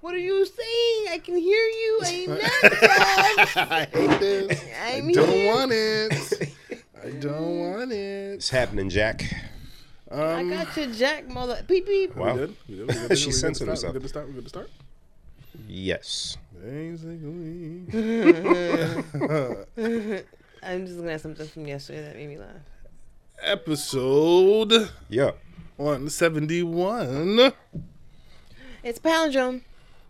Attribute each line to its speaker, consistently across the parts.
Speaker 1: What are you saying? I can hear you. I'm not
Speaker 2: I hate this.
Speaker 1: I'm
Speaker 2: I don't
Speaker 1: here.
Speaker 2: want it. I don't want it.
Speaker 3: It's happening, Jack.
Speaker 1: I
Speaker 2: Um,
Speaker 1: got your jack, mother. Beep beep.
Speaker 3: Wow.
Speaker 2: we good? We good? We good? We
Speaker 3: She's
Speaker 2: good to
Speaker 3: censored
Speaker 2: start?
Speaker 3: herself.
Speaker 2: We good to start. We good to start.
Speaker 3: Yes.
Speaker 2: Basically.
Speaker 1: I'm just gonna ask something from yesterday that made me laugh.
Speaker 2: Episode
Speaker 3: Yeah.
Speaker 2: 171.
Speaker 1: It's palindrome.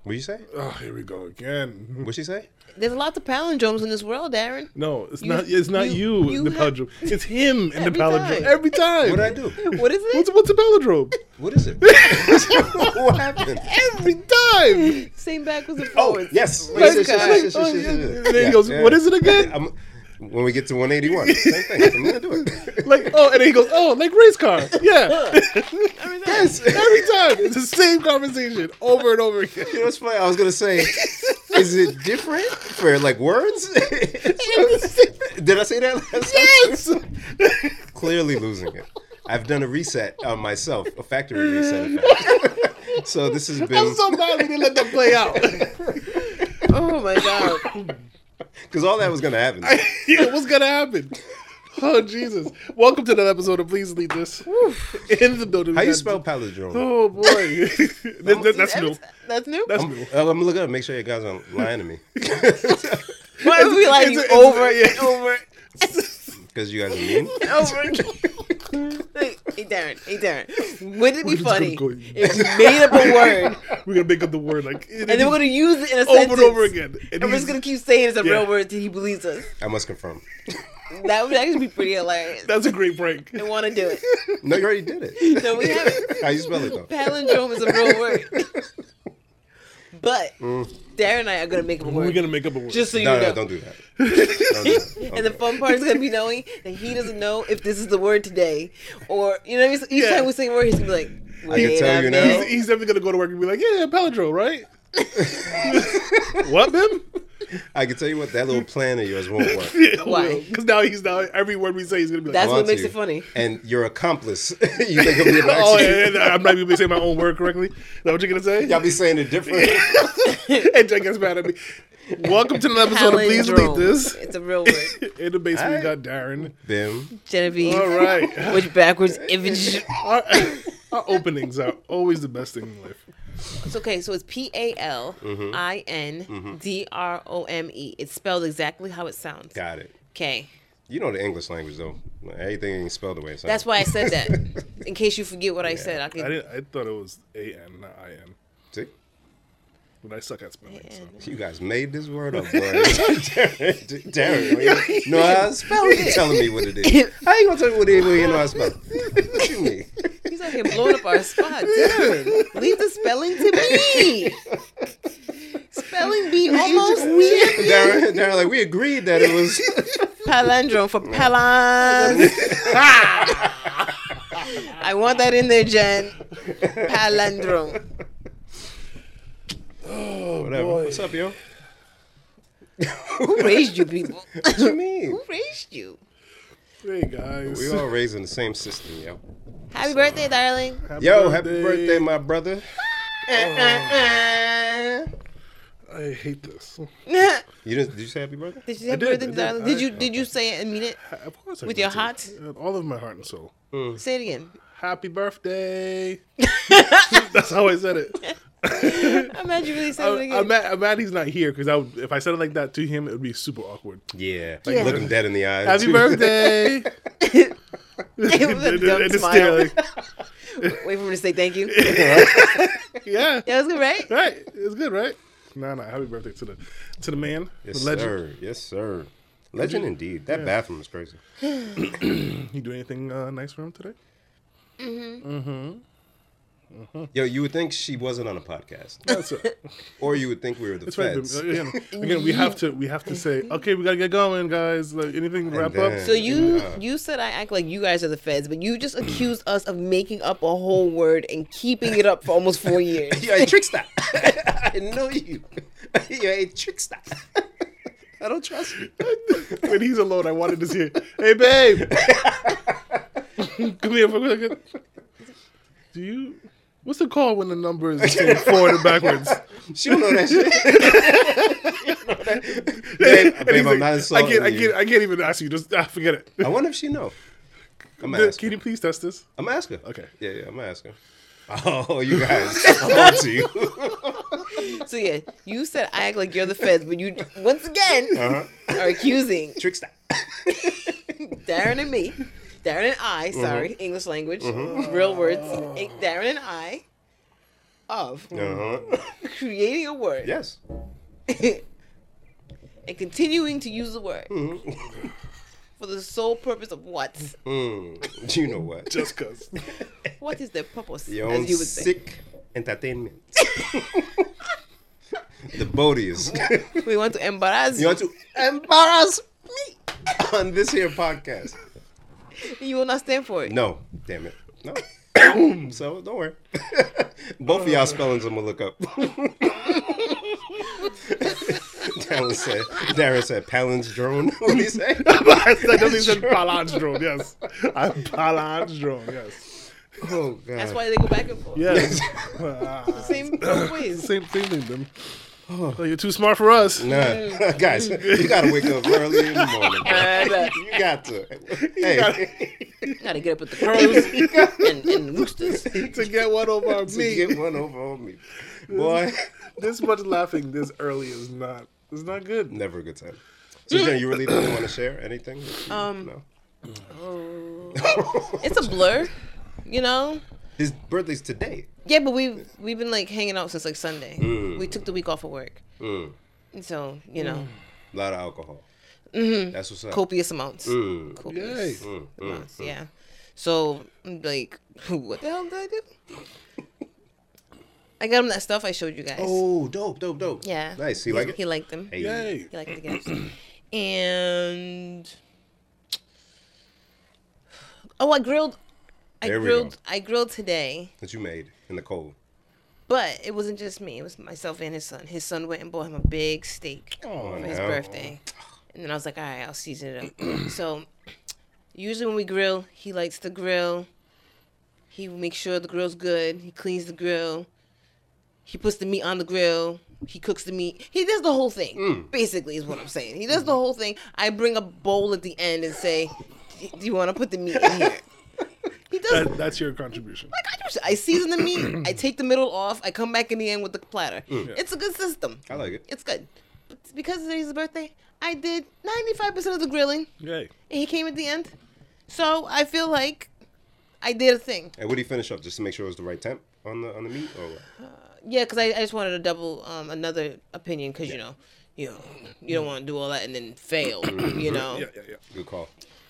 Speaker 3: What you say?
Speaker 2: Oh, here we go again.
Speaker 3: What she say?
Speaker 1: There's lots of palindromes in this world, Darren.
Speaker 2: No, it's
Speaker 1: You-
Speaker 2: not. It's not
Speaker 1: you-
Speaker 2: you,
Speaker 1: you
Speaker 2: in the
Speaker 1: have-
Speaker 2: palindrome. It's him in the
Speaker 1: Every
Speaker 2: palindrome
Speaker 1: time.
Speaker 2: every time.
Speaker 3: What did I do?
Speaker 1: What is
Speaker 2: What's
Speaker 1: it?
Speaker 2: what's a palindrome?
Speaker 3: What is it? what happened?
Speaker 2: every time.
Speaker 1: Same backwards and
Speaker 3: Oh
Speaker 1: forwards.
Speaker 3: yes.
Speaker 1: Like,
Speaker 3: Yes, yes,
Speaker 1: uh,
Speaker 3: yes, yes,
Speaker 2: oh,
Speaker 3: yes, yes, yes,
Speaker 2: yeah.
Speaker 3: yes.
Speaker 2: And then he
Speaker 3: Yeah,
Speaker 2: goes,
Speaker 3: yeah.
Speaker 2: "What is it again?"
Speaker 3: I'm, when we get to 181, same thing. I'm gonna do it.
Speaker 2: Like oh, and then he goes, "Oh, like race car." Yeah.
Speaker 3: yes.
Speaker 2: Every time. It's the same conversation over and over again.
Speaker 3: You know what's funny? I was gonna say, is it different for like words? Did I say that? Last yes. Clearly losing it. I've done a reset on myself, a factory reset. in fact. so this has been
Speaker 2: I'm so mad we didn't let that play out.
Speaker 1: Oh my god.
Speaker 3: because all that was gonna happen.
Speaker 2: yeah, what's gonna happen? Oh Jesus! Welcome to that episode of Please Lead This. In the building. we
Speaker 3: How you
Speaker 2: got-
Speaker 3: spell palindrome?
Speaker 2: Oh boy, That- that- that's
Speaker 1: Every
Speaker 2: new.
Speaker 1: ti- That's new.
Speaker 2: That's
Speaker 3: Uh, I'm,
Speaker 2: new.
Speaker 3: I'm gonna look it up. Make sure you guys aren't lying to me
Speaker 1: Why are we like
Speaker 2: it's a- it's a-
Speaker 1: over
Speaker 2: yeah.
Speaker 1: and over
Speaker 3: because you guys are mean.
Speaker 1: and over again? Like, hey Darren, hey Darren. Would it be
Speaker 2: just
Speaker 1: funny
Speaker 2: gonna go-
Speaker 1: if we made up a word
Speaker 2: We're gonna make up the word like
Speaker 1: and then we're gonna use it in a
Speaker 2: over
Speaker 1: sentence
Speaker 2: and over again.
Speaker 1: And we're just gonna keep saying it's a
Speaker 2: Yeah.
Speaker 1: real word till he believes us.
Speaker 3: I must confirm.
Speaker 1: That would actually be pretty hilarious.
Speaker 2: That's a great prank.
Speaker 1: I want to do it.
Speaker 3: No, you already did it.
Speaker 1: No, we haven't.
Speaker 3: How you spell it though?
Speaker 1: Palindrome is a real word. But Darren and I are gonna make up a
Speaker 2: We're
Speaker 1: word.
Speaker 2: gonna make up a word.
Speaker 1: Just so you
Speaker 3: Mm. No,
Speaker 1: know.
Speaker 3: no, don't do that. Don't do that.
Speaker 1: And the fun part is gonna be knowing that he doesn't know if this is the word today, or you know, what I mean? So each
Speaker 2: Yeah.
Speaker 1: time we say a word, he's gonna be like, "Wait
Speaker 3: tell
Speaker 1: a
Speaker 3: you now.
Speaker 2: he's,
Speaker 1: minute."
Speaker 2: he's definitely gonna go to work and be like, "Yeah, palindrome, right?" what, Bim?
Speaker 3: I can tell you what that little plan of yours won't work.
Speaker 1: Why?
Speaker 2: Because now he's now every word we say he's gonna be like,
Speaker 1: That's what
Speaker 3: want
Speaker 1: makes
Speaker 3: to.
Speaker 1: it funny.
Speaker 3: and your accomplice. you think I'm gonna
Speaker 2: Oh, yeah, yeah, I'm not even saying my own word correctly. Is that what you're gonna say?
Speaker 3: Y'all be saying it different.
Speaker 2: and Jack gets mad at me. Welcome to an episode of Please Lead
Speaker 1: Palindrome.
Speaker 2: This.
Speaker 1: It's a real word.
Speaker 2: In the basement, we
Speaker 3: All
Speaker 2: got Darren.
Speaker 3: Bim.
Speaker 1: Genevieve.
Speaker 2: All right.
Speaker 1: Which backwards image?
Speaker 2: Our, our openings are always the best thing in life.
Speaker 1: It's okay. So it's P A L I N D R O M E. It's spelled exactly how it sounds.
Speaker 3: Got it.
Speaker 1: Okay.
Speaker 3: You know the English language though. Everything ain't spelled the way it sounds.
Speaker 1: That's why I said that. In case you forget what I said, I
Speaker 2: I,
Speaker 1: could.
Speaker 2: didn't, I thought it was A N, not I N.
Speaker 3: See?
Speaker 2: But I suck at spelling. So.
Speaker 3: You guys made this word up, boy. Darren, Darren, no, I spell it. You telling me what it is? How you gonna tell me what it is when you know how I spell? it? What you mean?
Speaker 1: He's out here blowing up our spot. Darren, leave the spelling to me. Spelling bee almost champion.
Speaker 3: Darren, Darren, like we agreed that it was.
Speaker 1: Palindrome for palans. I want that in there, Jen. Palindrome.
Speaker 3: Whatever. What's up, yo?
Speaker 1: Who raised you people?
Speaker 3: What you mean?
Speaker 1: Who raised you?
Speaker 2: Hey, guys.
Speaker 3: We all raised in the same system, yo.
Speaker 1: Happy birthday, darling.
Speaker 3: Yo, happy birthday, my brother.
Speaker 2: I hate this.
Speaker 1: Did
Speaker 3: You didn't? Did you say happy birthday?
Speaker 1: you have
Speaker 2: did,
Speaker 1: birthday,
Speaker 2: I did.
Speaker 1: darling? Did you did you say it and mean it?
Speaker 2: Of course I
Speaker 1: With
Speaker 2: did
Speaker 1: your
Speaker 2: too.
Speaker 1: heart?
Speaker 2: With All of my heart and soul.
Speaker 1: Say it again.
Speaker 2: Happy birthday. That's how I said it.
Speaker 1: I'm mad you really said it
Speaker 2: I'm,
Speaker 1: again.
Speaker 2: I'm, mad, I'm mad he's not here because I would, if I said it like that to him, it would be super awkward.
Speaker 3: Yeah.
Speaker 1: Yeah.
Speaker 3: Like look him dead in the eye.
Speaker 2: Happy
Speaker 3: too.
Speaker 2: birthday!
Speaker 1: it was a
Speaker 2: And- and-
Speaker 1: dumb
Speaker 2: and it's
Speaker 1: smile.
Speaker 2: there, like,
Speaker 1: Wait for him to say thank you.
Speaker 2: yeah,
Speaker 1: That was good, right?
Speaker 2: right. It's good, right? No, no. Happy birthday to the to the man,
Speaker 3: Yes,
Speaker 2: the legend.
Speaker 3: sir. Yes, sir. Legend indeed. That bathroom is crazy.
Speaker 2: You do anything uh, nice for him today?
Speaker 3: Yo, you would think she wasn't on a podcast,
Speaker 2: That's right.
Speaker 3: or you would think we were the
Speaker 2: That's right.
Speaker 3: feds.
Speaker 2: Uh, Again, again, we have to we have to say okay. We gotta get going, guys. Like anything to wrap
Speaker 3: then-
Speaker 2: up.
Speaker 1: So you you said I act like you guys are the feds, but you just accused us of making up a whole word and keeping it up for almost four years.
Speaker 3: You're a trickster. I know you. You're a trickster. I don't trust you.
Speaker 2: when he's alone, I wanted to see. Hey, babe, come here for a second. Do you? What's the call when the number is the same forward and backwards?
Speaker 3: She don't know that shit. babe,
Speaker 2: And he's
Speaker 3: babe,
Speaker 2: like,
Speaker 3: I'm not
Speaker 2: I
Speaker 3: insulting
Speaker 2: can't, I
Speaker 3: you.
Speaker 2: can't, I can't even ask you. Just ah, forget it.
Speaker 3: I wonder if she know. I'm gonna
Speaker 2: Can
Speaker 3: ask her.
Speaker 2: you please test this?
Speaker 3: I'm gonna ask her.
Speaker 2: Okay.
Speaker 3: Yeah, yeah, I'm gonna ask her. Oh, you guys, I'm on to you.
Speaker 1: So yeah, you said I act like you're the feds, but you once again
Speaker 3: Uh-huh.
Speaker 1: are accusing
Speaker 3: Trickster.
Speaker 1: Darren and me, Darren and I.
Speaker 2: Uh-huh.
Speaker 1: Sorry, English language, real words. eh, Darren and I of
Speaker 3: Uh-huh.
Speaker 1: creating a word
Speaker 3: Yes.
Speaker 1: and continuing to use the word
Speaker 3: Mm-hmm.
Speaker 1: for the sole purpose of what?
Speaker 3: Mm, you know what?
Speaker 2: Just cause.
Speaker 1: What is the purpose?
Speaker 3: Your own
Speaker 1: as you would say.
Speaker 3: sick entertainment. the body is.
Speaker 1: We want to embarrass
Speaker 3: you
Speaker 1: you.
Speaker 3: want to embarrass me on this here podcast?
Speaker 1: You will not stand for it.
Speaker 3: No, damn it, no. so don't worry. Both of y'all spellings I'm gonna look up. Darren said. Darren said palindrome. What did he say?
Speaker 2: that doesn't said palindrome. Yes, I'm palindrome. Yes,
Speaker 3: Oh god.
Speaker 1: That's why they go back and forth.
Speaker 2: yes.
Speaker 1: Same both ways.
Speaker 2: Same thing, then. Oh, you're too smart for us.
Speaker 3: Nah, guys, you gotta wake up early in the morning. bro.
Speaker 1: And, uh,
Speaker 3: You got to. Hey,
Speaker 1: gotta get up with the crows and, and roosters.
Speaker 2: to get one over
Speaker 3: to
Speaker 2: me.
Speaker 3: get one over on me, boy.
Speaker 2: this much laughing this early is not. It's not good.
Speaker 3: Never a good time. So, Jen, you really didn't want to share anything? Um, no.
Speaker 1: It's a blur, you know.
Speaker 3: His birthday's today.
Speaker 1: Yeah, but we've we've been like hanging out since like Sunday.
Speaker 3: Mm.
Speaker 1: We took the week off of work,
Speaker 2: Mm.
Speaker 1: and so you know,
Speaker 3: A lot of alcohol. That's what's up.
Speaker 1: copious amounts.
Speaker 3: Mm.
Speaker 2: Yay.
Speaker 1: Copious amounts.
Speaker 3: Mm-hmm.
Speaker 1: Yeah. So I'm like, what the hell did I do? I got him that stuff I showed you guys.
Speaker 3: Oh, dope, dope, dope.
Speaker 1: yeah.
Speaker 3: Nice. You like it?
Speaker 1: He liked them.
Speaker 3: Hey.
Speaker 2: Yay.
Speaker 1: He liked the gifts. and oh, I grilled. I
Speaker 3: There we go.
Speaker 1: grilled. I grilled today.
Speaker 3: That you made in the cold.
Speaker 1: But it wasn't just me. It was myself and his son. His son went and bought him a big steak
Speaker 3: Oh,
Speaker 1: for his
Speaker 3: no.
Speaker 1: birthday. And then I was like, all right, I'll season it up. so usually when we grill, he likes to grill. He makes sure the grill's good. He cleans the grill. He puts the meat on the grill. He cooks the meat. He does the whole thing, basically, is what I'm saying. He does the whole thing. I bring a bowl at the end and say, "Do- do you want to put the meat in here? He does
Speaker 2: That, that's your contribution.
Speaker 1: I season the meat. I take the middle off. I come back in the end with the platter. It's a good system.
Speaker 3: Mm. I like it.
Speaker 1: It's good. But because today's his birthday, I did 95% of the grilling,
Speaker 2: Yay.
Speaker 1: and he came at the end. So I feel like I did a thing.
Speaker 3: And what do you finish up? Just to make sure it was the right temp on the on the meat, or what?
Speaker 1: Yeah, because I, I just wanted to double um, another opinion because, you know, you, know, you don't want to do all that and then fail, you know?
Speaker 2: Yeah, yeah, yeah.
Speaker 3: good call.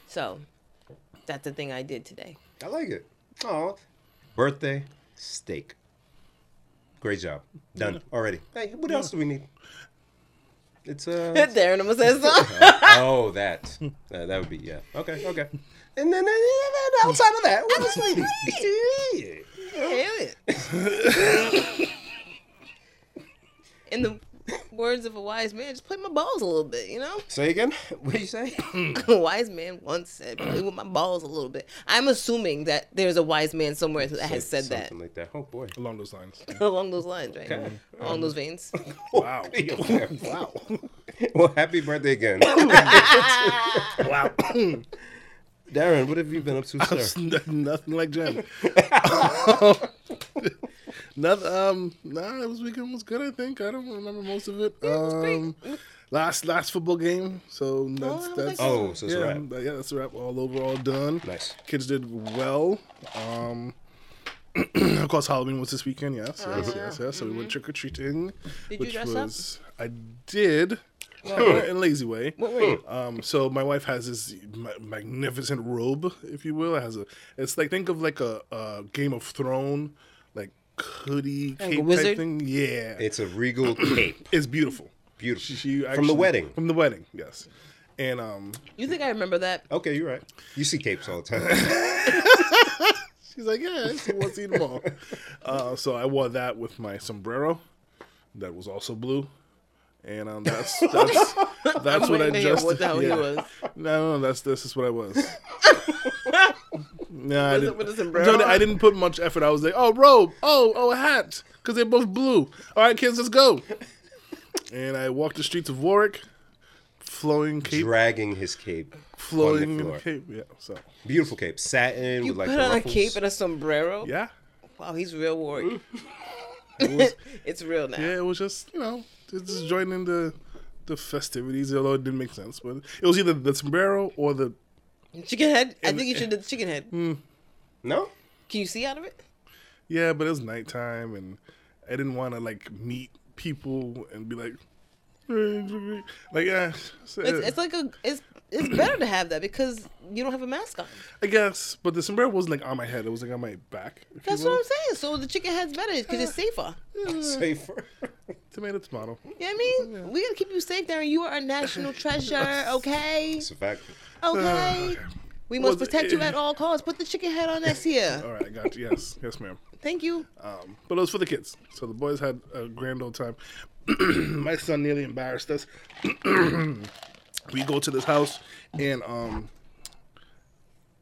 Speaker 1: So that's the thing I did today.
Speaker 3: I like it. Oh, birthday steak. Great job. Done already. Hey, what else do we need? It's uh.
Speaker 1: Darren almost said something.
Speaker 3: oh, that. Uh, that would be yeah. Okay, okay. And then uh, outside of that, what else we need?
Speaker 1: Damn it. In the words of a wise man, just play my balls a little bit, you know?
Speaker 3: Say again. What do you say?
Speaker 1: A wise man once said, play with my balls a little bit. I'm assuming that there's a wise man somewhere that has said that.
Speaker 3: Something like that. Oh boy.
Speaker 2: Along those lines.
Speaker 1: Along those lines, right?
Speaker 3: Okay.
Speaker 1: Along those veins.
Speaker 2: Wow.
Speaker 3: Oh, wow. Well, happy birthday again,
Speaker 2: Wow.
Speaker 3: Darren. What have you been up to, sir?
Speaker 2: N- Nothing like Jen. Nothing. Um, nah, this weekend was good. I think I don't remember most of it. Um, last last football game. So that's
Speaker 1: I was
Speaker 2: that's
Speaker 1: like-
Speaker 3: Oh, so it's a
Speaker 2: yeah,
Speaker 3: wrap.
Speaker 2: um, yeah, that's a wrap. All over, all done.
Speaker 3: Nice.
Speaker 2: Kids did well. Um, of course, Halloween was this weekend. Yes, yes, yes, yes. So we went trick or treating,
Speaker 1: Uh-huh. Mm-hmm. Did you
Speaker 2: which
Speaker 1: dress up?
Speaker 2: was I did. in a lazy way.
Speaker 1: What were you?
Speaker 2: Um, so my wife has this ma- magnificent robe, if you will. It has a, it's like think of like a, a Game of Throne, like hoodie
Speaker 1: Like a
Speaker 2: cape type
Speaker 1: wizard?
Speaker 2: thing. Yeah,
Speaker 3: It's a regal cape.
Speaker 2: it's beautiful.
Speaker 3: Beautiful.
Speaker 2: She
Speaker 3: From the
Speaker 2: actually-
Speaker 3: wedding.
Speaker 2: From the wedding, yes. And um,
Speaker 1: You think I remember that?
Speaker 3: Okay, you're right. You see capes all the time.
Speaker 2: she's like, yeah, it's what's see them all. Uh, so I wore that with my sombrero, that was also blue. And um, that's that's that's what I
Speaker 1: Wait, wait,
Speaker 2: just
Speaker 1: what the hell he
Speaker 2: yeah.
Speaker 1: was.
Speaker 2: No, no, that's this is what I was. Nah, I
Speaker 1: Was it
Speaker 2: didn't,
Speaker 1: with a
Speaker 2: I'm
Speaker 1: sombrero?
Speaker 2: telling you, I didn't put much effort. I was like, oh, robe, oh, oh, a hat, because they're both blue. All right, kids, let's go. And I walked the streets of Warwick, flowing cape,
Speaker 3: dragging his cape, on the
Speaker 2: flowing
Speaker 3: floor.
Speaker 2: cape. Yeah, so
Speaker 3: beautiful cape, satin
Speaker 1: You
Speaker 3: with like
Speaker 1: put
Speaker 3: the
Speaker 1: on
Speaker 3: ruffles.
Speaker 1: a cape and a sombrero.
Speaker 2: yeah, Mm.
Speaker 1: Wow, he's real warrior. it's real now.
Speaker 2: yeah, it was just you know just- just joining the the festivities, although it didn't make sense. But it was either the sombrero or the
Speaker 1: Chicken head. I think you should do the chicken head.
Speaker 2: Mm.
Speaker 1: Can
Speaker 3: no,
Speaker 1: you see out of it?
Speaker 2: yeah, but it was nighttime, and I didn't want to like meet people and be like. Like yeah, uh, so-
Speaker 1: It's, it's like a. It's it's better to have that because you don't have a mask on.
Speaker 2: I guess, but the sombrero wasn't like on my head; it was like on my back. if you
Speaker 1: That's what
Speaker 2: will.
Speaker 1: I'm saying. So the chicken head's better because
Speaker 2: Uh,
Speaker 1: it's safer. Mm.
Speaker 3: safer.
Speaker 2: Tomato, tomato.
Speaker 1: You know what I mean? We gotta keep you safe, Darren. You are a national treasure. Okay.
Speaker 3: It's a fact.
Speaker 1: Okay. We must
Speaker 2: Was it-
Speaker 1: protect you at all costs. Put the chicken head on next year.
Speaker 2: All right, I got you. Yes, yes, ma'am.
Speaker 1: Thank you.
Speaker 2: Um, but it was for the kids, so the boys had a grand old time. my son nearly embarrassed us. we go to this house, and um,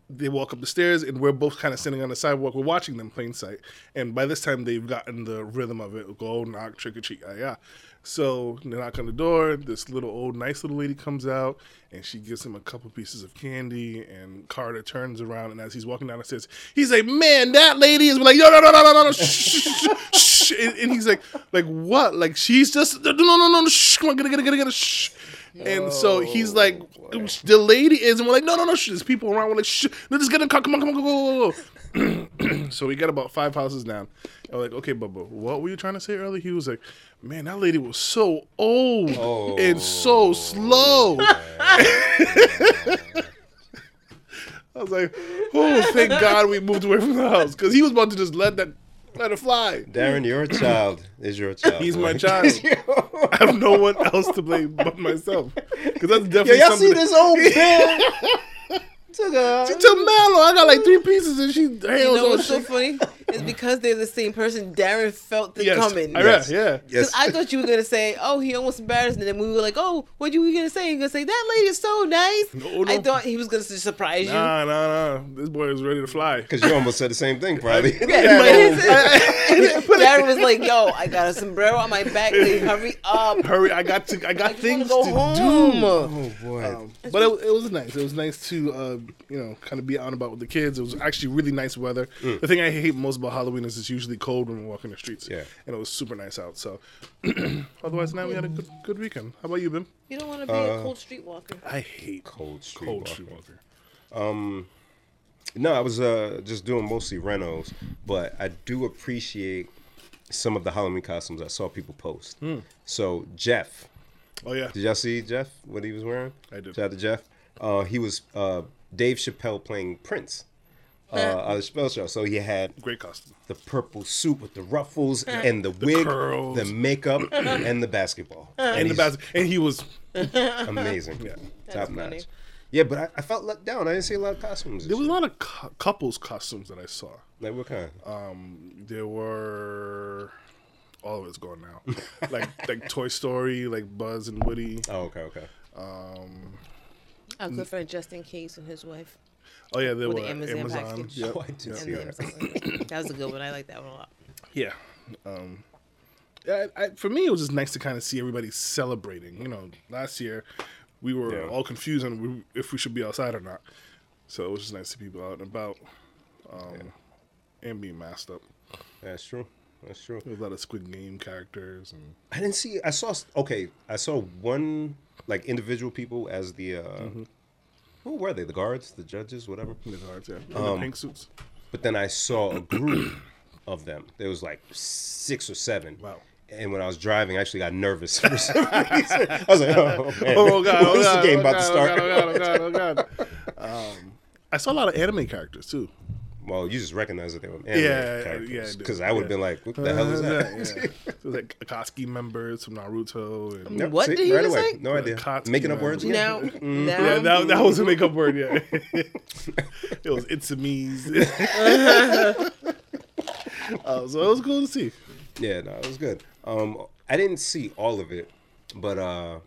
Speaker 2: they walk up the stairs, and we're both kind of sitting on the sidewalk. We're watching them plain sight, and by this time they've gotten the rhythm of it: go knock, trick or treat, yeah, yeah. So they knock on the door. This little old, nice little lady comes out, and she gives him a couple pieces of candy. And Carter turns around, and as he's walking down the stairs, he's like, "Man, that lady is like, no, no, no, no, no, no, no." shh, shh, shh, shh." And, and he's like, "Like what? Like she's just no, no, no, no, no, shh, come on, get it, get it, get it, get it." Shh. And so he's like, the lady is, and we're like, no, no, no, shh. There's people around. We're like, shh, no, just get in the car. Come on, come on, go, go, go, go. So we got about five houses down. I'm like, okay, Bubba, what were you trying to say earlier? He was like, man, that lady was so old and so slow. I was like, oh, thank God we moved away from the house because he was about to just let that let it fly.
Speaker 3: Darren, you're a child. Is your child?
Speaker 2: He's my
Speaker 3: boy.
Speaker 2: child. I have no one else to blame but myself because that's
Speaker 3: Yo,
Speaker 2: definitely
Speaker 3: y'all
Speaker 2: something.
Speaker 3: see this old bill? Took a-
Speaker 2: She took Mallow. I got like three pieces, and she her
Speaker 1: You
Speaker 2: hands
Speaker 1: know
Speaker 2: all
Speaker 1: what's so funny? It's because they're the same person. Darren felt the
Speaker 2: Uh-huh. yes,
Speaker 1: coming.
Speaker 2: I,
Speaker 3: Yes.
Speaker 2: Yeah, yeah.
Speaker 3: Yes.
Speaker 1: Because I thought you were gonna say, "Oh, he almost embarrassed," me." and then we were like, "Oh, what you were gonna say?" You're gonna say that lady is so nice.
Speaker 2: No, no.
Speaker 1: I thought he was gonna s- surprise you.
Speaker 2: Nah, nah, nah. This boy is ready to fly.
Speaker 3: Because you almost said the same thing, probably.
Speaker 1: Yeah, but
Speaker 2: old-
Speaker 1: his- Darren was like, "Yo, I got a sombrero on my back. Lady, hurry up!
Speaker 2: Hurry! I got to. I got
Speaker 1: you wanna
Speaker 2: things
Speaker 1: go
Speaker 2: to do.
Speaker 1: home."
Speaker 3: oh boy.
Speaker 2: But it, it was nice. It was nice to, uh, you know, kind of be out and about with the kids. It was actually really nice weather. The thing I hate most about Halloween is it's usually cold when we're walking the streets.
Speaker 3: Yeah.
Speaker 2: And it was super nice out. So, otherwise, now we had a good, good weekend. How about you, Bim?
Speaker 1: You don't want to be a cold streetwalker.
Speaker 2: I hate cold,
Speaker 3: cold street.
Speaker 2: cold
Speaker 3: walk.
Speaker 2: streetwalker.
Speaker 3: No, I was uh, just doing mostly renos, but I do appreciate some of the Halloween costumes I saw people post. So Jeff,
Speaker 2: Oh yeah.
Speaker 3: did y'all see Jeff? What he was wearing?
Speaker 2: I did.
Speaker 3: Shout out to Jeff. Uh, he was uh, Dave Chappelle playing Prince uh, on the Chappelle Show. So he had
Speaker 2: Great costume.
Speaker 3: the purple suit with the ruffles and the wig,
Speaker 2: curls.
Speaker 3: the makeup, and the basketball.
Speaker 2: And the
Speaker 3: he's-
Speaker 2: bas- and he was
Speaker 3: amazing. Yeah, top
Speaker 1: funny.
Speaker 3: notch. Yeah, but I, I felt let down. I didn't see a lot of costumes. this
Speaker 2: there was a
Speaker 3: year.
Speaker 2: lot of cou- couples costumes that I saw.
Speaker 3: like what kind?
Speaker 2: Uh, There were all of it's gone now. like like Toy Story, like Buzz and Woody.
Speaker 3: oh, okay, okay.
Speaker 1: Our good friend Justin Case and his wife.
Speaker 2: Oh yeah, there
Speaker 1: With
Speaker 2: were
Speaker 1: the Amazon
Speaker 2: Amazon.
Speaker 1: package.
Speaker 2: Yep.
Speaker 3: Oh, I did
Speaker 1: And
Speaker 3: see
Speaker 1: the
Speaker 3: that.
Speaker 1: Amazon. that was a good one. I like that one a lot.
Speaker 2: Yeah. Um, I, I, for me, it was just nice to kind of see everybody celebrating. You know, last year we were
Speaker 3: Yeah.
Speaker 2: all confused on we, if we should be outside or not. So it was just nice to see people out and about um, and being masked up.
Speaker 3: That's true. That's true.
Speaker 2: There was a lot of Squid Game characters and
Speaker 3: I didn't see. I saw. Okay, I saw one like individual people as the. Uh,
Speaker 2: Mm-hmm.
Speaker 3: Who were they? The guards, the judges, whatever.
Speaker 2: the guards, yeah. And
Speaker 3: Um,
Speaker 2: the pink suits.
Speaker 3: But then I saw a group of them. There was like six or seven.
Speaker 2: Wow.
Speaker 3: And when I was driving, I actually got nervous for some reason. I was like, "Oh, man.
Speaker 2: Oh god! Oh,
Speaker 3: When's
Speaker 2: god
Speaker 3: the game
Speaker 2: oh,
Speaker 3: about
Speaker 2: god,
Speaker 3: to start?"
Speaker 2: Oh god! Oh god! Oh god! Oh god. um, I saw a lot of anime characters too.
Speaker 3: Well, you just recognize that they were
Speaker 2: Yeah,
Speaker 3: anime
Speaker 2: yeah, I
Speaker 3: characters
Speaker 2: do.
Speaker 3: because I would have
Speaker 2: Yeah. Uh,
Speaker 3: been like, "What the hell is that?"
Speaker 2: yeah. It was like Akatsuki members from Naruto. And,
Speaker 3: No,
Speaker 1: What did he just say?
Speaker 3: No idea.
Speaker 2: Kotsky
Speaker 3: Making up
Speaker 2: man.
Speaker 3: words. again?
Speaker 1: Now, now,
Speaker 2: Yeah, that, that was a makeup word. Yeah, it was it's a me's. uh, so it was cool to see.
Speaker 3: Yeah, no, it was good. Um, I didn't see all of it, but uh,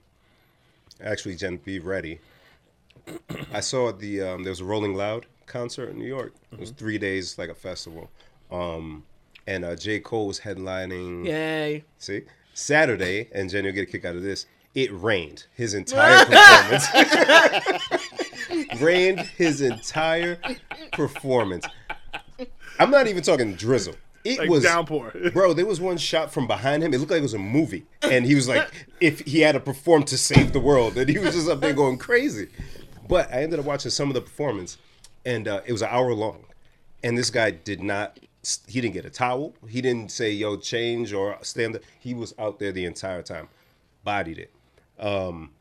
Speaker 3: actually, Genevieve Reddy I saw the um, there was a Rolling Loud concert in New York. It
Speaker 2: Mm-hmm.
Speaker 3: was three days, like a festival. Um, and uh, J Cole was headlining.
Speaker 1: Yay.
Speaker 3: See Saturday, and Jenny will get a kick out of this. It rained his entire performance. rained his entire performance. I'm not even talking drizzle. It
Speaker 2: Like
Speaker 3: was
Speaker 2: downpour.
Speaker 3: Bro, there was one shot from behind him. It looked like it was a movie. And he was like, if he had to perform to save the world. And he was just up there going crazy. But I ended up watching some of the performance, and uh, it was an hour long. And this guy did not, he didn't get a towel. He didn't say, yo, change or stand up. He was out there the entire time, bodied it. Um,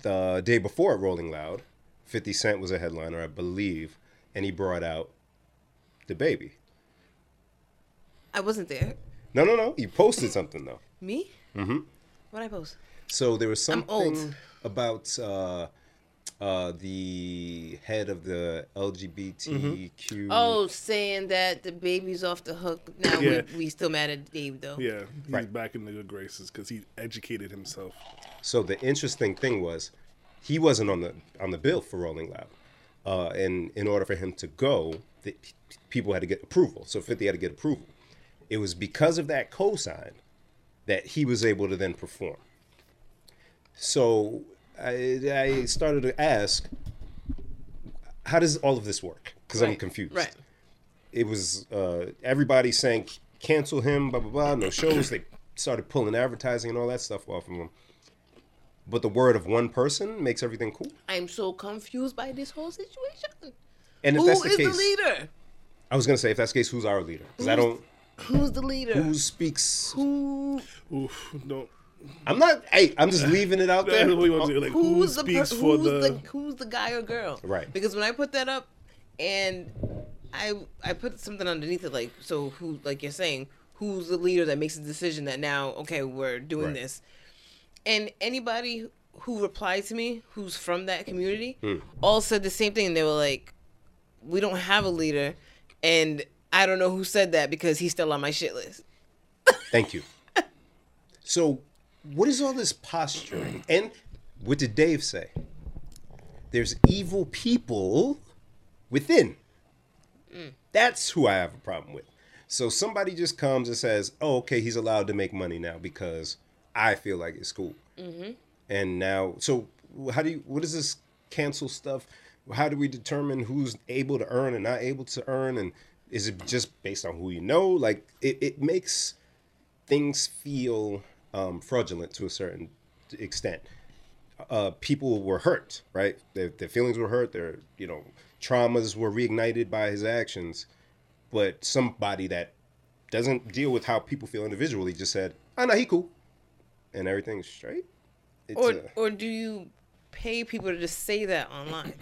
Speaker 3: the day before at Rolling Loud, 50 Cent was a headliner, I believe, and he brought out the baby.
Speaker 1: I wasn't there.
Speaker 3: No, no, no. You posted something, though.
Speaker 1: Me? Mm-hmm. What I post?
Speaker 3: So there was
Speaker 1: old.
Speaker 3: something about uh, uh, the head of the LGBTQ.
Speaker 1: Oh, saying that the baby's off the hook. Now
Speaker 2: Yeah.
Speaker 1: we, we still mad at Dave though.
Speaker 2: Yeah, he's
Speaker 3: Right.
Speaker 2: back in the good graces because he educated himself.
Speaker 1: Oh.
Speaker 3: So the interesting thing was, he wasn't on the on the bill for Rolling Loud, uh, and in order for him to go, the, people had to get approval. So Fifty had to get approval. It was because of that cosign that he was able to then perform. So I, I started to ask, how does all of this work? Because I'm
Speaker 1: Right,
Speaker 3: confused.
Speaker 1: right.
Speaker 3: It was uh, everybody saying cancel him, blah blah blah. No shows. they started pulling advertising and all that stuff off of him. But the word of one person makes everything cool.
Speaker 1: I'm so confused by this whole situation.
Speaker 3: And if
Speaker 1: Who
Speaker 3: that's
Speaker 1: is the,
Speaker 3: the case,
Speaker 1: leader?
Speaker 3: I was gonna say if that's the case, who's our leader? Because I
Speaker 1: Who's-
Speaker 3: don't
Speaker 1: Who's the leader?
Speaker 3: who speaks.
Speaker 1: who
Speaker 2: Oof, don't.
Speaker 3: I'm not. Hey, I'm just leaving it out there.
Speaker 2: That's what we want to do, like, who
Speaker 1: who's the per-
Speaker 2: speaks
Speaker 1: who's
Speaker 2: for
Speaker 1: the,
Speaker 2: the?
Speaker 1: who's the guy or girl?
Speaker 3: Right.
Speaker 1: Because when I put that up, and I I put something underneath it like so who like you're saying who's the leader that makes the decision that now okay we're doing
Speaker 3: Right.
Speaker 1: this, and anybody who replied to me who's from that community
Speaker 2: Hmm.
Speaker 1: all said the same thing and they were like, we don't have a leader, and I don't know who said that because he's still on my shit list.
Speaker 3: Thank you. So, what is all this posturing? And what did Dave say? There's evil people within. That's who I have a problem with. So somebody just comes and says, "Oh, okay, he's allowed to make money now because I feel like it's cool." And now, so how do you? What is this cancel stuff? How do we determine who's able to earn and not able to earn? And is it just based on who you know? Like it, it makes things feel um, fraudulent to a certain extent. Uh, people were hurt, right? Their, their feelings were hurt. Their you know traumas were reignited by his actions. But somebody that doesn't deal with how people feel individually just said, "Ah, nah, he cool," and everything's straight. It's
Speaker 1: Or
Speaker 3: a-
Speaker 1: or do you pay people to just say that online?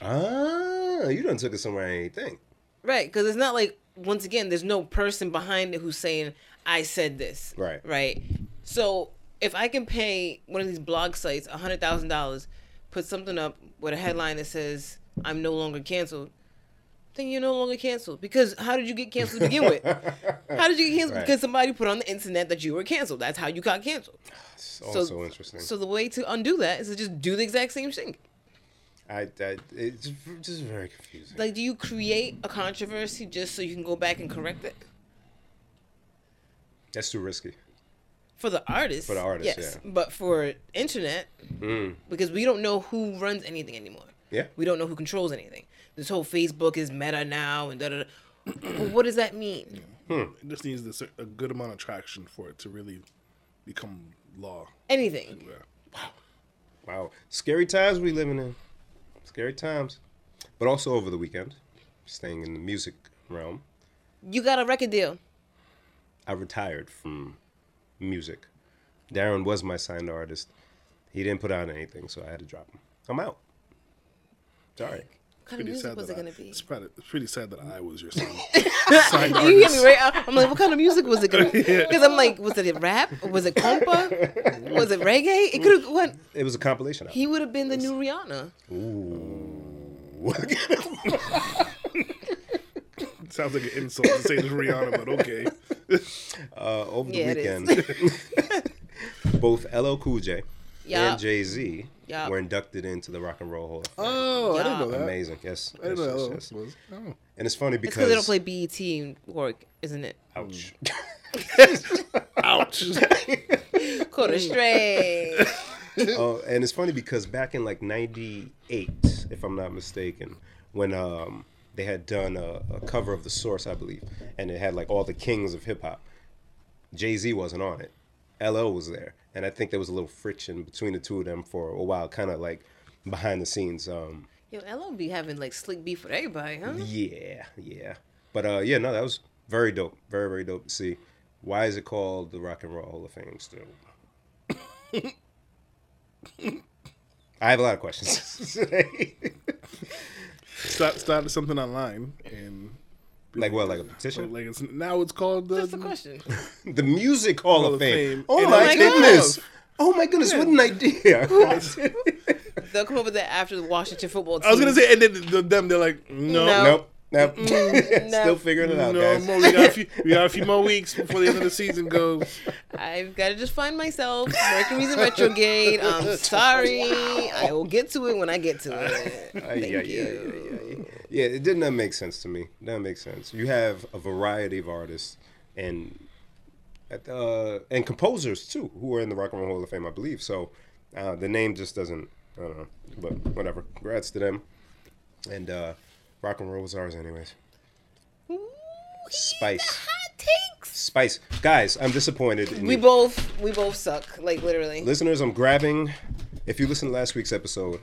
Speaker 3: Ah, you done took it somewhere I ain't think.
Speaker 1: Right, because it's not like once again, there's no person behind it who's saying I said this.
Speaker 3: Right.
Speaker 1: Right. So if I can pay one of these blog sites a hundred thousand dollars, put something up with a headline that says I'm no longer canceled, then you're no longer canceled. Because how did you get canceled to begin with? How did you get canceled?
Speaker 3: Right.
Speaker 1: Because somebody put on the internet that you were canceled. That's how you got canceled.
Speaker 3: It's also interesting.
Speaker 1: So the way to undo that is to just do the exact same thing.
Speaker 3: I, I it's v- just very confusing.
Speaker 1: Like, do you create a controversy just so you can go back and correct it?
Speaker 3: That's too risky.
Speaker 1: For the artists.
Speaker 3: For the artists, yeah. Mm.
Speaker 1: But for internet, because we don't know who runs anything anymore.
Speaker 3: Yeah.
Speaker 1: We don't know who controls anything. This whole Facebook is meta now and da da da. But what does that mean?
Speaker 2: It just needs this, a good amount of traction for it to really become law.
Speaker 1: Anything.
Speaker 2: Yeah.
Speaker 3: Wow, scary times we living in. Scary times, but also over the weekend, staying in the music realm,
Speaker 1: You got a record deal.
Speaker 3: I retired from music. Darren was my signed artist. He didn't put out anything, so I had to drop him. I'm out. Sorry.
Speaker 1: What kind of music was it
Speaker 2: that I-
Speaker 1: going to be?
Speaker 2: It's pretty, it's pretty sad that I was your son.
Speaker 1: You hear me, right? I- I'm like, what kind of music was it going to be? Because I'm like, was it rap? Was it compa? Was it reggae? It could have went.
Speaker 3: It was a compilation album.
Speaker 1: He would have been the new Rihanna.
Speaker 2: Sounds like an insult to say to Rihanna, but okay.
Speaker 3: uh, over the
Speaker 1: Yeah, it
Speaker 3: weekend, both LL Cool J
Speaker 1: Yeah.
Speaker 3: and Jay Z
Speaker 1: Yup. Uh,
Speaker 3: were inducted into the Rock and Roll Hall. of Fame.
Speaker 2: Oh, I didn't know that.
Speaker 3: Amazing. Yes.
Speaker 2: I didn't
Speaker 3: yes,
Speaker 2: know
Speaker 3: yes,
Speaker 2: that
Speaker 3: yes.
Speaker 2: was. Oh.
Speaker 3: And it's funny
Speaker 1: It's because they don't
Speaker 3: because
Speaker 1: play BET in work, isn't it?
Speaker 3: ouch.
Speaker 2: Oh. Ouch.
Speaker 1: Quarter straight.
Speaker 3: Oh, and it's funny because back in like '98, if I'm not mistaken, when um, they had done a, a cover of The Source, I believe, and it had like all the kings of hip hop. Jay Z wasn't on it. LL was there, and I think there was a little friction between the two of them for a while, kind of like behind the scenes. Um,
Speaker 1: Yo, LL be having like slick beef with everybody, huh?
Speaker 3: yeah, yeah. But uh, yeah, no, that was very dope. Very, very dope to see. Why is it called the Rock and Roll Hall of Fame still? I have a lot of questions.
Speaker 2: Start started something online and
Speaker 3: like what? Like a
Speaker 2: so,
Speaker 3: petition?
Speaker 2: like it's now it's called the
Speaker 1: That's the question.
Speaker 3: The Music Hall, of,
Speaker 2: of
Speaker 3: Fame.
Speaker 2: Fame.
Speaker 3: Oh,
Speaker 2: And
Speaker 3: my
Speaker 1: it's
Speaker 3: goodness! Oh my goodness! What an idea!
Speaker 1: They'll come up with that after the Washington football team.
Speaker 2: I was gonna say and then the, them they're like no.
Speaker 1: No.
Speaker 3: nope. Nope.
Speaker 1: no.
Speaker 3: Still figuring it out,
Speaker 2: no
Speaker 3: guys.
Speaker 2: more. We got, a few, we got a few more weeks before the end of the season goes.
Speaker 1: I've got to just find myself. Mercury's in retrograde. I'm sorry. I will get to it when I get to it.
Speaker 3: Ay, ay, ay, ay, ay, ay. Yeah, it did not make sense to me. That makes sense. You have a variety of artists and at, uh, and composers too, who are in the Rock and Roll Hall of Fame, I believe. So uh, the name just doesn't. I don't know, but whatever. Congrats to them. And uh, rock and roll was ours, anyways.
Speaker 1: Ooh,
Speaker 3: Spice,
Speaker 1: hot takes.
Speaker 3: spice, guys. I'm disappointed. In
Speaker 1: We
Speaker 3: you.
Speaker 1: both we both suck. Like literally.
Speaker 3: Listeners, I'm grabbing. If you listened to last week's episode,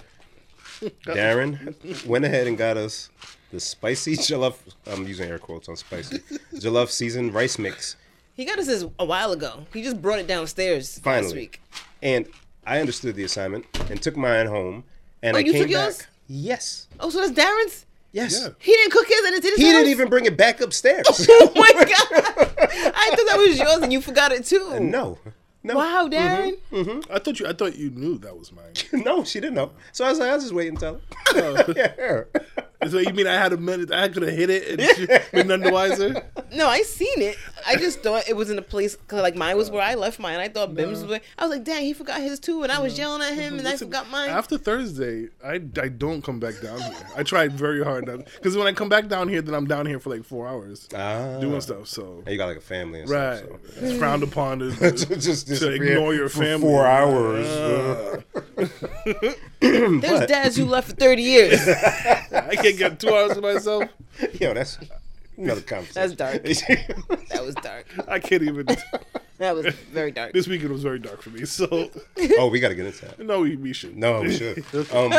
Speaker 3: Darren went ahead and got us the spicy jollof. I'm using air quotes on spicy jollof seasoned rice mix.
Speaker 1: He got us this a while ago. He just brought it downstairs
Speaker 3: Finally,
Speaker 1: last week.
Speaker 3: and I understood the assignment and took mine home. And
Speaker 1: Oh,
Speaker 3: I
Speaker 1: you
Speaker 3: came
Speaker 1: took
Speaker 3: back.
Speaker 1: yours?
Speaker 3: Yes,
Speaker 1: Oh, so that's Darren's.
Speaker 3: yes.
Speaker 2: Yeah.
Speaker 1: He didn't cook his and it did his
Speaker 3: He
Speaker 1: house?
Speaker 3: didn't even bring it back upstairs.
Speaker 1: Oh my god! I thought that was yours and you forgot it too.
Speaker 3: no, no,
Speaker 1: Wow,
Speaker 3: Mm-hmm.
Speaker 1: Darren.
Speaker 2: I thought you. I thought you knew that was mine. Oh.
Speaker 3: no. She didn't know. So I was like, I'll just wait and tell her. yeah.
Speaker 2: So you mean I had a minute? I could have hit it and she- been none the wiser.
Speaker 1: No, I seen it. I just thought it was in a place cause like mine was where I left mine. I thought Bim's was where I was like, dang, he forgot his too, and I was yelling at him, and I
Speaker 2: Listen,
Speaker 1: forgot mine.
Speaker 2: After Thursday, I, I don't come back down here. I tried very hard because when I come back down here, then I'm down here for like four hours
Speaker 3: Ah.
Speaker 2: doing stuff. So
Speaker 3: And you got like a family and
Speaker 2: right,
Speaker 3: stuff. So.
Speaker 2: it's frowned upon to,
Speaker 3: just, just
Speaker 2: to
Speaker 3: disappear
Speaker 2: ignore your
Speaker 3: for
Speaker 2: family.
Speaker 3: Four hours.
Speaker 2: Uh,
Speaker 1: There's dads you left for thirty years.
Speaker 2: I can't get two hours to myself.
Speaker 3: Yo, that's another
Speaker 1: That's
Speaker 3: conversation. dark.
Speaker 1: that was dark.
Speaker 2: I can't even.
Speaker 1: That was very dark.
Speaker 2: This weekend was very dark for me. So
Speaker 3: oh, we got to get into that.
Speaker 2: no, we, we should.
Speaker 3: No, we should. Um,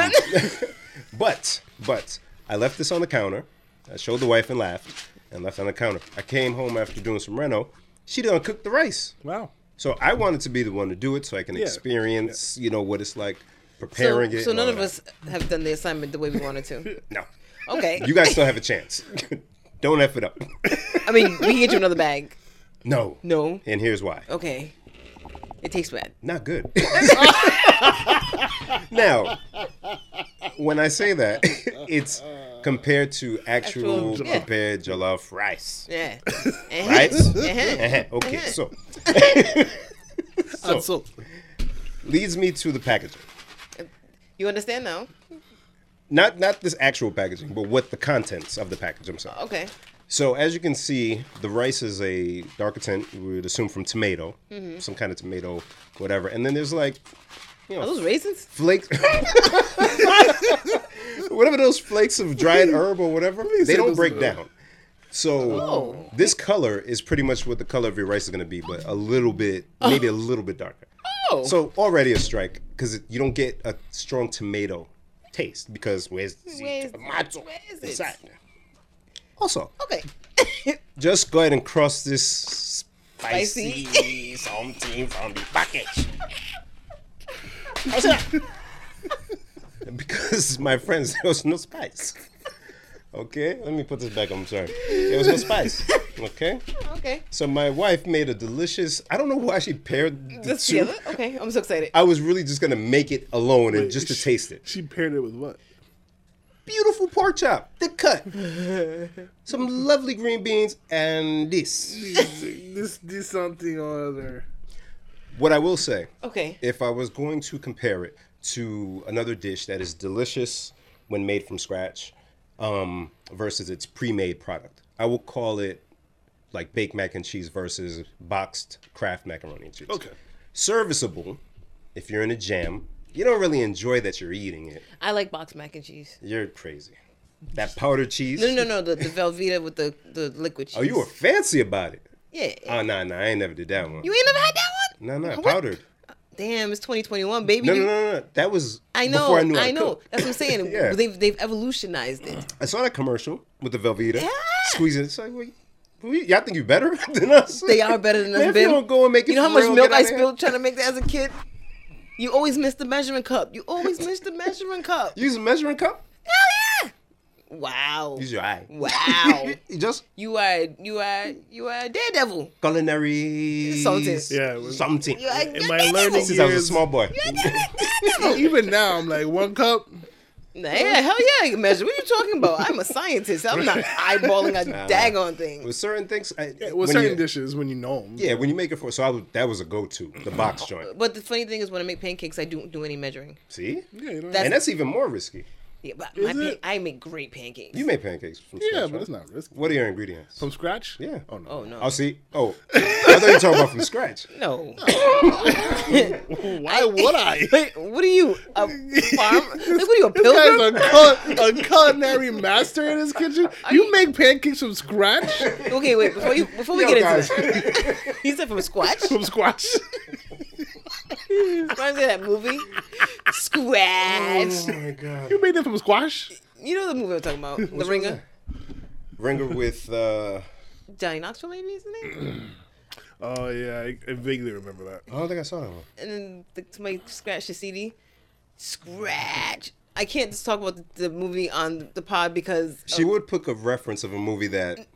Speaker 3: but, but, I left this on the counter. I showed the wife and laughed and left it on the counter. I came home after doing some reno. She done cooked the rice.
Speaker 2: Wow.
Speaker 3: So I wanted to be the one to do it so I can experience, you know, what it's like
Speaker 1: so,
Speaker 3: preparing it.
Speaker 1: so
Speaker 3: and
Speaker 1: none
Speaker 3: all
Speaker 1: of
Speaker 3: that.
Speaker 1: us have done the assignment the way we wanted to.
Speaker 3: No.
Speaker 1: Okay.
Speaker 3: You guys still have a chance. Don't F it up.
Speaker 1: I mean, we can get you another bag.
Speaker 3: No.
Speaker 1: No.
Speaker 3: And here's why.
Speaker 1: Okay. It tastes bad.
Speaker 3: Not good. now, when I say that, it's compared to actual,
Speaker 1: Actual- yeah.
Speaker 3: prepared jollof rice.
Speaker 1: Yeah. Eh.
Speaker 3: Right?
Speaker 1: Eh.
Speaker 3: Uh-huh. Okay, so
Speaker 2: So, so
Speaker 3: leads me to the packaging.
Speaker 1: You understand now?
Speaker 3: Not not this actual packaging, but what the contents of the package themselves.
Speaker 1: Okay.
Speaker 3: So as you can see, the rice is a darker tint. We would assume from tomato, some kind of tomato, whatever. And then there's like, you know,
Speaker 1: Are those raisins?
Speaker 3: flakes. whatever those flakes of dried herb or whatever, they
Speaker 2: say
Speaker 3: don't
Speaker 2: those
Speaker 3: break
Speaker 2: are-
Speaker 3: down. So
Speaker 1: Oh.
Speaker 3: this color is pretty much what the color of your rice is going to be, but a little bit, maybe a little bit darker.
Speaker 1: Oh.
Speaker 3: So already a strike because you don't get a strong tomato taste because where's the
Speaker 1: Where's-
Speaker 3: tomato?
Speaker 1: where is it?
Speaker 3: Inside. Also,
Speaker 1: okay.
Speaker 3: just go ahead and cross this spicy,
Speaker 1: Spicy.
Speaker 3: something from the package. How's that? because my friends, there was no spice. Okay, let me put this back. I'm sorry. There was no spice. Okay,
Speaker 1: okay.
Speaker 3: so my wife made a delicious. I don't know why she paired the
Speaker 1: That's
Speaker 3: two.
Speaker 1: together? Okay. I'm so excited.
Speaker 3: I was really just gonna make it alone and just to
Speaker 2: she-
Speaker 3: taste it.
Speaker 2: She paired it with what?
Speaker 3: Beautiful pork chop, thick cut, some lovely green beans, and this.
Speaker 2: this this something or other.
Speaker 3: What I will say
Speaker 1: Okay.
Speaker 3: if I was going to compare it to another dish that is delicious when made from scratch um, versus its pre-made product. I will call it like baked mac and cheese versus boxed craft macaroni and cheese.
Speaker 2: Okay.
Speaker 3: Serviceable if you're in a jam. You don't really enjoy that you're eating it.
Speaker 1: I like boxed mac and cheese.
Speaker 3: You're crazy. That powdered cheese.
Speaker 1: No, no, no, the, the Velveeta with the, the liquid cheese.
Speaker 3: Oh, you were fancy about it.
Speaker 1: Yeah.
Speaker 3: Oh, nah, nah. I ain't never did that one.
Speaker 1: You ain't never had that one?
Speaker 3: No, no,
Speaker 1: What?
Speaker 3: powdered.
Speaker 1: Damn, it's 2021, baby.
Speaker 3: No,
Speaker 1: You-
Speaker 3: no, no, no. That was
Speaker 1: I know.
Speaker 3: Before I knew I,
Speaker 1: know.
Speaker 3: cooked.
Speaker 1: That's what I'm saying.
Speaker 3: Yeah.
Speaker 1: They've they've evolutionized it.
Speaker 3: I saw that commercial with the Velveeta
Speaker 1: Yeah.
Speaker 3: squeezing. It's like, wait, we, y'all think you better than us?
Speaker 1: They are better than us,
Speaker 3: Man, If
Speaker 1: babe.
Speaker 3: you don't go and make it,
Speaker 1: You know how
Speaker 3: for
Speaker 1: much
Speaker 3: real,
Speaker 1: milk
Speaker 3: get
Speaker 1: I
Speaker 3: outta here.
Speaker 1: spilled trying to make that as a kid? You always miss the measuring cup. You always miss the measuring cup.
Speaker 3: Use a measuring cup.
Speaker 1: Hell yeah! Wow.
Speaker 3: Use your eye.
Speaker 1: Wow.
Speaker 3: You Just
Speaker 1: You are you are you are a daredevil.
Speaker 3: culinary
Speaker 1: Something.
Speaker 2: Yeah, it was-
Speaker 3: something.
Speaker 1: You are a
Speaker 2: In my
Speaker 1: daredevil.
Speaker 2: learning
Speaker 3: Since I was a
Speaker 2: years-
Speaker 3: small boy,
Speaker 2: Even now, I'm like one cup.
Speaker 1: Nah, yeah, hell yeah, you can measure. What are you talking about? I'm a scientist. I'm not eyeballing a daggone thing.
Speaker 3: with certain things, I,
Speaker 2: Well,
Speaker 3: when
Speaker 2: certain
Speaker 3: you,
Speaker 2: dishes when you know them.
Speaker 3: yeah, when you make it for, so I would, that was a go-to, the box joint.
Speaker 1: But the funny thing is, when I make pancakes, I don't do any measuring.
Speaker 3: See,
Speaker 2: Yeah, you don't-
Speaker 1: That's-
Speaker 3: and that's even more risky.
Speaker 1: Yeah, but
Speaker 2: Is
Speaker 1: my pan-
Speaker 2: it?
Speaker 1: I make great pancakes.
Speaker 3: You make pancakes from
Speaker 2: yeah,
Speaker 3: scratch,
Speaker 2: but
Speaker 3: right?
Speaker 2: it's not risky.
Speaker 3: What are your ingredients?
Speaker 2: From scratch?
Speaker 3: Yeah.
Speaker 2: Oh no.
Speaker 1: oh no,
Speaker 3: Oh, see. Oh, I thought you were talking about from scratch.
Speaker 1: no. Oh,
Speaker 2: Why would I?
Speaker 1: Wait, what are you a farm? Like, what are you a
Speaker 2: Guys,
Speaker 1: pilgrim?
Speaker 2: a, cul- a culinary master in his kitchen. You make pancakes from scratch?
Speaker 1: Okay, wait. Before you before we
Speaker 3: Yo,
Speaker 1: get
Speaker 3: guys.
Speaker 1: into that, he said from squash.
Speaker 2: From scratch?
Speaker 1: Reminds me of that movie,
Speaker 2: Oh
Speaker 1: Squash.
Speaker 3: my god.
Speaker 2: You made them from squash?
Speaker 1: You know the movie I'm talking about, The Ringer.
Speaker 3: Ringer with uh,
Speaker 1: Johnny Knoxville, maybe isn't it?
Speaker 2: Oh yeah, I, I vaguely remember that.
Speaker 3: I don't think I saw that one.
Speaker 1: and then the, somebody scratched the CD. Scratch. I can't just talk about the, the movie on the pod because
Speaker 3: She would pick a reference of a movie that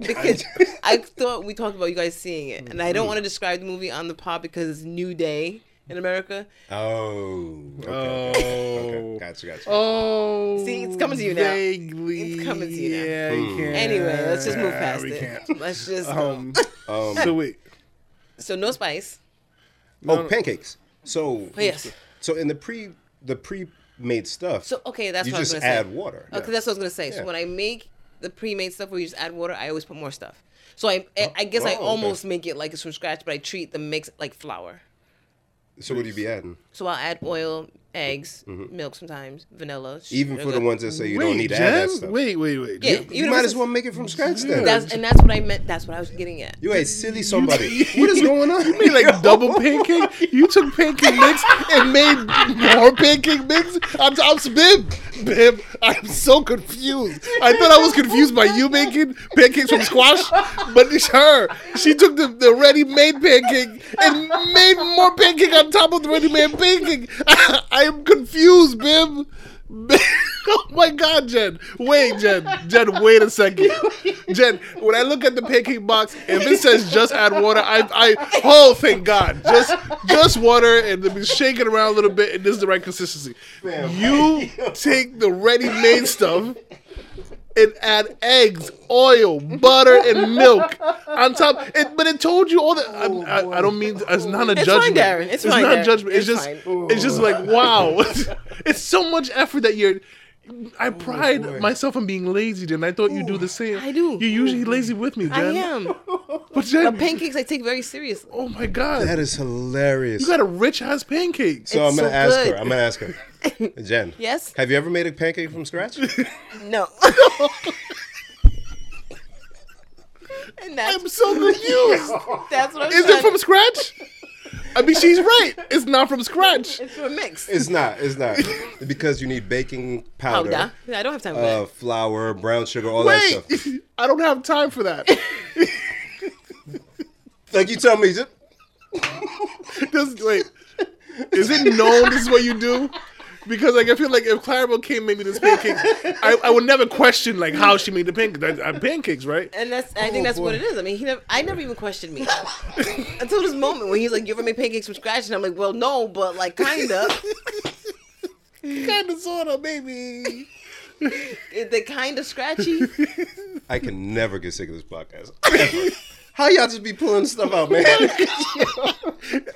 Speaker 1: because I thought we talked about you guys seeing it, and
Speaker 3: Mm-hmm.
Speaker 1: I don't want to describe the movie on the pod because it's New Day in America.
Speaker 3: Oh. Okay. okay,
Speaker 2: Oh.
Speaker 3: okay. Gotcha, gotcha.
Speaker 2: Oh,
Speaker 1: See, it's coming to you now.
Speaker 2: Vaguely,
Speaker 1: It's coming to you now.
Speaker 2: Yeah,
Speaker 3: Hmm.
Speaker 2: you can't.
Speaker 1: Anyway, let's just move past
Speaker 2: we
Speaker 1: it.
Speaker 2: Can't.
Speaker 1: Let's just go.
Speaker 2: Um,
Speaker 3: Um,
Speaker 2: so wait,
Speaker 1: so no spice.
Speaker 3: oh, pancakes. So
Speaker 1: But Oh, yes.
Speaker 3: So in the pre the pre made stuff,
Speaker 1: So okay, that's
Speaker 3: you
Speaker 1: what
Speaker 3: just
Speaker 1: I was gonna
Speaker 3: add
Speaker 1: say.
Speaker 3: water.
Speaker 1: Okay, that's what I was gonna say.
Speaker 3: Yeah.
Speaker 1: So when I make the pre-made stuff where you just add water, I always put more stuff. So I, I, I guess I
Speaker 3: Oh, okay.
Speaker 1: almost make it like it's from scratch, but I treat the mix like flour.
Speaker 3: So what do you be adding?
Speaker 1: So I'll add oil, eggs, milk sometimes, vanilla.
Speaker 3: Mm-hmm. Even for the
Speaker 1: sugar.
Speaker 3: ones that say you
Speaker 2: wait,
Speaker 3: don't need to add that
Speaker 2: Jen?
Speaker 3: stuff.
Speaker 2: Wait, wait, wait.
Speaker 1: Yeah,
Speaker 2: Jen,
Speaker 1: even
Speaker 3: You
Speaker 1: if
Speaker 3: might
Speaker 1: it's-
Speaker 3: as well make it from scratch then.
Speaker 1: That's and that's what I meant. That's what I was getting at.
Speaker 3: you ain't silly somebody. what is going on? You
Speaker 2: You made like double pancake. You took pancake mix and made more pancake mix. I'm, I'm Bib. Bib, I'm so confused. I thought I was confused by you making pancakes from squash, but it's her. She took the, the ready made pancake and made more pancake on top of the ready made pancake. I, am confused, Bib. Bib- Oh my God, Jen! Wait, Jen. Jen, wait a second. Jen, when I look at the pancake box, if it says just add water, I, I, oh, thank God, just, just water, and then we shake it around a little bit, and this is the right consistency. You take the ready-made stuff and add eggs, oil, butter, and milk on top. It, but it told you all that. I'm- I, I don't mean it's not a
Speaker 1: It's
Speaker 2: judgment.
Speaker 1: fine, Darren. It's fine,
Speaker 2: not a
Speaker 1: Darren.
Speaker 2: judgment. It's,
Speaker 1: It's
Speaker 2: just
Speaker 1: fine.
Speaker 2: it's just like wow. it's so much effort that you're. I pride myself on being lazy, Jen. I thought you do the same.
Speaker 1: Oh, I do. Mm.
Speaker 2: You're usually lazy with me, Jen.
Speaker 1: I am.
Speaker 2: But Jen,
Speaker 1: But pancakes I take very seriously.
Speaker 2: oh my god,
Speaker 3: That is hilarious.
Speaker 2: you got a rich ass pancake.
Speaker 3: so I'm
Speaker 1: It's
Speaker 3: gonna
Speaker 1: so
Speaker 3: ask
Speaker 1: good.
Speaker 3: her. I'm gonna ask her. Jen.
Speaker 1: Yes?
Speaker 3: Have you ever made a pancake from scratch?
Speaker 1: No. and
Speaker 2: I'm
Speaker 1: that's
Speaker 2: so confused.
Speaker 1: that's what I'm
Speaker 2: is it from scratch? I mean, she's right. It's not from scratch.
Speaker 1: it's from mix
Speaker 3: It's not. It's not. Because you need baking powder,
Speaker 1: powder? I don't have time for
Speaker 3: Uh,
Speaker 1: that.
Speaker 3: flour, brown sugar, all that stuff.
Speaker 2: Wait, I don't have time for that.
Speaker 3: Like you tell me, just-
Speaker 2: Does wait? Is it known this is what you do? Because like I feel like if Clarabelle came maybe this pancake, I, I would never question like how she made the pancake. I, I, pancakes, right?
Speaker 1: And that's I
Speaker 3: oh,
Speaker 1: think that's what it is. I mean, he never I never even questioned me until this moment when he's like, "You ever make pancakes from scratch?" And I'm like, "Well, no, but like kinda."
Speaker 2: kind of sorta, maybe.
Speaker 1: Is they kinda scratchy?
Speaker 3: I can never get sick of this podcast. Ever. How y'all just be pulling stuff out, man?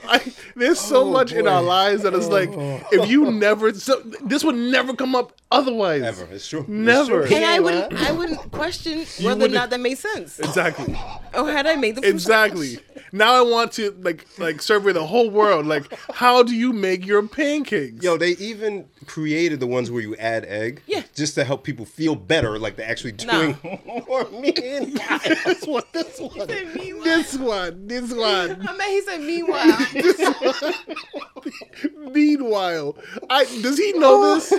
Speaker 2: I There's so
Speaker 3: Oh,
Speaker 2: much in our
Speaker 3: boy. Oh.
Speaker 2: lives that it's like if you never, so, this would never come up otherwise.
Speaker 3: Ever. It's true. It's
Speaker 2: Never.
Speaker 3: true.
Speaker 1: And I wouldn't, I wouldn't question whether or
Speaker 2: wouldn't-
Speaker 1: not that made sense.
Speaker 2: Exactly.
Speaker 1: Or Oh, had I made the
Speaker 2: Exactly. Now I want to like like survey the whole world. Like, how do you make your pancakes?
Speaker 3: Yo, they even created the ones where you add egg.
Speaker 1: Yeah.
Speaker 3: Just to help people feel better, like they're actually doing
Speaker 1: Nah.
Speaker 3: more meat.
Speaker 2: this one, this one,
Speaker 1: meanwhile.
Speaker 2: this one, this one.
Speaker 1: I mean, he said, meanwhile,
Speaker 2: Meanwhile, I does he know this?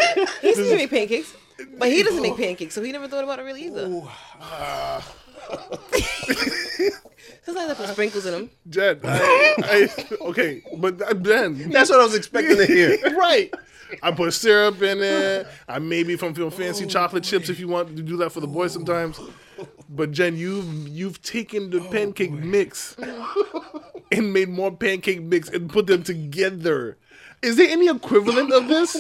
Speaker 1: he used to make pancakes, but he doesn't make pancakes, so he never thought about it really either.
Speaker 2: ah.
Speaker 1: Because I left the sprinkles in them.
Speaker 2: Jen, I, I, okay, but then
Speaker 3: That's what I was expecting to hear.
Speaker 2: right. I put syrup in it. I maybe from feel
Speaker 3: Oh
Speaker 2: fancy chocolate chips if you want to do that for the boys sometimes. But Jen, you've you've taken
Speaker 3: Oh
Speaker 2: the pancake mix and made more pancake mix and put them together. Is there any equivalent of this?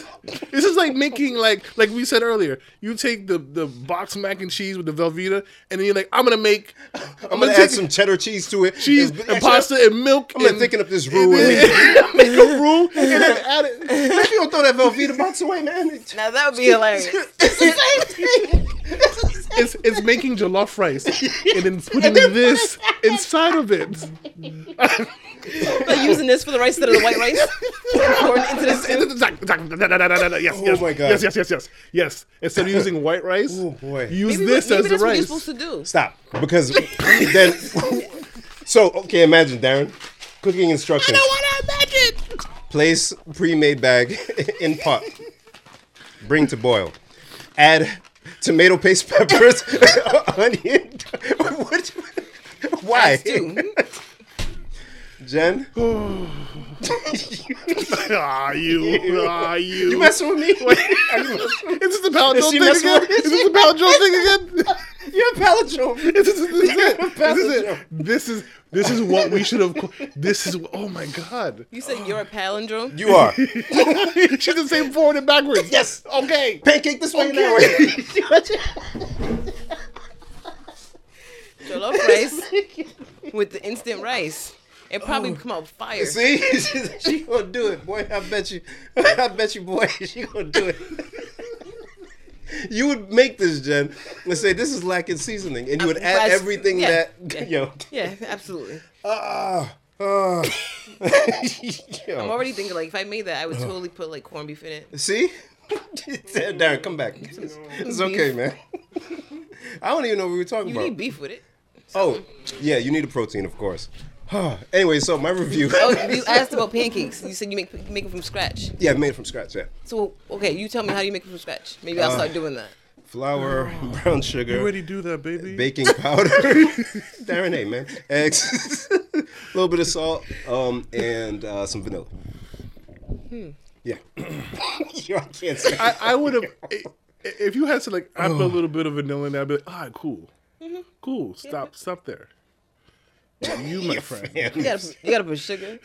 Speaker 2: This is like making like like we said earlier. You take the the box mac and cheese with the Velveeta, and then you're like, I'm gonna make, I'm,
Speaker 3: I'm gonna
Speaker 2: take
Speaker 3: add some cheddar cheese to it.
Speaker 2: cheese
Speaker 3: It's-
Speaker 2: and pasta and milk.
Speaker 3: I'm
Speaker 2: and,
Speaker 3: thinking up this rule.
Speaker 2: and-
Speaker 3: and-
Speaker 2: make a rule and then add it.
Speaker 3: Man, if you don't throw that Velveeta box away, man. it-
Speaker 1: Now that would be hilarious.
Speaker 2: It's, it's making jollof rice and then putting this inside of it.
Speaker 1: They're using this for the rice instead of the white rice. Pouring it into the soup.
Speaker 2: Yes, yes,
Speaker 3: my God.
Speaker 2: yes, yes, yes, yes, yes. Instead of using white rice,
Speaker 3: Oh, boy.
Speaker 2: use
Speaker 1: Maybe
Speaker 2: this
Speaker 1: maybe
Speaker 2: as the
Speaker 1: that's what you're
Speaker 2: rice.
Speaker 1: supposed to do.
Speaker 3: Stop, because then. so okay, imagine Darren cooking instructions. Place pre-made bag in pot. Bring to boil. Add tomato paste, peppers, onion. what? Why?
Speaker 1: That's two.
Speaker 3: Jen,
Speaker 2: Ah, you, ah, you.
Speaker 3: you messing with me? Are you messing-
Speaker 2: is this the palindrome
Speaker 3: Is she
Speaker 2: thing
Speaker 3: messing
Speaker 2: again?
Speaker 3: with me?
Speaker 2: Is this the palindrome thing again?
Speaker 3: You're a palindrome.
Speaker 2: This is, this is it. This is it.
Speaker 3: Palindrome.
Speaker 2: This is this is what we should have. ca- This is oh my god.
Speaker 1: You said you're a palindrome.
Speaker 3: You are.
Speaker 2: She's the same forward and backwards.
Speaker 3: Yes. Oh,
Speaker 2: Okay.
Speaker 3: Pancake this way and that way.
Speaker 1: Jollof rice with the instant rice. It probably
Speaker 2: Oh.
Speaker 1: would come out fire.
Speaker 3: See, she gonna do it, boy. I bet you. I bet you, boy. She gonna do it. You would make this, Jen, and say this is lacking seasoning, and you would add
Speaker 1: Rice-
Speaker 3: everything
Speaker 1: Uh, yeah,
Speaker 3: that
Speaker 1: yeah.
Speaker 3: yo.
Speaker 1: Yeah, absolutely.
Speaker 3: Ah, ah. Yo.
Speaker 1: I'm already thinking like if I made that, I would
Speaker 3: Uh-huh.
Speaker 1: totally put like corned beef in it.
Speaker 3: See, Darren, come back. It's, it's okay, man. I don't even know what we were talking
Speaker 1: You
Speaker 3: about.
Speaker 1: need beef with it.
Speaker 3: oh, yeah, you need a protein, of course. anyway, so my review.
Speaker 1: Oh, you asked about pancakes. You said you make you make them from scratch.
Speaker 3: yeah, made from scratch. Yeah,
Speaker 1: So okay, you tell me how do you make them from scratch? Maybe I'll
Speaker 3: Uh,
Speaker 1: start doing that.
Speaker 3: flour,
Speaker 1: Oh.
Speaker 3: brown sugar.
Speaker 2: Where do you do that, baby?
Speaker 3: baking powder, Darren A, man, eggs, a little bit of salt, um, and uh, some vanilla. Yeah, Yo, I can't say.
Speaker 2: Hmm. I, I would have if you had to like I put a little bit of vanilla in there, I'd be like, all right, cool, cool. Stop, stop there. But you, my friend.
Speaker 1: You gotta you gotta put sugar.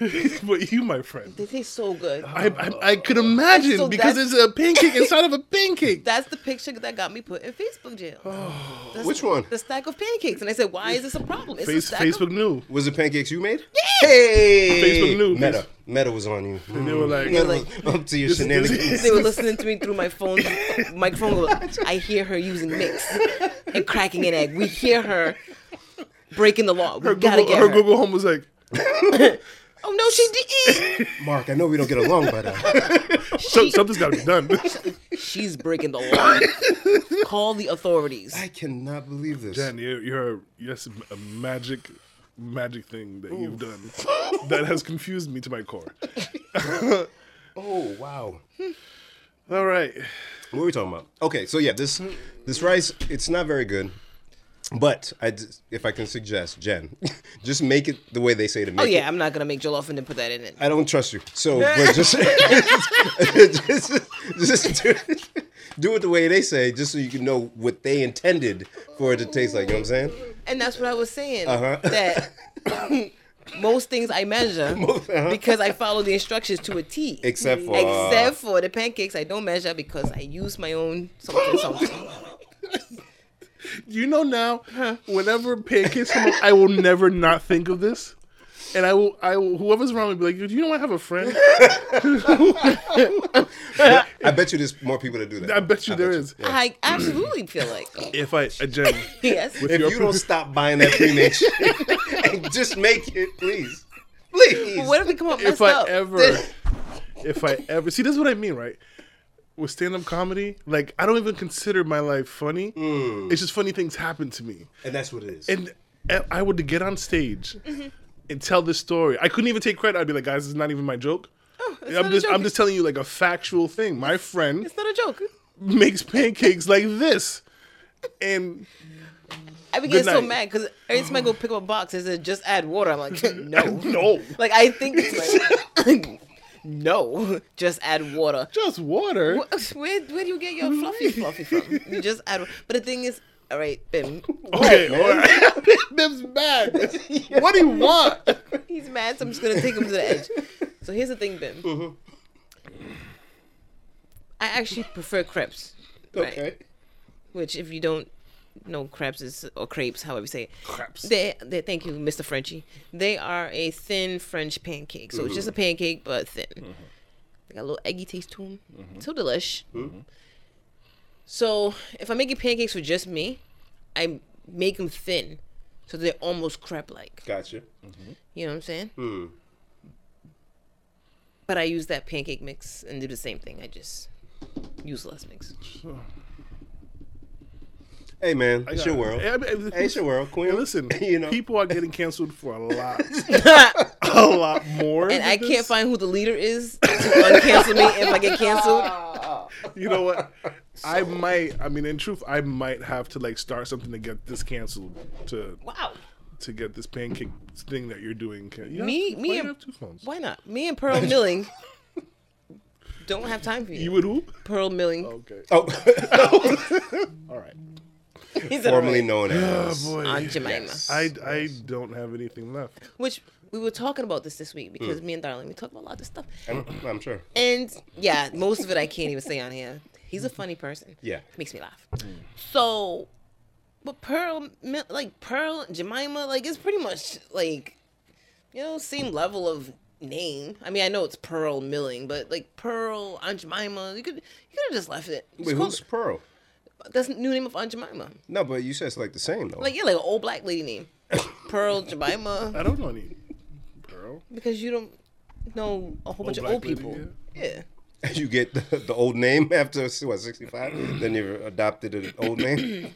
Speaker 2: but you, my friend.
Speaker 1: They taste so good.
Speaker 2: I, I, I could imagine
Speaker 1: So
Speaker 2: because
Speaker 1: that's-
Speaker 2: it's a pancake inside of a pancake.
Speaker 1: That's the picture that got me put in Facebook jail. That's
Speaker 3: Which one?
Speaker 1: The stack of pancakes. And I said, why is this a problem? It's a
Speaker 2: Face,
Speaker 1: stack
Speaker 2: Facebook
Speaker 1: Of-
Speaker 2: knew.
Speaker 3: Was it pancakes you made? Hey,
Speaker 2: Facebook knew.
Speaker 3: Meta, Meta was on you. Mm.
Speaker 2: They were like,
Speaker 3: Meta
Speaker 1: like-
Speaker 3: was up to your
Speaker 2: this- this-
Speaker 3: shenanigans.
Speaker 1: they were listening to me through my phone, microphone. going, I hear her using mix and cracking an egg. We hear her breaking the law. We
Speaker 2: her
Speaker 1: gotta
Speaker 2: Google,
Speaker 1: get
Speaker 2: her
Speaker 1: her.
Speaker 2: Google Home was like,
Speaker 1: Oh no, she did.
Speaker 3: Mark, I know we don't get along, but uh,
Speaker 2: "So- something's got to be done.
Speaker 1: She's breaking the law. Call the authorities.
Speaker 3: I cannot believe this.
Speaker 2: Dan, you're, you're yes, a magic, magic thing that you've done that has confused me to my core.
Speaker 3: Oh wow.
Speaker 2: All right.
Speaker 3: What were we talking about? Okay, so yeah, this this rice, it's not very good. But I, d- if I can suggest, Jen, just make it the way they say to make
Speaker 1: Oh
Speaker 3: it.
Speaker 1: yeah, I'm not gonna make jollof and then put that in it.
Speaker 3: I don't trust you. So but just just, just do, it, do it the way they say, just so you can know what they intended for it to taste like. You know what I'm saying?
Speaker 1: And that's what I was saying.
Speaker 3: Uh-huh.
Speaker 1: That most things I measure
Speaker 2: Uh-huh.
Speaker 1: because I follow the instructions to a T.
Speaker 3: Except for
Speaker 1: Except for the pancakes, I don't measure because I use my own something something.
Speaker 2: You know now, whenever pancakes come up, I will never not think of this. and I will, I will, whoever's around me, be like, "Do you know I have a friend?"
Speaker 3: I bet you there's more people that do that.
Speaker 2: I bet you there
Speaker 3: you.
Speaker 2: is.
Speaker 1: I absolutely feel like
Speaker 2: If I, uh, Jen,
Speaker 1: yes.
Speaker 2: with
Speaker 3: If
Speaker 2: your
Speaker 3: you don't stop buying that pre-made shit, and just make it, please, please.
Speaker 1: What if we come up messed
Speaker 2: if I
Speaker 1: up?
Speaker 2: ever, if I ever see, this is what I mean, right? With stand-up comedy, like I don't even consider my life funny. It's just funny things happen to me,
Speaker 3: and that's what it is.
Speaker 2: and and I would get on stage
Speaker 1: Mm-hmm.
Speaker 2: and tell this story. I couldn't even take credit. I'd be like, guys, this is not even my joke.
Speaker 1: Oh, it's not
Speaker 2: I'm
Speaker 1: a
Speaker 2: just, I'm
Speaker 1: joke.
Speaker 2: just telling you like a factual thing. My friend
Speaker 1: it's not a joke.
Speaker 2: makes pancakes like this, and
Speaker 1: I would get so
Speaker 2: night.
Speaker 1: mad because every time I go pick up a box, it says just add water. I'm like, no,
Speaker 2: no,
Speaker 1: Like I think it's like, no, just add water.
Speaker 2: just water.
Speaker 1: Wh- Where where do you get your fluffy fluffy from? You just add. But the thing is, all right, Bim,
Speaker 2: Okay, all right. Bim's bad. What do you want?
Speaker 1: he's mad, so I'm just gonna take him to the edge. So here's the thing, Bim.
Speaker 2: Mm-hmm.
Speaker 1: I actually prefer crepes. right?
Speaker 3: okay.
Speaker 1: Which, if you don't know, crepes is or crepes, however you say it.
Speaker 2: Craps.
Speaker 1: They, they, thank you, Mr. Frenchie. They are a thin French pancake. So it's just a pancake, but thin. They got a little eggy taste to them. So delish. So if I'm making pancakes for just me, I make them thin. So they're almost crepe like.
Speaker 3: Gotcha. Hmm.
Speaker 1: You know what I'm
Speaker 2: Mm.
Speaker 1: saying? But I use that pancake mix and do the same thing. I just use less mix.
Speaker 3: Hey man, it's your world.
Speaker 2: Yeah, I mean,
Speaker 3: Hey, it's your world, Queen.
Speaker 2: And listen,
Speaker 3: you know,
Speaker 2: people are getting canceled for a lot,
Speaker 1: and
Speaker 2: a lot more. than
Speaker 1: I can't
Speaker 2: this.
Speaker 1: find who the leader is to uncancel me if I get canceled.
Speaker 2: You know what? I might. I mean, in truth, I might have to like start something to get this canceled to
Speaker 1: Wow.
Speaker 2: to get this pancake thing that you're doing. Can, you
Speaker 1: Me-
Speaker 2: have,
Speaker 1: me
Speaker 2: why you
Speaker 1: and-
Speaker 2: have two phones.
Speaker 1: Why not? Me and Pearl Milling don't have time for you.
Speaker 2: You would who?
Speaker 1: Pearl Milling.
Speaker 2: Okay.
Speaker 3: oh,
Speaker 2: All right.
Speaker 1: He's at
Speaker 3: formerly
Speaker 1: all
Speaker 3: known
Speaker 2: Oh
Speaker 3: as.
Speaker 2: boy.
Speaker 1: Aunt Jemima.
Speaker 2: I, I don't have anything left.
Speaker 1: Which we were talking about this this week
Speaker 3: Mm.
Speaker 1: because me and Darling we talk about a lot of stuff.
Speaker 3: I'm, I'm sure.
Speaker 1: And yeah, most of it I can't even say on here. He's a funny person.
Speaker 3: Yeah. Mm.
Speaker 1: makes me laugh. So, but Pearl, Mi- like Pearl Jemima, like it's pretty much like, you know, same level of name. I mean, I know it's Pearl Milling, but like Pearl Aunt Jemima, you could you could have just left it. Just
Speaker 3: Wait,
Speaker 1: call
Speaker 3: who's Pearl?
Speaker 1: it- that's the new name of Aunt Jemima.
Speaker 3: No, but you said it's like the same though.
Speaker 1: Like yeah, like an old black lady name, Pearl Jemima,
Speaker 2: I don't know any. Pearl.
Speaker 1: because you don't know a whole bunch of
Speaker 2: black
Speaker 1: old
Speaker 2: lady,
Speaker 1: people. yeah.
Speaker 3: you get the, the old name after what 65, then you're adopted an old name.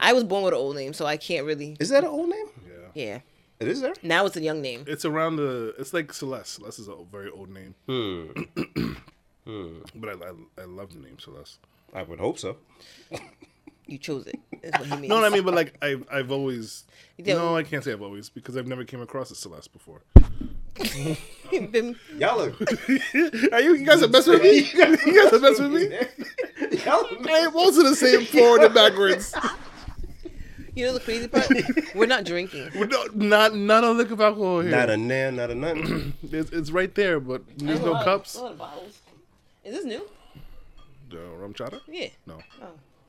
Speaker 1: I was born with an old name, so I can't really.
Speaker 3: Is that an old name?
Speaker 2: Yeah.
Speaker 1: Yeah.
Speaker 3: It is there.
Speaker 1: Now it's a young name.
Speaker 2: It's around the. It's like Celeste. Celeste is a very old name. Hmm. but I, I, I love the name Celeste.
Speaker 3: I would hope so.
Speaker 1: You chose it. Is what he means.
Speaker 2: No, what I mean, but like I've I've always.
Speaker 1: Yeah.
Speaker 2: No, I can't say I've always because I've never came across a Celeste before.
Speaker 1: Bim-
Speaker 3: Y'all are.
Speaker 2: Are you, you guys are best with me? You guys you guys are best with me?
Speaker 3: Y'all
Speaker 2: I ain't most of the same forward and backwards.
Speaker 1: You know the crazy part? We're not drinking.
Speaker 2: We're not, not not a lick of alcohol here.
Speaker 3: Not a nan, not a nun.
Speaker 2: it's, it's right there, but there's
Speaker 1: A
Speaker 2: no
Speaker 1: lot of-
Speaker 2: cups.
Speaker 1: a lot of bottles. Is this new?
Speaker 2: No rum chata?
Speaker 1: Yeah.
Speaker 2: No, Mm.
Speaker 1: Oh,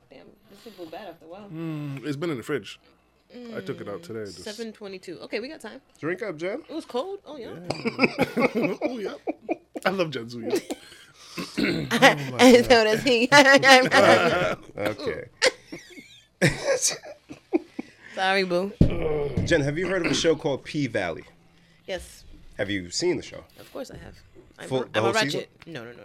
Speaker 1: damn. This would go bad after a while.
Speaker 2: it's been in the fridge. I took it out today. just-
Speaker 1: Seven twenty-two. Okay, we got time.
Speaker 3: Drink up, Jen.
Speaker 1: It was cold. Oh yeah.
Speaker 2: Oh yeah. I love Jensu. Yeah.
Speaker 1: and so does he.
Speaker 3: Okay.
Speaker 1: Sorry, boo.
Speaker 3: Jen, have you heard of a show called P Valley?
Speaker 1: Yes,
Speaker 3: Have you seen the show?
Speaker 1: of course I have. I'm,
Speaker 3: For the
Speaker 1: I'm a
Speaker 3: whole
Speaker 1: ratchet.
Speaker 3: season?
Speaker 1: No, no, no,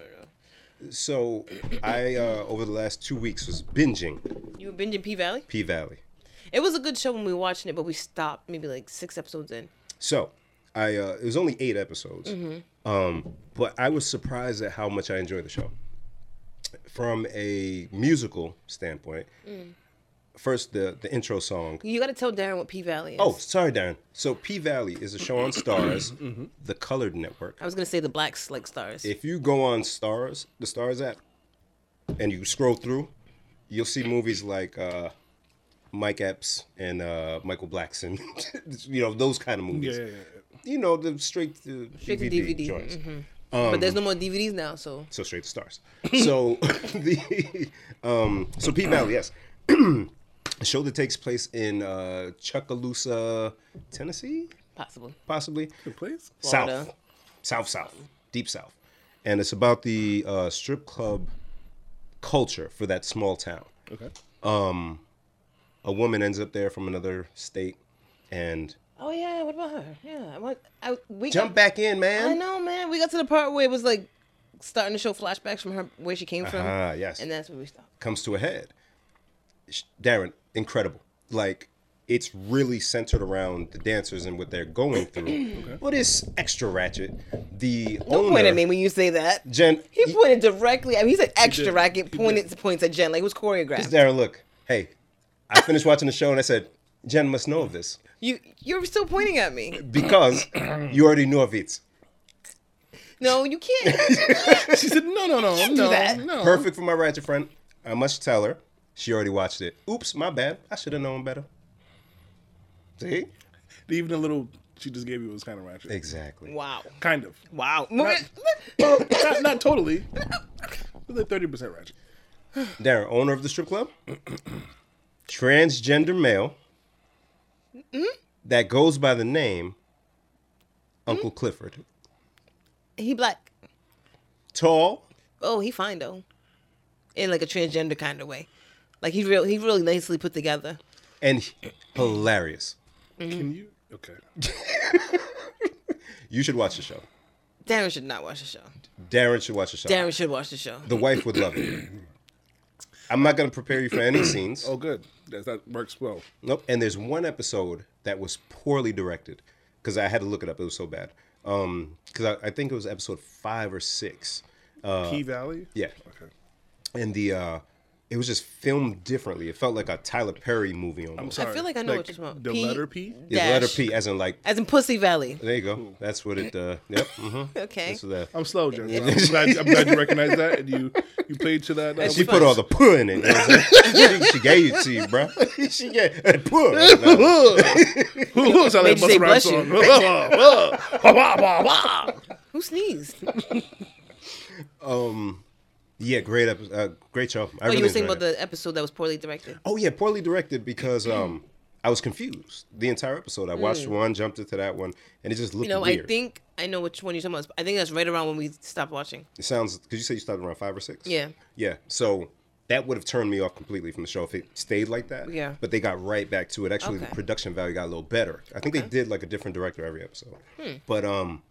Speaker 1: no,
Speaker 3: So, I uh, over the last two weeks was binging
Speaker 1: no. You were binging P Valley.
Speaker 3: P Valley.
Speaker 1: It was a good show when we were watching it, but we stopped maybe like six episodes in.
Speaker 3: So, I uh, it was only eight episodes, um, but I was surprised at how much I enjoyed the show. From a musical standpoint, first the the intro song
Speaker 1: You got to tell Darren what P Valley is.
Speaker 3: Oh, sorry, Darren. So P Valley is a show on Stars, the Colored Network.
Speaker 1: I was gonna say the blacks like stars.
Speaker 3: If you go on Stars, the Stars app, and you scroll through, you'll see movies like uh, Mike Epps and uh, Michael Blackson. you know those kind of
Speaker 2: Yeah,
Speaker 3: movies.
Speaker 2: yeah, yeah.
Speaker 3: You know the straight to
Speaker 1: Straight to
Speaker 3: DVD,
Speaker 1: DVD,
Speaker 3: joints.
Speaker 1: but there's no more DVDs now, so
Speaker 3: So straight to Stars. So the um, so P Valley, yes. a show that takes place in uh, Chuckaloosa, Tennessee.
Speaker 1: possibly.
Speaker 3: possibly
Speaker 2: Good place.
Speaker 1: Florida.
Speaker 3: south, south, south, deep south, and it's about the uh, strip club culture for that small town.
Speaker 2: Okay.
Speaker 3: A woman ends up there from another state, and
Speaker 1: Oh yeah, what about her? Yeah, I want. I we
Speaker 3: jump back in, man.
Speaker 1: I know, man. We got to the part where it was like starting to show flashbacks from her where she came from,
Speaker 3: Ah, yes.
Speaker 1: and that's where we stopped.
Speaker 3: comes to a head. Sh- Darren, incredible. Like it's really centered around the dancers and what they're going through. What is extra ratchet? The
Speaker 1: Don't
Speaker 3: owner,
Speaker 1: point at me when you say that.
Speaker 3: Jen.
Speaker 1: He pointed directly. I mean, he said extra
Speaker 2: did.
Speaker 1: racket.
Speaker 2: He
Speaker 1: Pointed points at Jen like it was choreographed.
Speaker 3: Darren, look. Hey, I finished watching the show and I said, Jen must know of this
Speaker 1: you you're still pointing at me.
Speaker 3: because you already know of it.
Speaker 1: No, you can't.
Speaker 2: She said, "No, no, no,
Speaker 1: do
Speaker 2: no,
Speaker 1: that.
Speaker 2: no."
Speaker 3: Perfect for my ratchet friend. I must tell her. She already watched it. Oops, my bad. I should have known better. See?
Speaker 2: Even the little she just gave you was kind of ratchet.
Speaker 3: Exactly.
Speaker 1: wow,
Speaker 2: Kind of.
Speaker 1: wow.
Speaker 2: not, not totally. But like thirty percent ratchet.
Speaker 3: Darren, owner of the strip club, transgender male that goes by the name Uncle Clifford.
Speaker 1: he black.
Speaker 3: Tall,
Speaker 1: Oh, he fine though, in like a transgender kind of way. Like he real he really nicely put together.
Speaker 3: and h- hilarious.
Speaker 1: Mm-hmm.
Speaker 2: Can you? Okay.
Speaker 3: You should watch the show.
Speaker 1: Darren should not watch the show.
Speaker 3: Darren should watch the show.
Speaker 1: Darren should watch the show.
Speaker 3: The wife would love it. I'm not going to prepare you for any scenes.
Speaker 2: Oh, good. That that works well.
Speaker 3: Nope. And there's one episode that was poorly directed because I had to look it up. It was so bad. Um, because I, I think it was episode five or six.
Speaker 2: P Valley.
Speaker 3: Yeah.
Speaker 2: Okay.
Speaker 3: and the uh it was just filmed differently. It felt like a Tyler Perry movie almost.
Speaker 1: I feel like I know what you're talking about.
Speaker 2: The
Speaker 1: P-
Speaker 2: letter P.
Speaker 3: Yeah, the letter
Speaker 1: Dash.
Speaker 3: P, as in like.
Speaker 1: As in Pussy Valley.
Speaker 3: There you go. That's what it. Uh, yep. Mm-hmm.
Speaker 1: Okay.
Speaker 3: That's what that.
Speaker 2: I'm slow, Jen. I'm glad, I'm glad you recognize that, and you you played to that. Uh,
Speaker 3: She put all the poo in it. you know what I'm saying? she, she gave it to you, bro. she gave uh, poo.
Speaker 2: Who sound
Speaker 1: Made
Speaker 2: like
Speaker 1: you say
Speaker 2: Busta Rhymes
Speaker 1: bless you.
Speaker 2: song? Wah, wah, wah, wah.
Speaker 1: Who sneezed?
Speaker 3: yeah, great episode. Uh, great show. I
Speaker 1: Oh,
Speaker 3: really
Speaker 1: you were saying
Speaker 3: enjoyed
Speaker 1: about
Speaker 3: it.
Speaker 1: the episode that was poorly directed.
Speaker 3: Oh yeah, poorly directed because um, I was confused the entire episode. I watched one, jumped into that one, and it just looked
Speaker 1: Mm. You know,
Speaker 3: weird.
Speaker 1: I think I know which one you're talking about. I think that's right around when we stopped watching.
Speaker 3: It sounds because you said you started around five or six.
Speaker 1: Yeah.
Speaker 3: Yeah. So that would have turned me off completely from the show if it stayed like that.
Speaker 1: Yeah.
Speaker 3: But they got right back to it. Actually, the
Speaker 1: Okay.
Speaker 3: production value got a little better. I think they did like a different director every episode.
Speaker 1: Hmm.
Speaker 3: But um,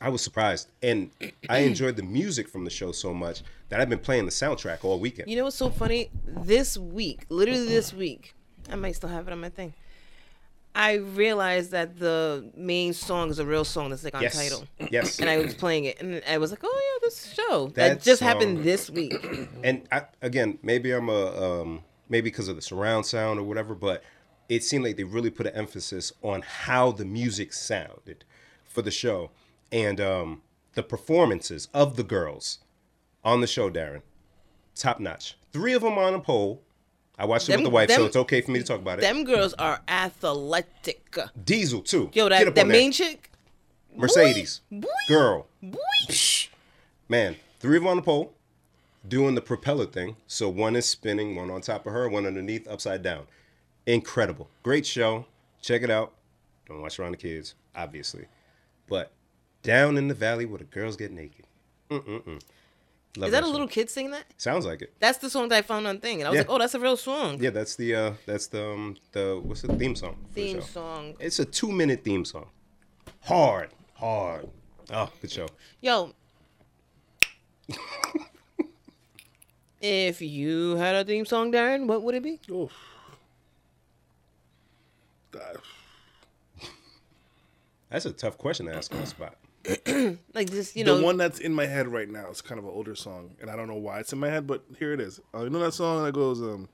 Speaker 3: I was surprised, and I enjoyed the music from the show so much that I've been playing the soundtrack all weekend.
Speaker 1: You know what's so funny? This week, literally this week, I might still have it on my thing. I realized that the main song is a real song that's like on
Speaker 3: yes.
Speaker 1: title.
Speaker 3: Yes.
Speaker 1: And I was playing it and I was like, Oh yeah, this show. That,
Speaker 3: That
Speaker 1: just
Speaker 3: song-
Speaker 1: happened this week.
Speaker 3: And I, again, maybe I'm a um, maybe because of the surround sound or whatever, but it seemed like they really put an emphasis on how the music sounded for the show and um, the performances of the girls on the show. Darren, top notch. Three of them on a pole. I watched it
Speaker 1: Them-
Speaker 3: with the wife, so
Speaker 1: them-
Speaker 3: it's okay for me to talk about it.
Speaker 1: Them girls are athletic.
Speaker 3: Diesel too.
Speaker 1: Yo,
Speaker 3: Get
Speaker 1: that,
Speaker 3: up
Speaker 1: that
Speaker 3: on
Speaker 1: main chick,
Speaker 3: Mercedes
Speaker 1: boy,
Speaker 3: girl.
Speaker 1: boy.
Speaker 3: Man, three of them on the pole doing the propeller thing. So one is spinning, one on top of her, one underneath, upside down. Incredible. Great show. Check it out. Don't watch around the kids, obviously. But down in the valley where the girls get naked. Mm-mm-mm. Love
Speaker 1: Is that a
Speaker 3: song.
Speaker 1: little kid singing that?
Speaker 3: Sounds like it.
Speaker 1: That's the song that I found on thing. And I was
Speaker 3: Yeah.
Speaker 1: like, oh, that's a real song.
Speaker 3: Yeah, that's the uh that's the um, the what's the theme song? for the
Speaker 1: Theme
Speaker 3: show?
Speaker 1: song.
Speaker 3: It's a two minute theme song. Hard. Hard. Oh, good show.
Speaker 1: Yo. if you had a theme song, Darren, what would it be?
Speaker 2: Oof. That-
Speaker 3: That's a tough question to ask on the spot.
Speaker 1: Like just you
Speaker 2: the
Speaker 1: know,
Speaker 2: one that's in my head right now is kind of an older song, and I don't know why it's in my head, but here it is. Uh, you know that song that goes, um,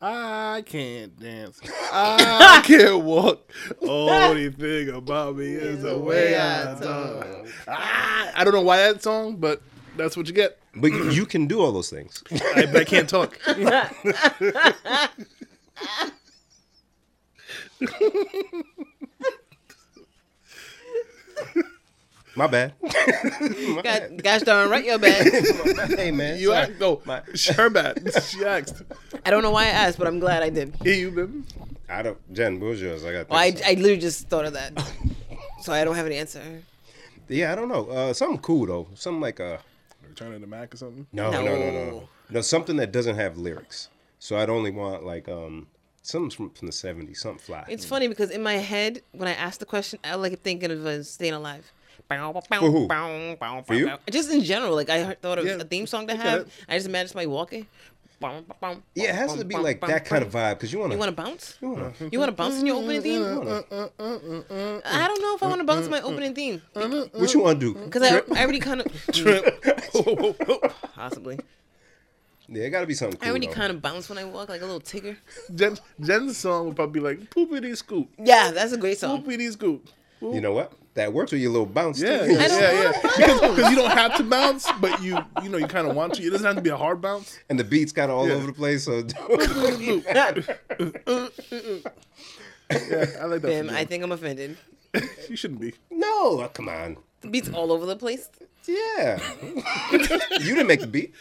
Speaker 2: "I can't dance, I can't walk. Only thing about me is the way I talk." Ah, I don't know why that song, but that's what you get.
Speaker 3: But you- you can do all those things.
Speaker 2: I, but I can't talk.
Speaker 3: My bad. uh,
Speaker 1: God, gosh darn right, your bad.
Speaker 3: hey man,
Speaker 2: You asked, no,
Speaker 3: My-
Speaker 2: her bad. She asked,
Speaker 1: I don't know why I asked, but I'm glad I did.
Speaker 2: "Hey, you, baby."
Speaker 3: I don't. Jen, what was yours? I got.
Speaker 1: Well, I,
Speaker 3: things.
Speaker 1: I literally just thought of that. so I don't have an answer.
Speaker 3: yeah, I don't know. Uh, something cool though. Something like a
Speaker 2: Return of the Mac or something.
Speaker 3: no, no, no, no, no,
Speaker 1: No.
Speaker 3: no. Something that doesn't have lyrics. So I'd only want like um something from, from the '70s, something fly.
Speaker 1: It's funny because in my head, when I asked the question, I like thinking of uh, staying alive.
Speaker 3: For who?
Speaker 1: For
Speaker 3: you?
Speaker 1: Just in general, like I heard- thought of
Speaker 2: Yeah,
Speaker 1: a theme song to
Speaker 2: get
Speaker 1: have.
Speaker 2: it.
Speaker 1: I just imagine somebody walking.
Speaker 3: yeah, it has to be like that kind of vibe because you want
Speaker 1: You want to
Speaker 3: to.
Speaker 1: bounce?
Speaker 3: You want to.
Speaker 1: You want to bounce in your opening theme? I don't know if I want to bounce in my opening theme
Speaker 3: What you want to do?
Speaker 1: because I, I already kind of
Speaker 2: Trip.
Speaker 1: possibly
Speaker 3: Yeah, it got to be something. Cool,
Speaker 1: I already
Speaker 3: though.
Speaker 1: kind of bounce when I walk like a little tigger.
Speaker 2: Jen, Jen's song would probably be like poopity scoop,
Speaker 1: Yeah, that's a great song.
Speaker 2: poopity scoop. Poop.
Speaker 3: You know what? That works with your little bounce.
Speaker 2: Yeah,
Speaker 3: too.
Speaker 2: yeah,
Speaker 1: don't
Speaker 2: yeah, yeah.
Speaker 1: wanna
Speaker 2: Because, because you don't have to bounce, but you you know you kind of want to. It doesn't have to be a hard bounce.
Speaker 3: and the beats kind of all
Speaker 2: Yeah.
Speaker 3: over the place. So
Speaker 2: Yeah, I like that.
Speaker 1: Bim,
Speaker 2: for
Speaker 1: I
Speaker 2: Jen.
Speaker 1: think I'm offended.
Speaker 2: you shouldn't be.
Speaker 3: no, uh, come on.
Speaker 1: The beat's all over the place,
Speaker 3: Yeah, you didn't make the beat.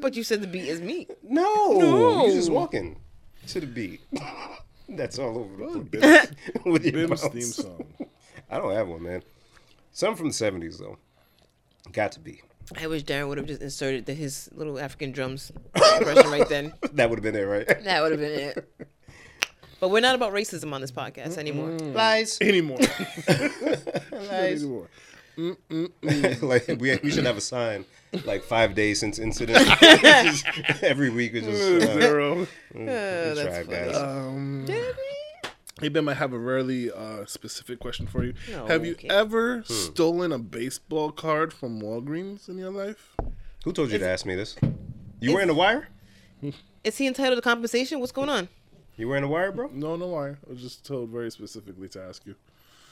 Speaker 1: but you said the beat is me.
Speaker 3: No,
Speaker 1: No.
Speaker 3: you just walking to the beat. That's all over the place.
Speaker 2: Bim's,
Speaker 3: With your
Speaker 2: Bim's
Speaker 3: bounce.
Speaker 2: theme song.
Speaker 3: I don't have one, man. Some from the seventies though. Got to be.
Speaker 1: I wish Darren would have just inserted the, his little African drums impression right then.
Speaker 3: That would have been it, right?
Speaker 1: That would have been it. But we're not about racism on this podcast anymore.
Speaker 3: Lies.
Speaker 2: Anymore. Anymore.
Speaker 3: like we, we should have a sign like five days since incident. Just every week we just uh,
Speaker 2: Zero. Um,
Speaker 1: Uh,
Speaker 3: good
Speaker 1: that's
Speaker 3: try, guys.
Speaker 1: funny.
Speaker 2: Hey Ben, I have a really uh, specific question for you.
Speaker 1: No,
Speaker 2: have you
Speaker 1: okay.
Speaker 2: ever stolen a baseball card from Walgreens in your life?
Speaker 3: Who told you to ask me this? You wearing a wire?
Speaker 1: Is he entitled to compensation? What's going on?
Speaker 3: You wearing a wire, bro?
Speaker 2: No, no, why? I was just told very specifically to ask you.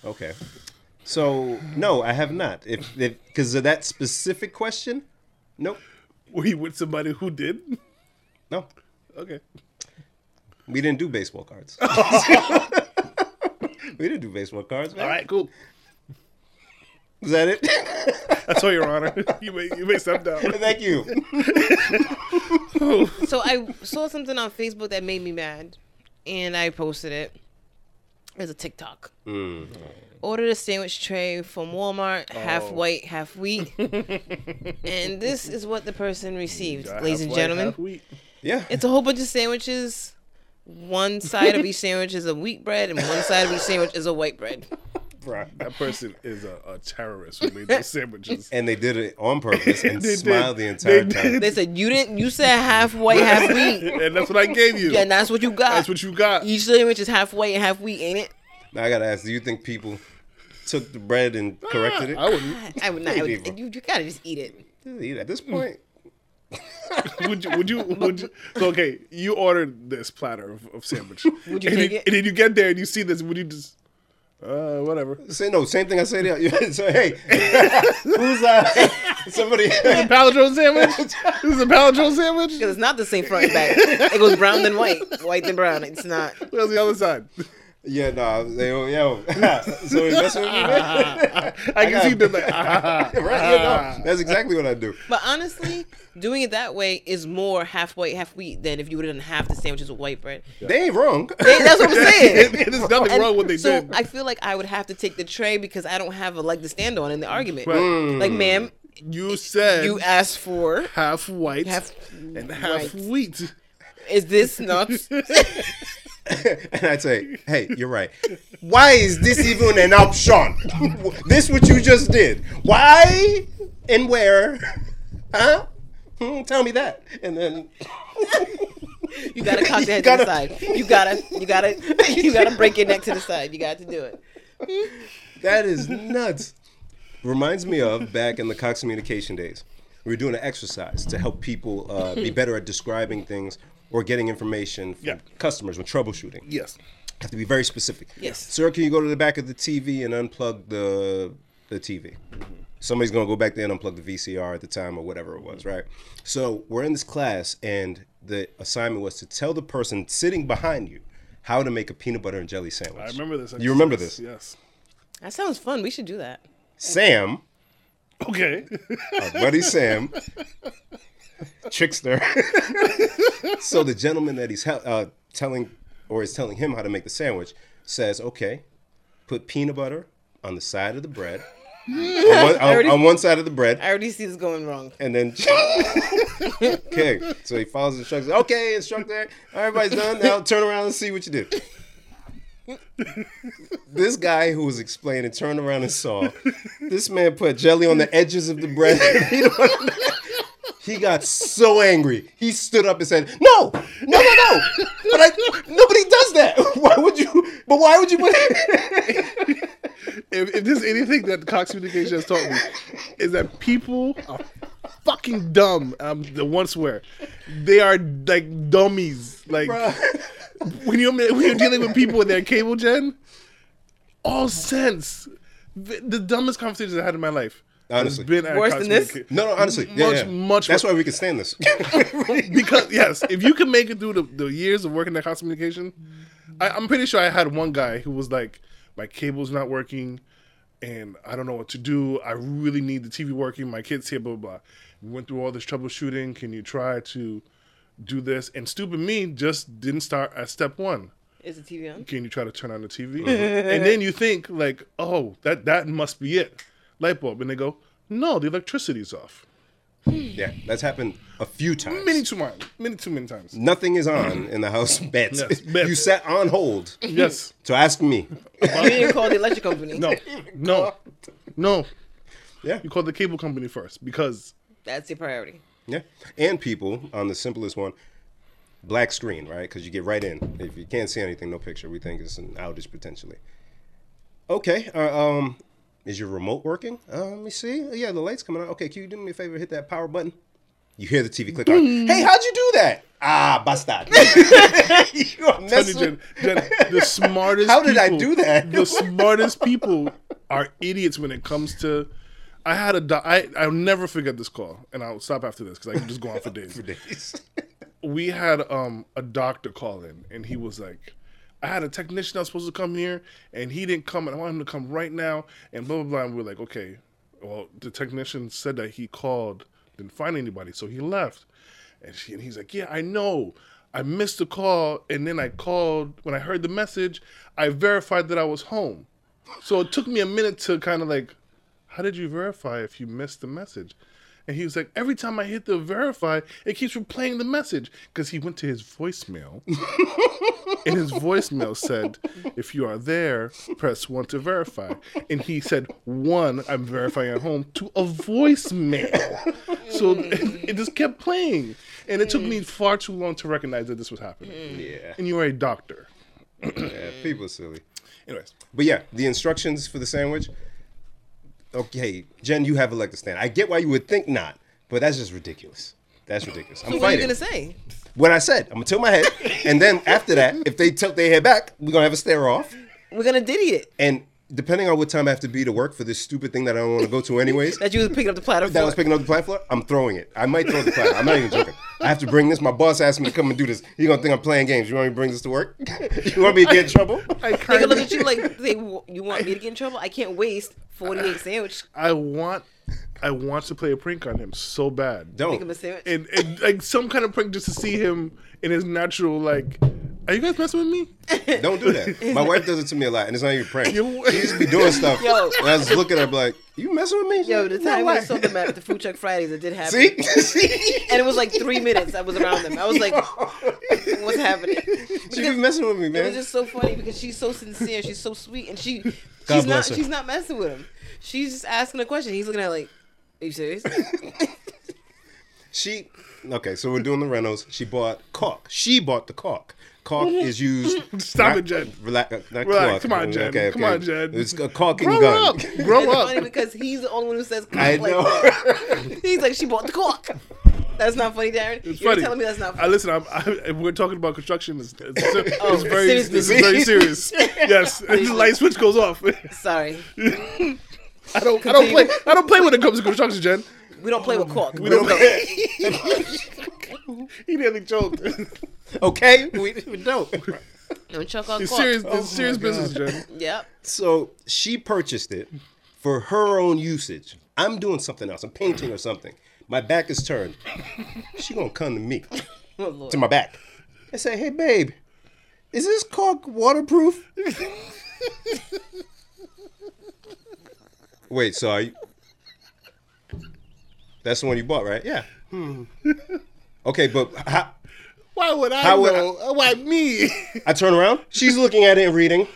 Speaker 3: Okay. So no, I have not. If because of that specific question, nope,
Speaker 2: Were you with somebody who did?
Speaker 3: no,
Speaker 2: Okay.
Speaker 3: we didn't do baseball cards. we didn't do baseball cards, man.
Speaker 2: All right, cool.
Speaker 3: Is that it?
Speaker 2: That's all, Your Honor. You may you may step down.
Speaker 3: Thank you.
Speaker 1: So I saw something on Facebook that made me mad, and I posted it as a TikTok.
Speaker 2: Mm.
Speaker 1: Ordered a sandwich tray from Walmart,
Speaker 2: Oh.
Speaker 1: half white, half wheat, and this is what the person received, ladies and
Speaker 2: Half white,
Speaker 1: gentlemen.
Speaker 2: half wheat.
Speaker 3: Yeah,
Speaker 1: It's a whole bunch of sandwiches. One side of each sandwich is a wheat bread, and one side of each sandwich is a white bread.
Speaker 3: right.
Speaker 2: That person is a, a terrorist who made those sandwiches.
Speaker 3: And they did it on purpose and
Speaker 2: They did.
Speaker 3: smiled the entire
Speaker 2: They
Speaker 3: time.
Speaker 2: did.
Speaker 1: They said you didn't. You said half white, half wheat,
Speaker 2: and that's what I gave you.
Speaker 1: and that's what you got.
Speaker 2: that's what you got.
Speaker 1: each sandwich is half white and half wheat, ain't it?
Speaker 3: Now I gotta ask: Do you think people took the bread and corrected it?
Speaker 2: Ah, I wouldn't.
Speaker 1: I would not. I
Speaker 3: Hey, Devo.
Speaker 1: would, you, you gotta just eat it.
Speaker 3: Eat At this point,
Speaker 2: Would you? Would you? Would you? So okay, you ordered this platter of, of sandwich. would
Speaker 1: you
Speaker 2: and,
Speaker 1: take
Speaker 2: then,
Speaker 1: it?
Speaker 2: and then you get there and you see this. Would you just? Uh, whatever.
Speaker 3: say no. Same thing I said. to- So hey, who's uh, somebody?
Speaker 2: Palindrome sandwich. this is a palindrome sandwich.
Speaker 1: Because it's not the same front and back. It goes brown then white, white then brown. It's not.
Speaker 2: Where's the other side?
Speaker 3: Yeah, no, they, yo, so you messing with me, man?
Speaker 2: I can see them like.
Speaker 3: right, you know, that's exactly what I do.
Speaker 1: But honestly, doing it that way is more half white, half wheat than if you would have done half the sandwiches with white bread.
Speaker 3: They ain't wrong.
Speaker 1: Hey, that's what I'm saying.
Speaker 2: There's nothing
Speaker 1: And
Speaker 2: wrong with what they
Speaker 1: so
Speaker 2: did.
Speaker 1: I feel like I would have to take the tray because I don't have a leg to stand on in the argument. Like, ma'am,
Speaker 2: you said
Speaker 1: you asked for.
Speaker 2: half white
Speaker 1: Half
Speaker 2: and half
Speaker 1: white.
Speaker 2: wheat.
Speaker 1: Is this nuts?
Speaker 3: and I'd say, hey, you're right. Why is this even an option? this what you just did. Why and where? Huh? Hmm, tell me that. And then
Speaker 1: You gotta cock
Speaker 3: You
Speaker 1: your head
Speaker 3: gotta-
Speaker 1: to the side. You gotta, you gotta, you gotta break your neck to the side. You got to do it.
Speaker 3: that is nuts. Reminds me of back in the Cox communication days. We were doing an exercise to help people uh, be better at describing things or getting information from
Speaker 2: Yeah.
Speaker 3: customers when troubleshooting.
Speaker 2: Yes.
Speaker 3: have to be very specific.
Speaker 1: Yes.
Speaker 3: Sir, can you go to the back of the TV and unplug the the TV?
Speaker 2: Mm-hmm.
Speaker 3: Somebody's gonna go back there and unplug the VCR at the time or whatever it was,
Speaker 2: Mm-hmm.
Speaker 3: right? So we're in this class and the assignment was to tell the person sitting behind you how to make a peanut butter and jelly sandwich.
Speaker 2: I remember this.
Speaker 3: You remember this?
Speaker 2: Yes.
Speaker 1: That sounds fun. We should do that.
Speaker 3: Sam,
Speaker 2: Okay.
Speaker 3: our Uh, buddy Sam, trickster. so the gentleman that he's hel- uh, telling or is telling him how to make the sandwich, says, okay, put peanut butter on the side of the bread, on, one, on, on one side of the bread,
Speaker 1: I already see this going wrong.
Speaker 3: and then okay. So he follows the instructions. Okay, instructor, everybody's done. Now turn around and see what you did. this guy who was explaining turned around and saw this man put jelly on the edges of the bread. he, don't- he got so angry. He stood up and said, "No, no, no, no! But I, nobody does that. Why would you? But why would you put?"
Speaker 2: If, if there's anything that Cox Communication has taught me, is that people are fucking dumb. Um, the one swear, they are like dummies. Like when you're when you're dealing with people in their cable gen, all sense. The, the dumbest conversations I had in my life. has
Speaker 3: Honestly.
Speaker 2: been at
Speaker 1: Worse
Speaker 2: Cox
Speaker 1: than this?
Speaker 2: Communica-
Speaker 3: No, no, honestly, yeah,
Speaker 2: Much,
Speaker 3: yeah.
Speaker 2: much
Speaker 3: That's why we can stand this.
Speaker 2: because yes, if you can make it through the, the years of working at Cox Communication, I, I'm pretty sure I had one guy who was like, "My cable's not working, and I don't know what to do. I really need the TV working. My kids here, blah blah." blah. We went through all this troubleshooting. Can you try to do this? And stupid me just didn't start at step one.
Speaker 1: Is the TV on?
Speaker 2: Can you try to turn on the TV? and then you think like, "Oh, that that must be it." Light bulb, and they go, "No, the electricity's off."
Speaker 3: yeah, that's happened a few times.
Speaker 2: Many too many, many too many times.
Speaker 3: Nothing is on in the house bets.
Speaker 2: Yes, bets.
Speaker 3: You sat on hold
Speaker 2: Yes.
Speaker 3: to ask me.
Speaker 1: Oh, You didn't call the electric company.
Speaker 2: No, no, no.
Speaker 3: Yeah.
Speaker 2: You call the cable company first because
Speaker 1: That's your priority.
Speaker 3: Yeah. And people on the simplest one, black screen, right? Because you get right in. If you can't see anything, no picture, we think it's an outage potentially. Okay. Uh, um, is your remote working? Uh, let me see. Yeah, the light's coming on. Okay, can you do me a favor? Hit that power button. You hear the TV click on. Hey, how'd you do that? Ah, bastard. you are
Speaker 2: Tony
Speaker 3: messing-
Speaker 2: Jen, Jen, the smartest.
Speaker 3: How did I
Speaker 2: people-
Speaker 3: do that?
Speaker 2: The smartest people are idiots when it comes to. I had a. doc- I I'll never forget this call, and I'll stop after this because I can just go on for days. we had um a doctor call in and he was like I had a technician that was supposed to come here and he didn't come and I want him to come right now and blah blah blah and we were like, Okay, well the technician said that he called, didn't find anybody, so he left. And she and he's like, Yeah, I know. I missed the call and then I called when I heard the message, I verified that I was home. So it took me a minute to kind of like, how did you verify if you missed the message? And he was like, every time I hit the verify, it keeps replaying the message because he went to his voicemail, and his voicemail said, if you are there, press one to verify. And he said, one, I'm verifying at home to a voicemail. So
Speaker 1: Mm.
Speaker 2: it, it just kept playing, and it took me far too long to recognize that this was
Speaker 1: Mm.
Speaker 2: happening.
Speaker 3: Yeah.
Speaker 2: And you are a doctor,
Speaker 3: yeah. People are silly.
Speaker 2: anyways.
Speaker 3: But yeah, the instructions for the sandwich. Okay, Jen, you have a leg to stand. I get why you would think not, but that's just ridiculous. That's ridiculous. I'm
Speaker 1: So what are you
Speaker 3: fighting.
Speaker 1: gonna say?
Speaker 3: What I said, I'm gonna tilt my head, and then after that, if they tilt their head back, we're gonna have a stare off.
Speaker 1: We're gonna diddy it.
Speaker 3: And depending on what time I have to be to work for this stupid thing that I don't want to go to anyways,
Speaker 1: That you was picking up the platter.
Speaker 3: that I was
Speaker 1: for.
Speaker 3: picking up the platform, I'm throwing it. I might throw the platform. I'm not even joking. I have to bring this. My boss asked me to come and do this. You gonna think I'm playing games? You want me to bring this to work? you want me to get in trouble?
Speaker 1: They're
Speaker 2: I
Speaker 1: gonna
Speaker 2: kind
Speaker 1: look at you like they, w- you want me to get in trouble. I can't waste forty eight sandwich.
Speaker 2: I want, I want to play a prank on him so bad.
Speaker 1: Make him a
Speaker 3: Don't.
Speaker 1: sandwich.
Speaker 2: and, and like some kind of prank just to see him in his natural like are you guys messing with me
Speaker 3: Don't do that. My wife does it to me a lot, and it's not even a prank.
Speaker 2: You-
Speaker 3: She just be doing stuff.
Speaker 1: Yo.
Speaker 3: And I just look at her like, "You messing with me?" She's
Speaker 1: Yo,
Speaker 3: like,
Speaker 1: the
Speaker 3: "No
Speaker 1: time
Speaker 3: way."
Speaker 1: we saw them at the food truck Fridays, it did happen.
Speaker 3: See, she
Speaker 1: And it was like three minutes. I was around them. I was like, "What's happening?"
Speaker 3: be messing with me,
Speaker 1: It
Speaker 3: man.
Speaker 1: was just so funny because she's so sincere. She's so sweet, and she she's
Speaker 3: God
Speaker 1: not
Speaker 3: bless her.
Speaker 1: she's not messing with him. She's just asking a question. He's looking at her like, "Are you serious?"
Speaker 3: She okay. So we're doing the rentals. She bought caulk. She bought the caulk. Caulk
Speaker 1: Mm-hmm.
Speaker 3: is used.
Speaker 2: Stop
Speaker 3: not-
Speaker 2: it, Jen.
Speaker 3: Relax. Not
Speaker 2: Relax.
Speaker 3: caulk.
Speaker 2: Come on, Jen. Come on, Jen.
Speaker 3: It's a caulking
Speaker 2: grow
Speaker 3: gun.
Speaker 2: up grow
Speaker 1: it's funny
Speaker 2: up
Speaker 1: because he's the only one who says cock
Speaker 3: I
Speaker 1: like
Speaker 3: know.
Speaker 1: that. He's like, "She bought the cork." That's not funny, Darren.
Speaker 2: it's
Speaker 1: You're
Speaker 2: funny.
Speaker 1: telling me that's not
Speaker 2: I
Speaker 1: funny.
Speaker 2: listen. I'm, I, we're talking about construction. It's, it's, it's
Speaker 1: Oh,
Speaker 2: very,
Speaker 1: serious
Speaker 2: this is very serious. Yes, and the light switch goes off. I
Speaker 1: Sorry,
Speaker 2: don't. I don't play. I don't play when it comes to construction, Jen.
Speaker 1: we don't play with cork.
Speaker 2: We don't. play. he nearly choked.
Speaker 3: okay, we, we don't.
Speaker 1: Don't choke on
Speaker 2: It's
Speaker 1: cork.
Speaker 2: serious. It's serious business, Jen.
Speaker 1: Yep.
Speaker 3: So she purchased it for her own usage. I'm doing something else. I'm painting or something. My back is turned. She gonna come to me.
Speaker 1: Oh, Lord.
Speaker 3: to my back and say, "Hey, babe, Is this cork waterproof? Wait, so are you... that's the one you bought, right? Hmm.
Speaker 2: Yeah.
Speaker 3: Okay, but how...
Speaker 2: Why would I
Speaker 3: How would I-
Speaker 2: know? Why me?
Speaker 3: I turn around. She's looking at it and reading.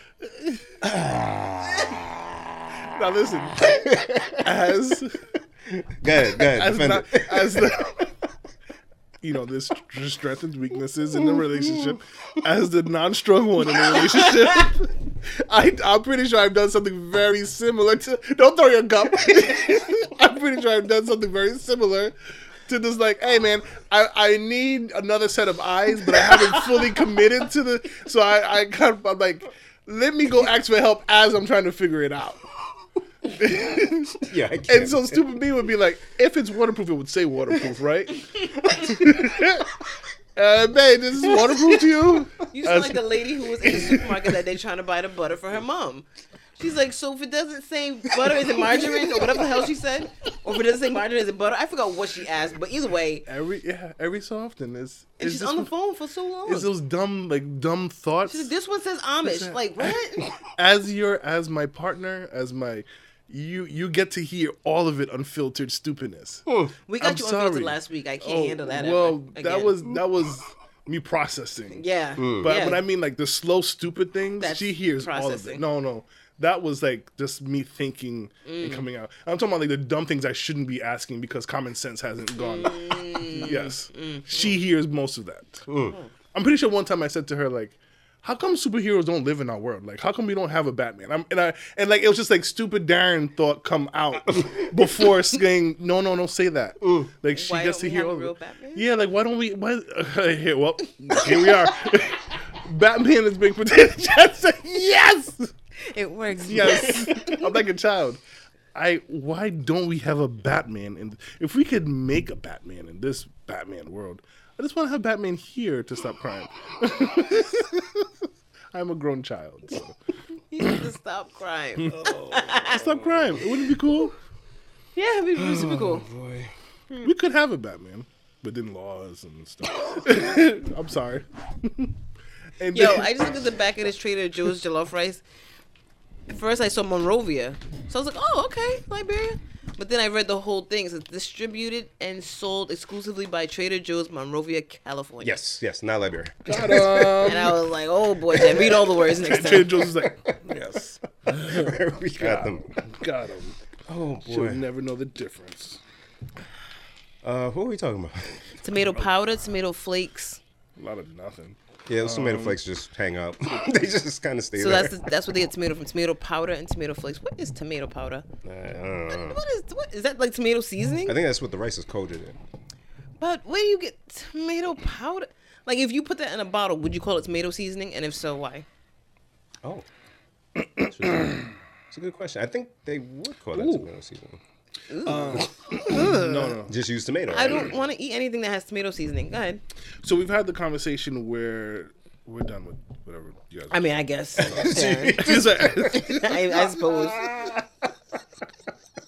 Speaker 2: now listen, as
Speaker 3: Go ahead, go ahead.
Speaker 2: as
Speaker 3: defend
Speaker 2: not,
Speaker 3: it.
Speaker 2: as the, you know, this strengths and weaknesses
Speaker 3: Oh,
Speaker 2: in the relationship. As the non-strong one in the relationship, I, I'm pretty sure I've done something very similar to. Don't throw your cup. I'm pretty sure I've done something very similar. To this, like, hey man, I, I need another set of eyes, but I haven't fully committed to the. So I I kind of, I'm like, let me go ask for help as I'm trying to figure it out.
Speaker 3: yeah, I can't.
Speaker 2: And so stupid me would be like, if it's waterproof, it would say waterproof, right? uh, babe, this is waterproof to you.
Speaker 1: You sound like the lady who was in the supermarket that day trying to buy the butter for her mom. She's like, so if it doesn't say butter, is it margarine or whatever the hell she said? Or if it doesn't say margarine, is it butter? I forgot what she asked, but either way,
Speaker 2: Every yeah, every so often it's
Speaker 1: and
Speaker 2: it's
Speaker 1: she's
Speaker 2: just-
Speaker 1: on the phone for so long.
Speaker 2: it's those dumb like dumb thoughts.
Speaker 1: She's like, this one says Amish.
Speaker 2: Listen.
Speaker 1: Like what?
Speaker 2: as your as my partner, as my you you get to hear all of it unfiltered stupidness.
Speaker 1: We got
Speaker 2: I'm
Speaker 1: you on filter
Speaker 2: sorry.
Speaker 1: last week. I can't
Speaker 2: Oh,
Speaker 1: handle that. ever
Speaker 2: Well, that
Speaker 1: again.
Speaker 2: was that was me processing.
Speaker 1: yeah.
Speaker 2: But
Speaker 1: yeah.
Speaker 2: when I mean like the slow, stupid things,
Speaker 1: That's
Speaker 2: she hears all of it.
Speaker 1: processing.
Speaker 2: No, no. That was like just me thinking
Speaker 1: Mm.
Speaker 2: and coming out. I'm talking about like the dumb things I shouldn't be asking because common sense hasn't gone.
Speaker 1: Mm.
Speaker 2: Yes. She hears most of that.
Speaker 3: Mm.
Speaker 2: I'm pretty sure one time I said to her, like, how come superheroes don't live in our world? Like, how come we don't have a Batman? I'm, and I and like it was just like stupid Darren thought come out before saying no, no, no, say that. Like she
Speaker 1: Why
Speaker 2: gets
Speaker 1: don't
Speaker 2: to
Speaker 1: we
Speaker 2: hear
Speaker 1: have a
Speaker 2: all of
Speaker 1: real
Speaker 2: it.
Speaker 1: Batman?
Speaker 2: Yeah, like why don't we? Why? here, well, here we are. Batman is big potato. Chad said, yes,
Speaker 1: it works.
Speaker 2: yes. I'm like a child. I why don't we have a Batman? And if we could make a Batman in this Batman world, I just want to have Batman here to stop crying. I'm a grown child. So.
Speaker 1: You need to stop crying.
Speaker 2: Stop crying. It wouldn't be cool.
Speaker 1: yeah, it'd be
Speaker 2: Oh,
Speaker 1: super cool.
Speaker 2: We could have a Batman, but then laws and stuff. I'm sorry. and
Speaker 1: Yo, I just looked at the back of this Trader Joe's jollof rice. At first, I saw Monrovia, so I was like, "Oh, okay, Liberia." But then I read the whole thing. It says distributed and sold exclusively by Trader Joe's, Monrovia, California.
Speaker 3: yes, yes, not Liberia.
Speaker 1: And I was like, "Oh boy, Jen, read all the words next
Speaker 2: Trader
Speaker 1: time."
Speaker 2: Joe's is like, yes,
Speaker 3: we got them.
Speaker 2: got him.
Speaker 3: Oh
Speaker 2: Should
Speaker 3: boy.
Speaker 2: never know the difference.
Speaker 3: Uh, what were we talking about?
Speaker 1: Tomato powder, tomato flakes.
Speaker 2: A lot of nothing.
Speaker 3: Yeah, those
Speaker 2: Um,
Speaker 3: tomato flakes just hang out. they just kind of stay
Speaker 1: So
Speaker 3: there.
Speaker 1: that's the, that's what they get tomato from. Tomato powder and tomato flakes. What is tomato powder?
Speaker 3: I don't
Speaker 2: Uh.
Speaker 3: know.
Speaker 1: What is what is that like tomato seasoning?
Speaker 3: Uh, I think that's what the rice is coated in.
Speaker 1: But where do you get tomato powder? Like, if you put that in a bottle, would you call it tomato seasoning? And if so, why?
Speaker 3: Oh. Interesting. It's a good question. I think they would call that tomato seasoning.
Speaker 2: Um, No, no.
Speaker 3: Just use tomato.
Speaker 1: I
Speaker 3: right?
Speaker 1: don't want to eat anything that has tomato seasoning. Go ahead.
Speaker 2: So we've had the conversation where we're done with whatever you guys.
Speaker 1: I mean, I guess. Yeah.
Speaker 2: It's like-
Speaker 1: I, I suppose.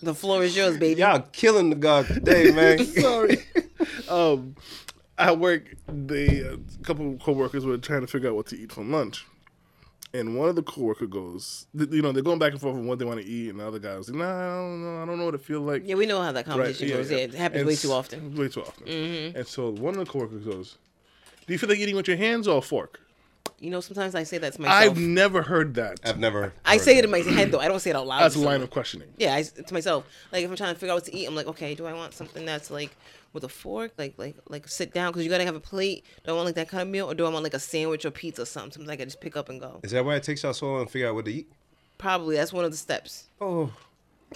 Speaker 1: the floor is yours, baby.
Speaker 3: Y'all killing the god today, man.
Speaker 2: Sorry. Um, at work, they a couple of coworkers were trying to figure out what to eat for lunch, and one of the coworker goes, th- you know, they're going back and forth on what they want to eat, and the other guy was like, Nah, I don't know, I don't know what it feels like.
Speaker 1: Yeah, we know how that conversation goes. Yeah, it happens
Speaker 2: And
Speaker 1: way
Speaker 2: s-
Speaker 1: too often. Mm-hmm.
Speaker 2: Way too often. And so one of the coworkers goes, "Do you feel like eating with your hands or a fork?"
Speaker 1: You know, sometimes I say that to myself.
Speaker 2: I've never heard that.
Speaker 3: I've never.
Speaker 1: I
Speaker 3: heard
Speaker 1: say it
Speaker 3: that.
Speaker 1: in my head, though. I don't say it out loud.
Speaker 2: That's
Speaker 1: to
Speaker 2: a line
Speaker 1: someone.
Speaker 2: of questioning.
Speaker 1: Yeah, I s to myself. Like if I'm trying to figure out what to eat, I'm like, okay, do I want something that's like with a fork, like like like sit down because you gotta have a plate. Do I want like that kind of meal, or do I want like a sandwich or pizza or something? Something I can just pick up and go.
Speaker 3: Is that why it takes y'all so long to figure out what to eat?
Speaker 1: Probably that's one of the steps.
Speaker 3: Oh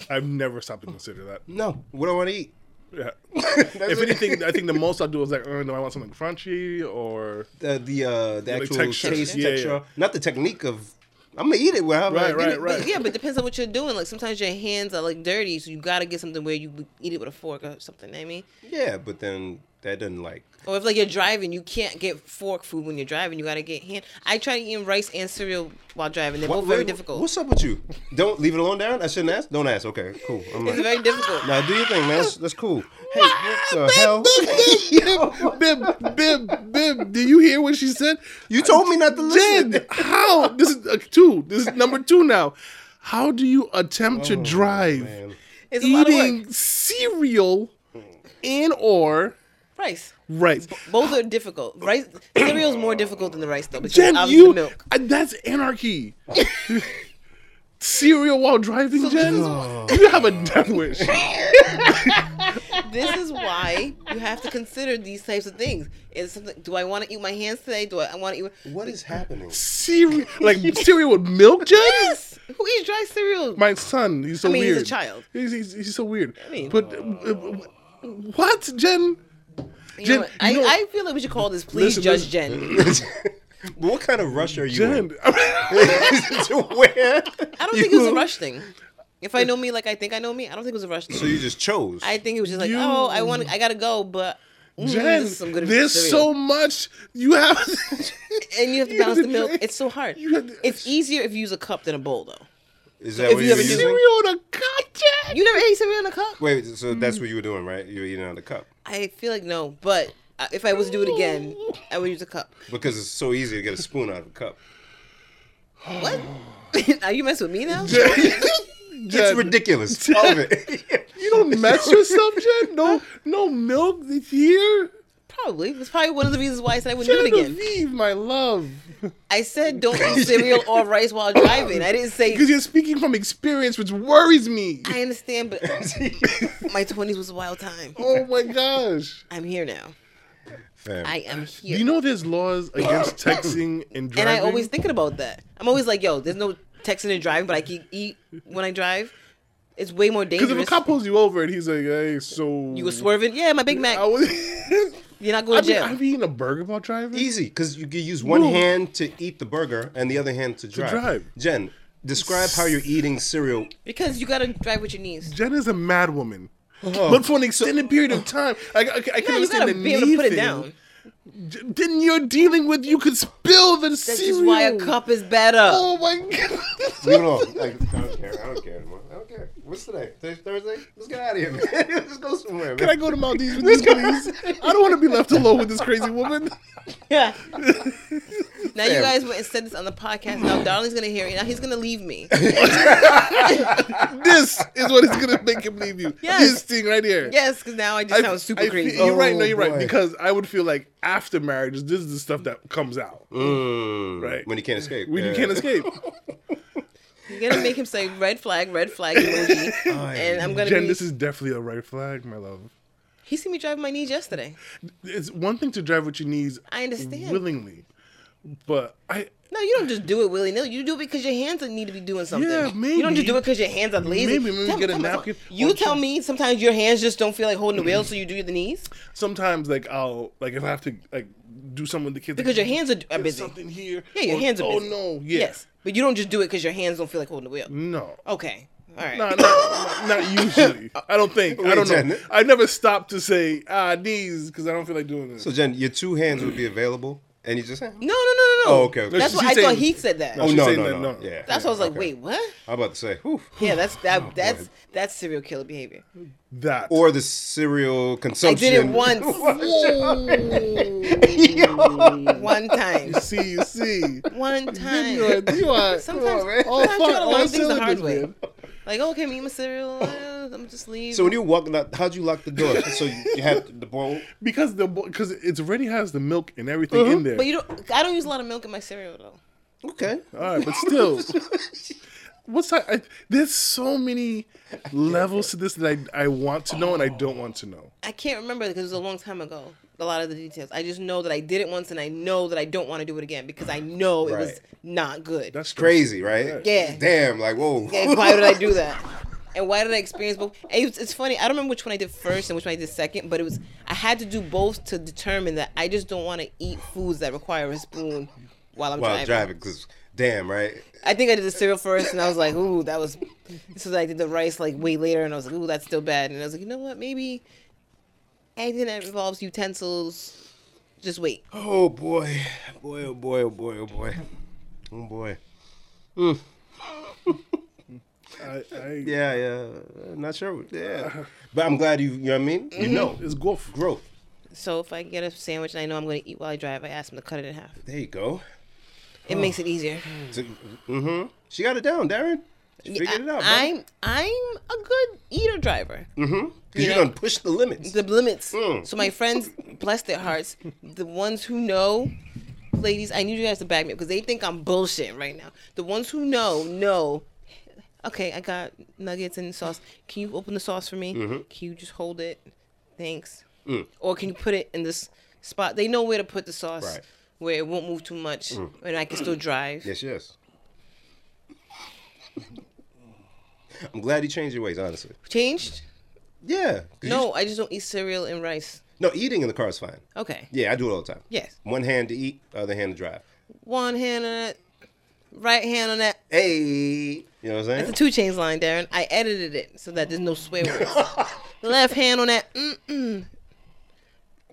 Speaker 2: I've never stopped to consider that.
Speaker 3: no! What do I want to eat?
Speaker 2: Yeah. if anything, I think the most I do is like, oh, no, I want something crunchy or
Speaker 3: The the uh, the
Speaker 2: Like
Speaker 3: actual
Speaker 2: texture.
Speaker 3: taste
Speaker 2: Yeah, yeah.
Speaker 3: texture, not the technique of. I'm gonna eat it. Well,
Speaker 2: right, right,
Speaker 1: But,
Speaker 2: right.
Speaker 1: yeah, but depends on what you're doing. Like sometimes your hands are like dirty, so you gotta get something where you eat it with a fork or something. know what I mean,
Speaker 3: Yeah, but then That doesn't like.
Speaker 1: Or if like you're driving, you can't get fork food when you're driving. You gotta get hand. I tried eating rice and cereal while driving. They're
Speaker 3: What-
Speaker 1: both very
Speaker 3: wait,
Speaker 1: difficult.
Speaker 3: What's up with you? Don't leave it alone, Darren. I shouldn't ask. Don't ask. Okay, cool. I'm
Speaker 1: It's
Speaker 3: like,
Speaker 1: very difficult.
Speaker 3: now do your thing, man. That's, that's cool. Hey, what the hell?
Speaker 2: Bib, Bib, Bib, do you hear what she said?
Speaker 3: You told me not to listen.
Speaker 2: Jen, how? This is uh, two. This is number two now. How do you attempt to drive
Speaker 3: Man.
Speaker 1: It's a lot of work.
Speaker 2: eating cereal and or
Speaker 1: Rice.
Speaker 2: rice?
Speaker 1: Both are difficult. Rice cereal's more difficult than the rice though. Because
Speaker 2: Jen,
Speaker 1: obviously the
Speaker 2: you
Speaker 1: milk.
Speaker 2: I- that's anarchy. cereal while driving, Jen. You have a death wish.
Speaker 1: This is why you have to consider these types of things. Is something? Do I want to eat with my hands today? Do I, I want to eat? With,
Speaker 3: What is happening?
Speaker 2: Cereal, like cereal with milk, Jen.
Speaker 1: yes. Who eats dry cereal?
Speaker 2: My son, he's so
Speaker 1: I mean, he's a
Speaker 2: weird.
Speaker 1: child.
Speaker 2: He's, he's, he's so weird.
Speaker 1: mean-
Speaker 2: but uh, uh, what, Jen?
Speaker 1: You
Speaker 2: Jen,
Speaker 1: know what? I,
Speaker 2: you know-
Speaker 1: I feel like we should call this please
Speaker 2: Listen,
Speaker 1: judge Jen.
Speaker 3: But what kind of rush are you
Speaker 2: Jen,
Speaker 3: in? to where?
Speaker 1: I don't think it was a rush thing. If I know me like I think I know me, I don't think it was a rush thing.
Speaker 3: So you just chose.
Speaker 1: I think it was just like,
Speaker 2: You-
Speaker 1: oh, I want, I gotta go, but mm,
Speaker 2: Jen,
Speaker 1: this is some good
Speaker 2: there's
Speaker 1: cereal.
Speaker 2: so much you have.
Speaker 1: and you have to
Speaker 2: you have
Speaker 1: balance
Speaker 2: to
Speaker 1: the milk.
Speaker 2: drink-
Speaker 1: It's so hard.
Speaker 2: you have to-
Speaker 1: it's easier if you use a cup than a bowl, though.
Speaker 3: is that what
Speaker 1: you
Speaker 3: you were
Speaker 1: have a
Speaker 3: using?
Speaker 2: cereal in a cup, Jen.
Speaker 1: You never ate cereal in a cup.
Speaker 3: Wait, so that's what you were doing, right? You were eating out of the cup
Speaker 1: I feel like no, but I- if I was to do it again, I would use a cup.
Speaker 3: because it's so easy to get a spoon out of a cup.
Speaker 1: What? Are you messing with me now?
Speaker 3: It's
Speaker 2: Jen,
Speaker 3: ridiculous. All of it.
Speaker 2: you don't mess yourself, Jen. No, no milk here.
Speaker 1: Probably. It's probably one of the reasons why I said I wouldn't do it again.
Speaker 2: Genevieve, my love,
Speaker 1: I said don't eat cereal or rice while driving. I didn't say.
Speaker 2: because you're speaking from experience, which worries me.
Speaker 1: I understand, but my twenties was a wild time.
Speaker 2: Oh my gosh.
Speaker 1: I'm here now.
Speaker 3: Fam.
Speaker 1: I am here.
Speaker 2: You know there's laws against texting and driving.
Speaker 1: and I always thinking about that. I'm always like, yo, there's no texting and driving, but I can eat when I drive. It's way more dangerous.
Speaker 2: because if a cop pulls you over and he's like, "Hey, so
Speaker 1: You were swerving. Yeah, my Big Mac.
Speaker 2: I was,
Speaker 1: You're not going
Speaker 2: I've
Speaker 1: to
Speaker 2: been,
Speaker 1: jail.
Speaker 2: I've eaten a burger while driving.
Speaker 3: easy because you can use one
Speaker 2: Whoa.
Speaker 3: hand to eat the burger and the other hand to drive.
Speaker 2: drive.
Speaker 3: Jen, describe how you're eating cereal.
Speaker 1: because you got to drive with your knees.
Speaker 2: Jen is a mad woman, but for an extended period of time, I, I, I
Speaker 1: Uh-huh. No,
Speaker 2: can
Speaker 1: you got
Speaker 2: understand
Speaker 1: to
Speaker 2: the
Speaker 1: be able to
Speaker 2: need
Speaker 1: put it
Speaker 2: thing.
Speaker 1: down.
Speaker 2: J- Then you're dealing with you could spill the
Speaker 1: That's
Speaker 2: cereal.
Speaker 1: just why a cup is better.
Speaker 2: Oh my god.
Speaker 3: Leave it alone. Like, I don't care. I don't care anymore. I don't care. What's today? Today's Thursday? Let's get out of here, man. Let's go somewhere, man.
Speaker 2: Can I go to Maldives with this, please? I don't want to be left alone with this crazy woman.
Speaker 1: Yeah. now you guys went and said this on the podcast. Now Darling's going to hear it. Now he's going to leave me.
Speaker 2: This is what is gonna make him leave you.
Speaker 1: Yes.
Speaker 2: This thing right here.
Speaker 1: yes, because now I just sound super
Speaker 2: I
Speaker 1: crazy.
Speaker 2: Feel, you're right. No,
Speaker 3: Oh,
Speaker 2: you're right.
Speaker 3: boy.
Speaker 2: Because I would feel like after marriage, this is the stuff that comes out
Speaker 3: Mm,
Speaker 2: Right.
Speaker 3: When you can't escape.
Speaker 2: when you
Speaker 3: Yeah.
Speaker 2: can't escape.
Speaker 1: You're going to make him say red flag, red flag emoji. and I'm going to
Speaker 2: Jen,
Speaker 1: be.
Speaker 2: this is definitely a red flag, my love.
Speaker 1: he seen me driving my knees yesterday.
Speaker 2: It's one thing to drive with your knees
Speaker 1: I understand.
Speaker 2: willingly, but I
Speaker 1: No, you don't just do it willy nilly. You do it because your hands need to be doing something.
Speaker 2: Yeah,
Speaker 1: You don't just
Speaker 2: maybe.
Speaker 1: do it because your hands are lazy.
Speaker 2: Maybe, maybe
Speaker 1: Tell me-
Speaker 2: get a
Speaker 1: tell me-
Speaker 2: napkin
Speaker 1: You
Speaker 2: or
Speaker 1: tell me sometimes your hands just don't feel like holding the wheel, so you do the knees
Speaker 2: sometimes like I'll like if I have to like do something with the kids
Speaker 1: because your hands are, are
Speaker 2: "There's
Speaker 1: busy.
Speaker 2: Something here.
Speaker 1: Yeah, your
Speaker 2: or,
Speaker 1: hands are
Speaker 2: Oh
Speaker 1: busy.
Speaker 2: no. Yeah.
Speaker 1: Yes, Oh. but you don't just do it because your hands don't feel like holding the wheel.
Speaker 2: No.
Speaker 1: Okay, all right.
Speaker 2: No, not, not usually. I don't think. I
Speaker 3: Wait,
Speaker 2: don't know.
Speaker 3: Jen.
Speaker 2: I never stopped to say ah knees because I don't feel like doing this.
Speaker 3: So, Jen, your two hands would be available, and you just. Oh,
Speaker 1: No, no, no, no, no.
Speaker 3: Oh, okay, okay.
Speaker 1: That's
Speaker 2: No,
Speaker 1: what
Speaker 2: she's
Speaker 1: I thought
Speaker 2: saying-
Speaker 1: he said that.
Speaker 2: she's
Speaker 3: no,
Speaker 2: saying
Speaker 3: no,
Speaker 2: that,
Speaker 3: no,
Speaker 2: no.
Speaker 3: Yeah.
Speaker 1: that's what I was like,
Speaker 3: okay.
Speaker 1: wait, what?
Speaker 3: I'm about to say, whew.
Speaker 1: Yeah, that's that. that's
Speaker 3: boy.
Speaker 1: that's serial killer behavior.
Speaker 2: that
Speaker 3: Or the cereal
Speaker 1: I
Speaker 3: consumption.
Speaker 1: did it once, one time,
Speaker 2: You see, you see.
Speaker 1: one
Speaker 2: Then
Speaker 1: time.
Speaker 2: you are, you are
Speaker 1: Sometimes,
Speaker 2: come on, man. all
Speaker 1: sometimes you
Speaker 2: fuck,
Speaker 1: gotta
Speaker 2: all
Speaker 1: learn things the hard
Speaker 2: cylinders,
Speaker 1: way.
Speaker 2: man.
Speaker 1: Like, oh, okay, me and my cereal. Uh, I'm just leave.
Speaker 3: So when you walked out, how'd you lock the door? so you, you had the bowl.
Speaker 2: Because the because it already has the milk and everything in there.
Speaker 1: Uh-huh. but you don't. I don't use a lot of milk in my cereal though.
Speaker 3: Okay.
Speaker 2: all right, but still, what's that? I, there's so many levels to this that I, I want to know and I don't want to know.
Speaker 1: I can't remember because it was a long time ago. A lot of the details. I just know that I did it once, and I know that I don't want to do it again because I know it was
Speaker 3: Right.
Speaker 1: not good.
Speaker 2: That's
Speaker 3: Crazy, right?
Speaker 1: Yeah.
Speaker 3: Damn, like, whoa.
Speaker 1: Yeah, why did I do that? And why did I experience both? And it's, it's funny. I don't remember which one I did first and which one I did second, but it was I had to do both to determine that I just don't want to eat foods that require a spoon while I'm
Speaker 3: While
Speaker 1: driving.
Speaker 3: driving, because damn, right?
Speaker 1: I think I did the cereal first, and I was like, "Ooh, that was." So I did the rice like way later, and I was like, "Ooh, that's still bad." And I was like, "You know what? Maybe anything that involves utensils, just wait.
Speaker 3: Oh boy, boy, oh boy, oh boy, oh boy, oh boy.
Speaker 2: I, I,
Speaker 3: Yeah, yeah. I'm not sure. Yeah, but I'm glad you. You know what I mean?
Speaker 1: Mm-hmm.
Speaker 3: You know,
Speaker 2: It's golf.
Speaker 3: growth.
Speaker 1: So if I get a sandwich and I know I'm going to eat while I drive, I ask them to cut it in half.
Speaker 3: There you go.
Speaker 1: It makes it easier.
Speaker 3: Mm-hmm. She got it down, Darren. She figured it out. bro.
Speaker 1: I'm I'm a good eater driver.
Speaker 3: Cause you
Speaker 1: Yeah.
Speaker 3: done push the limits.
Speaker 1: The limits.
Speaker 3: Mm.
Speaker 1: So my friends, bless their hearts, the ones who know, ladies, I need you guys to back me up because they think I'm bullshitting right now. The ones who know know. Okay, I got nuggets and sauce. Can you open the sauce for me?
Speaker 3: Mm-hmm.
Speaker 1: Can you just hold it? Thanks.
Speaker 3: Mm.
Speaker 1: Or can you put it in this spot? They know where to put the sauce
Speaker 3: Right. Mm.
Speaker 1: where it won't move too much, and I can still drive.
Speaker 3: Yes, yes. I'm glad you changed your ways, honestly.
Speaker 1: Changed?
Speaker 3: Yeah. 'cause you-
Speaker 1: No, I just don't eat cereal and rice.
Speaker 3: no, eating in the car is fine.
Speaker 1: Okay.
Speaker 3: Yeah, I do it all the time.
Speaker 1: Yes.
Speaker 3: One hand to eat, other hand to drive.
Speaker 1: One hand on that, right hand on that.
Speaker 3: Hey. You know what I'm saying?
Speaker 1: It's a two chains line, Darren. I edited it so that there's no swear words. Left hand on that mm-mm.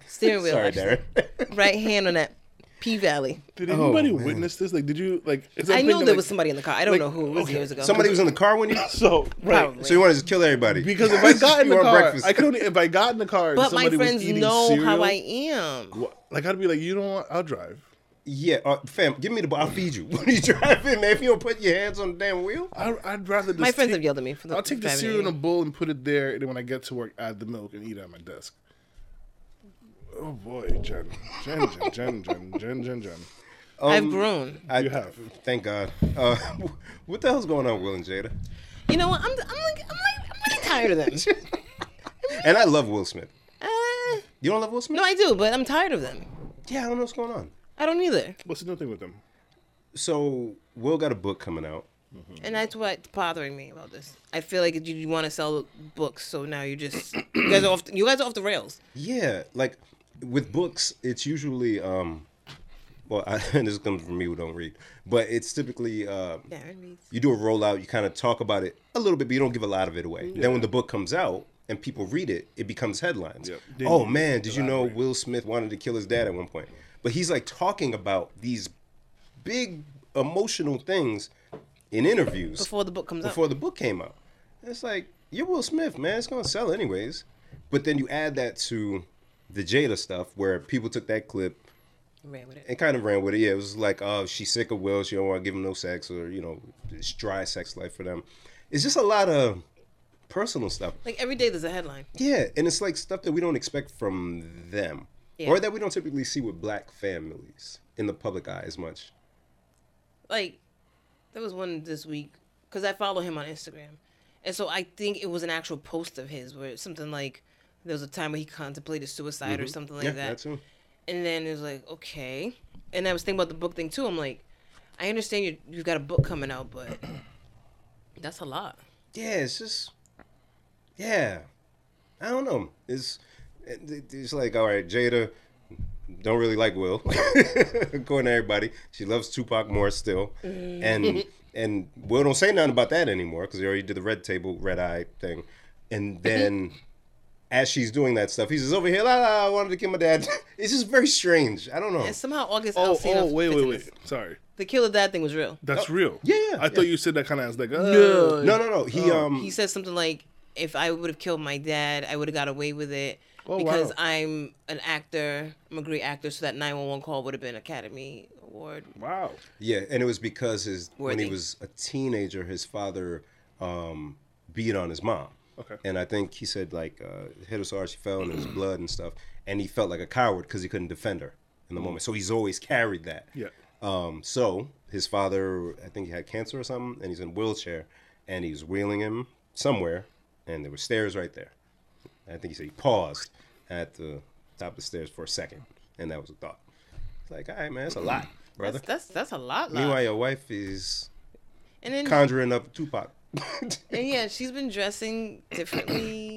Speaker 1: steering wheel.
Speaker 3: Sorry,
Speaker 1: actually.
Speaker 3: Darren.
Speaker 1: Right hand on that P Valley.
Speaker 2: Did anybody
Speaker 3: man.
Speaker 2: witness this? Like, did you like? is
Speaker 1: I
Speaker 2: I'm
Speaker 1: know
Speaker 2: thinking,
Speaker 1: there
Speaker 2: like,
Speaker 1: was somebody in the car. I don't
Speaker 2: like,
Speaker 1: know who it was years ago.
Speaker 3: Somebody was in the car when you.
Speaker 2: So right.
Speaker 1: Probably.
Speaker 3: So you want to just kill everybody?
Speaker 2: Because if I got in
Speaker 3: You
Speaker 2: the
Speaker 3: want
Speaker 2: car,
Speaker 3: breakfast.
Speaker 2: I could only if I got in the car. and
Speaker 1: but my
Speaker 2: somebody was
Speaker 1: friends
Speaker 2: eating
Speaker 1: know how
Speaker 2: cereal,
Speaker 1: I am.
Speaker 2: wha- Like I'd be like, you know what? I'll drive.
Speaker 3: Yeah, uh, fam, give me the ball. I'll feed you. What are you driving, man? If you don't put your hands on the damn wheel,
Speaker 2: I, I'd rather. Just
Speaker 1: My friends
Speaker 2: take-
Speaker 1: have yelled at me for the
Speaker 2: I'll take the
Speaker 1: driving
Speaker 2: cereal in a
Speaker 1: anyway.
Speaker 2: bowl and put it there, and then when I get to work, add the milk and eat it at my desk. Oh boy, Jen, Jen, Jen, Jen, Jen, Jen, Jen, Jen. um,
Speaker 1: I've grown.
Speaker 3: I
Speaker 2: You have.
Speaker 3: Thank God. Uh, what the hell's going on, Will and Jada?
Speaker 1: You know what? I'm I'm like I'm like I'm like tired of them.
Speaker 3: And I love Will Smith.
Speaker 1: Uh,
Speaker 3: You don't love Will Smith?
Speaker 1: no, I do, but I'm tired of them.
Speaker 3: Yeah, I don't know what's going on.
Speaker 1: I don't either,
Speaker 2: What's the new thing with them?
Speaker 3: So Will got a book coming out.
Speaker 1: and that's what's bothering me about this. I feel like you, you want to sell books, so now you just you guys are off you guys are off the rails.
Speaker 3: Yeah, like with books, it's usually um, well, I, and this comes from me who don't read, but it's typically um,
Speaker 1: Darren reads.
Speaker 3: you do a rollout, you kind of talk about it a little bit, but you don't give a lot of it away. Then when the book comes out and people read it, it becomes headlines.
Speaker 2: Yep. Then
Speaker 3: Oh
Speaker 2: you
Speaker 3: man, did you know Will Smith wanted to kill his dad at one point? But he's like talking about these big emotional things in interviews
Speaker 1: before the book comes
Speaker 3: before the book came out. It's like you're Will Smith, man. It's gonna sell anyways. But then you add that to the Jada stuff, where people took that clip
Speaker 1: out. Ran with it.
Speaker 3: and kind of ran with it. Yeah, it was like, oh, she's sick of Will. She don't want to give him no sex, or you know, it's dry sex life for them. It's just a lot of personal stuff.
Speaker 1: Like every day there's a headline.
Speaker 3: Yeah, and it's like stuff that we don't expect from them,
Speaker 1: Yeah.
Speaker 3: or that we don't typically see with black families in the public eye as much.
Speaker 1: Like there was one this week because I follow him on Instagram, and so I think it was an actual post of his where it's something like there was a time where he contemplated suicide or something like
Speaker 3: Mm-hmm. yeah,
Speaker 1: that.
Speaker 3: that too.
Speaker 1: And then it was like okay, and I was thinking about the book thing too. I'm like, I understand you you've got a book coming out, but that's a lot.
Speaker 3: yeah, it's just, yeah, I don't know. It's it- it's like all right, Jada don't really like Will, according to everybody. She loves Tupac more still, and and Will don't say nothing about that anymore because he already did the red table, red eye thing, and then. As she's doing that stuff, he says over here. La, la, I wanted to kill my dad. It's just very strange. I don't know.
Speaker 1: And somehow August
Speaker 2: Oh,
Speaker 1: Alsina
Speaker 2: oh, wait,
Speaker 1: fits
Speaker 2: wait,
Speaker 1: in
Speaker 2: wait.
Speaker 1: this.
Speaker 2: Sorry, Oh,
Speaker 1: The killer dad thing was real.
Speaker 2: that's real.
Speaker 3: yeah, yeah,
Speaker 2: I thought
Speaker 3: yeah.
Speaker 2: you said that kind of as like, uh,
Speaker 3: No, no, no. He um.
Speaker 1: he said something like if i would have killed my dad i would have got away with it
Speaker 2: Oh,
Speaker 1: because
Speaker 2: wow.
Speaker 1: i'm an actor i'm a great actor so that 911 call would have been academy award
Speaker 2: Wow.
Speaker 3: Yeah, and it was because his when he
Speaker 1: Worthy.
Speaker 3: was a teenager, his father um, beat on his mom.
Speaker 2: Okay.
Speaker 3: And I think he said like uh, hit her so hard she fell and there was blood and stuff, and he felt like a coward because he couldn't defend her in the moment. So he's always carried that.
Speaker 2: Mm-hmm. Yeah.
Speaker 3: Um, so his father, I think he had cancer or something, and he's in a wheelchair, and he was wheeling him somewhere, and there were stairs right there. I think he said he paused at the top of the stairs for a second, and that was a thought. It's like, all right, man, that's a lot, brother.
Speaker 1: that's that's, that's a lot, lot.
Speaker 3: Meanwhile, your wife is
Speaker 1: and then
Speaker 3: conjuring up Tupac.
Speaker 1: and yeah she's been dressing differently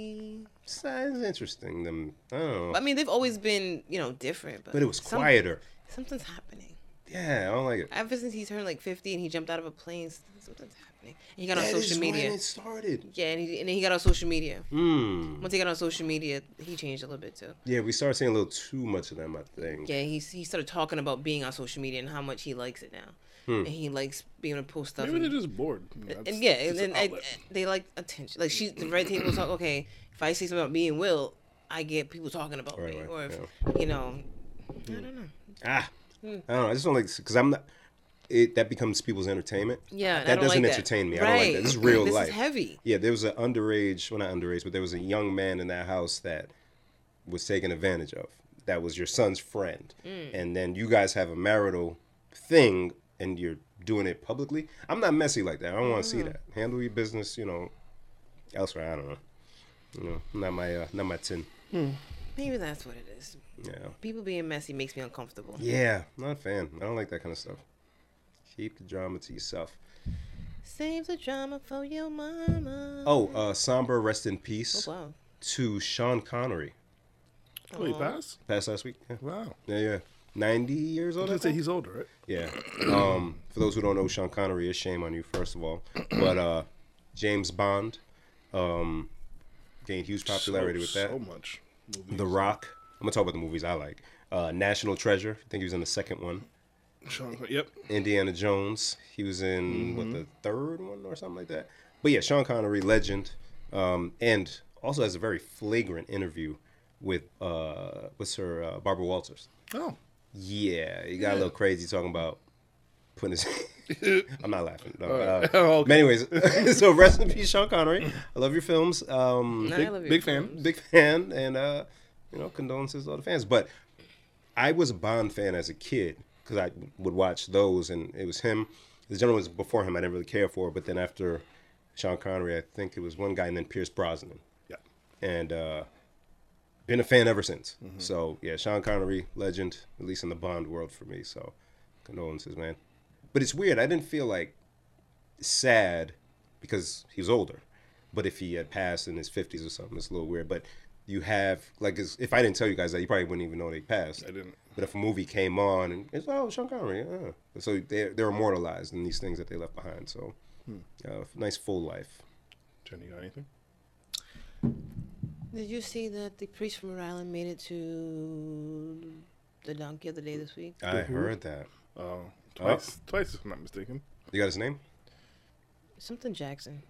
Speaker 3: Sounds interesting. Them, I don't know.
Speaker 1: i mean they've always been you know different but,
Speaker 3: But it was
Speaker 1: some-
Speaker 3: quieter.
Speaker 1: something's happening
Speaker 3: Yeah, I don't like it.
Speaker 1: Ever since he turned like 50 and he jumped out of a plane, something's happening. And he got on
Speaker 3: That is
Speaker 1: social
Speaker 3: when
Speaker 1: media.
Speaker 3: it started.
Speaker 1: Yeah, and, he, and then he got on social media.
Speaker 3: Hmm.
Speaker 1: Once he got on social media, he changed a little bit too.
Speaker 3: Yeah, we started seeing a little too much of them. I think.
Speaker 1: Yeah, he he started talking about being on social media and how much he likes it now,
Speaker 3: Hmm.
Speaker 1: and he likes being able to post stuff.
Speaker 2: Maybe they're
Speaker 1: and,
Speaker 2: just bored. You know,
Speaker 1: and
Speaker 2: it's-
Speaker 1: yeah,
Speaker 2: it's
Speaker 1: and, and
Speaker 2: an
Speaker 1: I,
Speaker 2: outlet.
Speaker 1: I- they like attention. Like she's the red table talk. Okay, if I say something about me and Will, I get people talking about
Speaker 3: Right,
Speaker 1: me,
Speaker 3: right,
Speaker 1: or if you know, I don't know.
Speaker 3: Ah,
Speaker 1: Hmm.
Speaker 3: I don't know. I just don't like because I'm not. It that becomes people's entertainment.
Speaker 1: Yeah, and I
Speaker 3: that
Speaker 1: don't
Speaker 3: doesn't
Speaker 1: like that.
Speaker 3: entertain me. I don't like that. This is
Speaker 1: Right.
Speaker 3: real
Speaker 1: This is
Speaker 3: life.
Speaker 1: heavy.
Speaker 3: Yeah, there was an underage, well not underage, but there was a young man in that house that was taken advantage of. That was your son's friend, and then you guys have a marital thing, and you're doing it publicly. I'm not messy like that. I don't want to see that. Handle your business, you know, elsewhere. I don't know. You know, not my uh, not my tin.
Speaker 1: Maybe that's what it is.
Speaker 3: Yeah.
Speaker 1: People being messy makes me uncomfortable.
Speaker 3: Yeah, not a fan. I don't like that kind of stuff. Keep the drama to yourself.
Speaker 1: Save the drama for your mama.
Speaker 3: Oh, uh, somber rest in peace
Speaker 1: Oh, wow.
Speaker 3: to Sean Connery.
Speaker 2: Oh, he passed?
Speaker 3: Passed last week. Yeah,
Speaker 2: Wow.
Speaker 3: yeah. yeah. Ninety years old. I
Speaker 2: Let's say
Speaker 3: think?
Speaker 2: he's older, right?
Speaker 3: Yeah. Um, for those who don't know, who Sean Connery is shame on you, first of all. But uh, James Bond um, gained huge
Speaker 2: So-
Speaker 3: popularity with that.
Speaker 2: So much. Movie.
Speaker 3: the Rock. I'm gonna talk about the movies I like. Uh, National Treasure. I think he was in the second one.
Speaker 2: Sean Connery. Yep.
Speaker 3: Indiana Jones. He was in what
Speaker 2: Mm-hmm.
Speaker 3: the third one or something like that. But yeah, Sean Connery, legend, um, and also has a very flagrant interview with uh, what's her uh, Barbara Walters.
Speaker 2: Oh.
Speaker 3: Yeah, he got a little crazy talking about putting his. I'm not laughing. No, uh,
Speaker 2: Oh, okay.
Speaker 3: but anyways, so rest in peace, Sean Connery. I love your films. Um,
Speaker 1: Nah, I
Speaker 2: Big,
Speaker 1: love your
Speaker 2: big fan.
Speaker 3: big fan, and uh, you know, condolences to all the fans. But I was a Bond fan as a kid because I would watch those, and it was him. The gentleman was before him. I didn't really care for, but then after Sean Connery, I think it was one guy, and then Pierce Brosnan,
Speaker 2: Yeah.
Speaker 3: and uh, been a fan ever since. Mm-hmm. So yeah, Sean Connery, legend, at least in the Bond world for me. So condolences, man. But it's weird. I didn't feel like sad because he was older. But if he had passed in his fifties or something, it's a little weird. But you have like it's- if I didn't tell you guys that, you probably wouldn't even know they passed.
Speaker 2: I didn't.
Speaker 3: But if a movie came on and it's oh Sean Connery, uh. so they're they're immortalized in these things that they left behind. So uh, nice full life.
Speaker 2: Jenny, you got anything?
Speaker 1: Did you see that the priest from Rhode Island made it to the donkey of the day this week?
Speaker 3: I heard that.
Speaker 2: Uh, twice. Twice, if I'm not mistaken.
Speaker 3: You got his name?
Speaker 1: Something Jackson.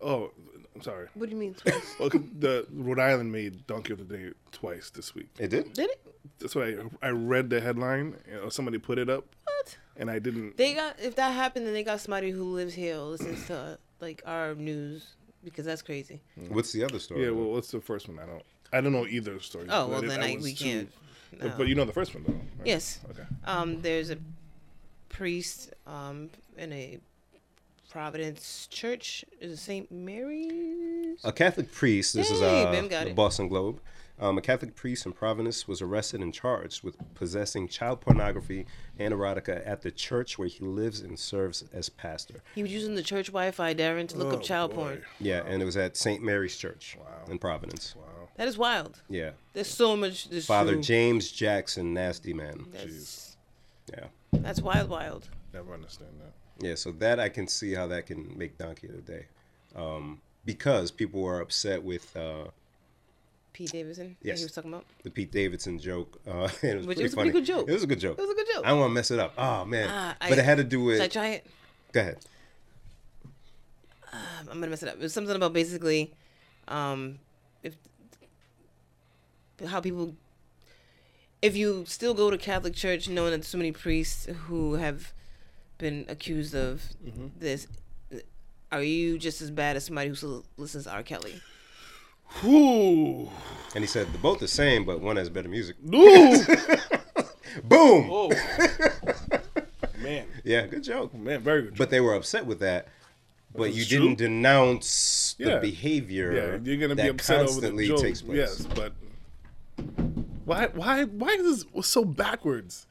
Speaker 2: Oh, I'm sorry.
Speaker 1: What do you mean twice?
Speaker 2: Well, 'cause the Rhode Island made Donkey of the Day twice this week.
Speaker 3: It did.
Speaker 1: Did it?
Speaker 2: That's what I I read the headline or somebody put it up,
Speaker 1: What?
Speaker 2: and I didn't.
Speaker 1: They got if that happened, then they got somebody who lives here who listens to like our news because that's crazy.
Speaker 3: What's the other story?
Speaker 2: Yeah. Well, what's the first one? I don't. I don't know either story.
Speaker 1: Oh well,
Speaker 2: did-
Speaker 1: then I,
Speaker 2: was
Speaker 1: we
Speaker 2: too-
Speaker 1: can't. no.
Speaker 2: But you know the first one though. right?
Speaker 1: yes,
Speaker 2: Okay.
Speaker 1: um, there's a priest um, in a Providence church, is it Saint Mary's?
Speaker 3: A Catholic priest, this is
Speaker 1: Hey,
Speaker 3: uh,
Speaker 1: Bim got
Speaker 3: the
Speaker 1: it.
Speaker 3: Boston Globe. Um, a Catholic priest in Providence was arrested and charged with possessing child pornography and erotica at the church where he lives and serves as pastor.
Speaker 1: He was using the church Wi-Fi, Darren, to look
Speaker 2: Oh,
Speaker 1: up child
Speaker 2: boy.
Speaker 1: porn.
Speaker 3: Yeah, and it was at St. Mary's Church in Providence.
Speaker 2: Wow.
Speaker 1: That is wild.
Speaker 3: Yeah.
Speaker 1: There's so much. There's
Speaker 3: Father
Speaker 1: true.
Speaker 3: James Jackson, nasty man.
Speaker 1: That's,
Speaker 3: Yeah.
Speaker 1: that's wild, wild.
Speaker 2: Never understand that.
Speaker 3: Yeah, so that I can see how that can make Donkey of the Day. Um, because people were upset with uh,
Speaker 1: Pete Davidson. that
Speaker 3: Yes.
Speaker 1: He was talking about.
Speaker 3: the Pete Davidson joke. Uh, it was
Speaker 1: Which
Speaker 3: pretty
Speaker 1: was a
Speaker 3: funny.
Speaker 1: pretty good joke.
Speaker 3: It was a good joke.
Speaker 1: It was a good joke.
Speaker 3: I don't want to mess it up. Oh man!
Speaker 1: Ah, I-
Speaker 3: but it had to do with.
Speaker 1: Should I try it?
Speaker 3: Go ahead.
Speaker 1: Um, I'm gonna mess it up. It was something about basically, um, if how people, if you still go to Catholic church, knowing that so many priests who have been accused of
Speaker 3: Mm-hmm.
Speaker 1: this, are you just as bad as somebody who still listens to R. Kelly?
Speaker 2: Whoo!
Speaker 3: And he said they're both the same, but one has better music.
Speaker 2: Ooh!
Speaker 3: Boom.
Speaker 2: man,
Speaker 3: Yeah, good joke.
Speaker 2: man, very good.
Speaker 3: But they were upset with that. But
Speaker 2: That's
Speaker 3: you
Speaker 2: true.
Speaker 3: didn't denounce the
Speaker 2: Yeah.
Speaker 3: behavior.
Speaker 2: yeah, you're gonna
Speaker 3: that
Speaker 2: be upset over the
Speaker 3: constantly
Speaker 2: joke.
Speaker 3: takes place.
Speaker 2: Yes, but why? Why? Why is this so backwards?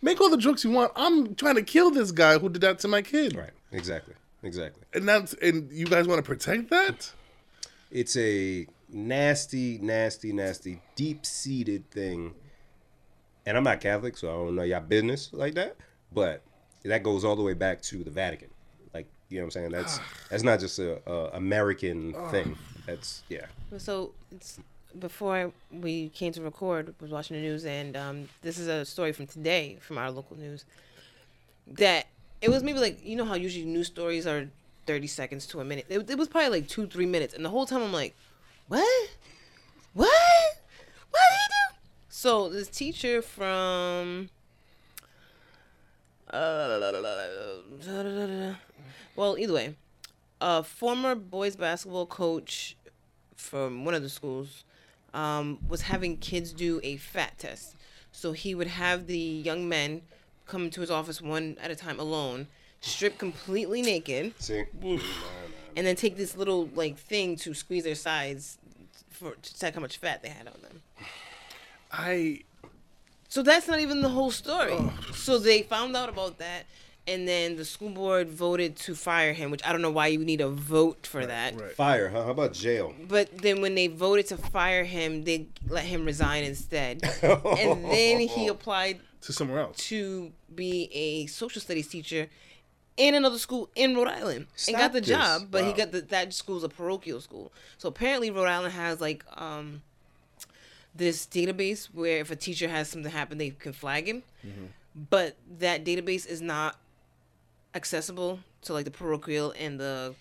Speaker 2: Make all the jokes you want. I'm trying to kill this guy who did that to my kid.
Speaker 3: Right. Exactly. Exactly.
Speaker 2: And that's and you guys want to protect that?
Speaker 3: It's a nasty, nasty, nasty, deep-seated thing and I'm not Catholic, so I don't know y'all business like that. But that goes all the way back to the Vatican. Like you know what I'm saying? That's that's not just a, a American thing. That's yeah.
Speaker 1: So it's before we came to record, I was watching the news, and um, this is a story from today from our local news that it was maybe like you know how usually news stories are thirty seconds to a minute. It, it was probably like two three minutes, and the whole time I'm like, what, what, what did he do? So this teacher from. Uh, well, either way, a former boys basketball coach from one of the schools um, was having kids do a fat test. So he would have the young men come into his office one at a time alone, strip completely naked,
Speaker 3: See,
Speaker 1: and then take this little like thing to squeeze their sides for to check how much fat they had on them.
Speaker 2: I
Speaker 1: So that's not even the whole story. So they found out about that, and then the school board voted to fire him, which I don't know why you need a vote for that.
Speaker 2: right.
Speaker 3: fire? Huh? How about jail?
Speaker 1: But then when they voted to fire him, they let him resign instead. and then he applied
Speaker 2: to somewhere else.
Speaker 1: to be a social studies teacher in another school in Rhode Island and
Speaker 3: Stop
Speaker 1: got the
Speaker 3: this.
Speaker 1: job. But he
Speaker 3: Wow.
Speaker 1: got the, that school's a parochial school. So apparently Rhode Island has like um this database where if a teacher has something happen, they can flag him.
Speaker 3: Mm-hmm.
Speaker 1: But that database is not accessible to like the parochial and the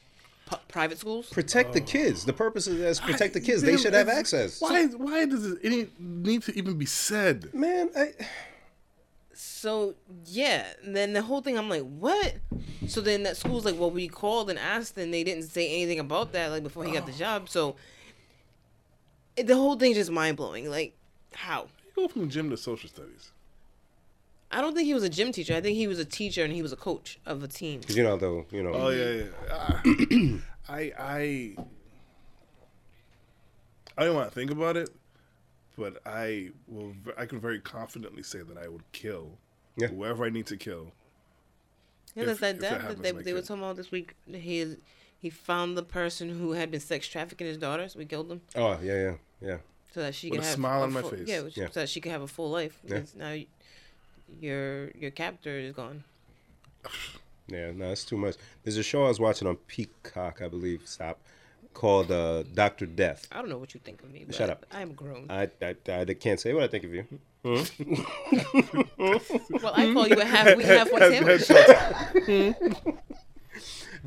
Speaker 1: pu- private schools.
Speaker 3: Protect
Speaker 2: Oh.
Speaker 3: the kids. The purpose is that's protect the kids. They
Speaker 2: Damn,
Speaker 3: should have
Speaker 2: that's-
Speaker 3: access.
Speaker 2: Why? Why does it any need to even be said?
Speaker 3: Man, I,
Speaker 1: So yeah, and then the whole thing I'm like, what? So then that school's like, well, we called and asked, and they didn't say anything about that like before he got the job. So it- the whole thing's just mind blowing. Like how?
Speaker 2: Go from gym to social studies.
Speaker 1: I don't think he was a gym teacher. I think he was a teacher and he was a coach of a team.
Speaker 3: 'cause you know though, you know.
Speaker 2: Oh yeah, yeah. Ah. I I I don't want to think about it, but I will. v- I can very confidently say that I would kill
Speaker 3: Yeah.
Speaker 2: whoever I need to kill.
Speaker 1: Yeah, that's
Speaker 2: If-
Speaker 1: that
Speaker 2: if
Speaker 1: dad
Speaker 2: it
Speaker 1: that
Speaker 2: happens,
Speaker 1: they,
Speaker 2: my
Speaker 1: they were
Speaker 2: kid.
Speaker 1: talking about this week. that He is, he found the person who had been sex trafficking his daughter. So we killed him
Speaker 3: Oh yeah, yeah, yeah.
Speaker 1: so that she
Speaker 2: With
Speaker 1: could
Speaker 2: a
Speaker 1: have
Speaker 2: smile on my
Speaker 1: full-
Speaker 2: face.
Speaker 1: Yeah, which-
Speaker 3: Yeah.
Speaker 1: so that she could have a full life. Because Now y- your your captor is gone.
Speaker 3: Yeah, no, it's too much. There's a show I was watching on Peacock, I believe, stop, called uh, Doctor Death.
Speaker 1: I don't know what you think of me. But
Speaker 3: Shut up. Uh,
Speaker 1: I am grown.
Speaker 3: I, I, I can't say what I think of you.
Speaker 1: well, I call you a half wheat, half white sandwich.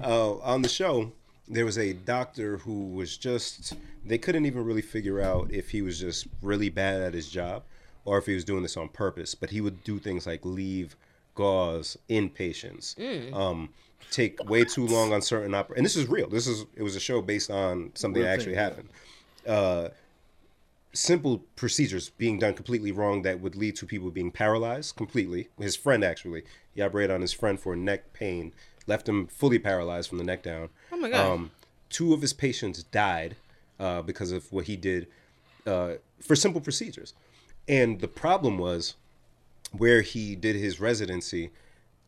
Speaker 3: Uh, on the show, there was a doctor who was just, they couldn't even really figure out if he was just really bad at his job or if he was doing this on purpose. But he would do things like leave gauze in patients, um, take way too long on certain opera. And this is real. This is, it was a show based on something that actually happened. simple procedures being done completely wrong that would lead to people being paralyzed completely. His friend actually, he operated on his friend for neck pain, left him fully paralyzed from the neck down. Um,
Speaker 1: Oh my God.
Speaker 3: two of his patients died uh, because of what he did uh, for simple procedures, and the problem was where he did his residency.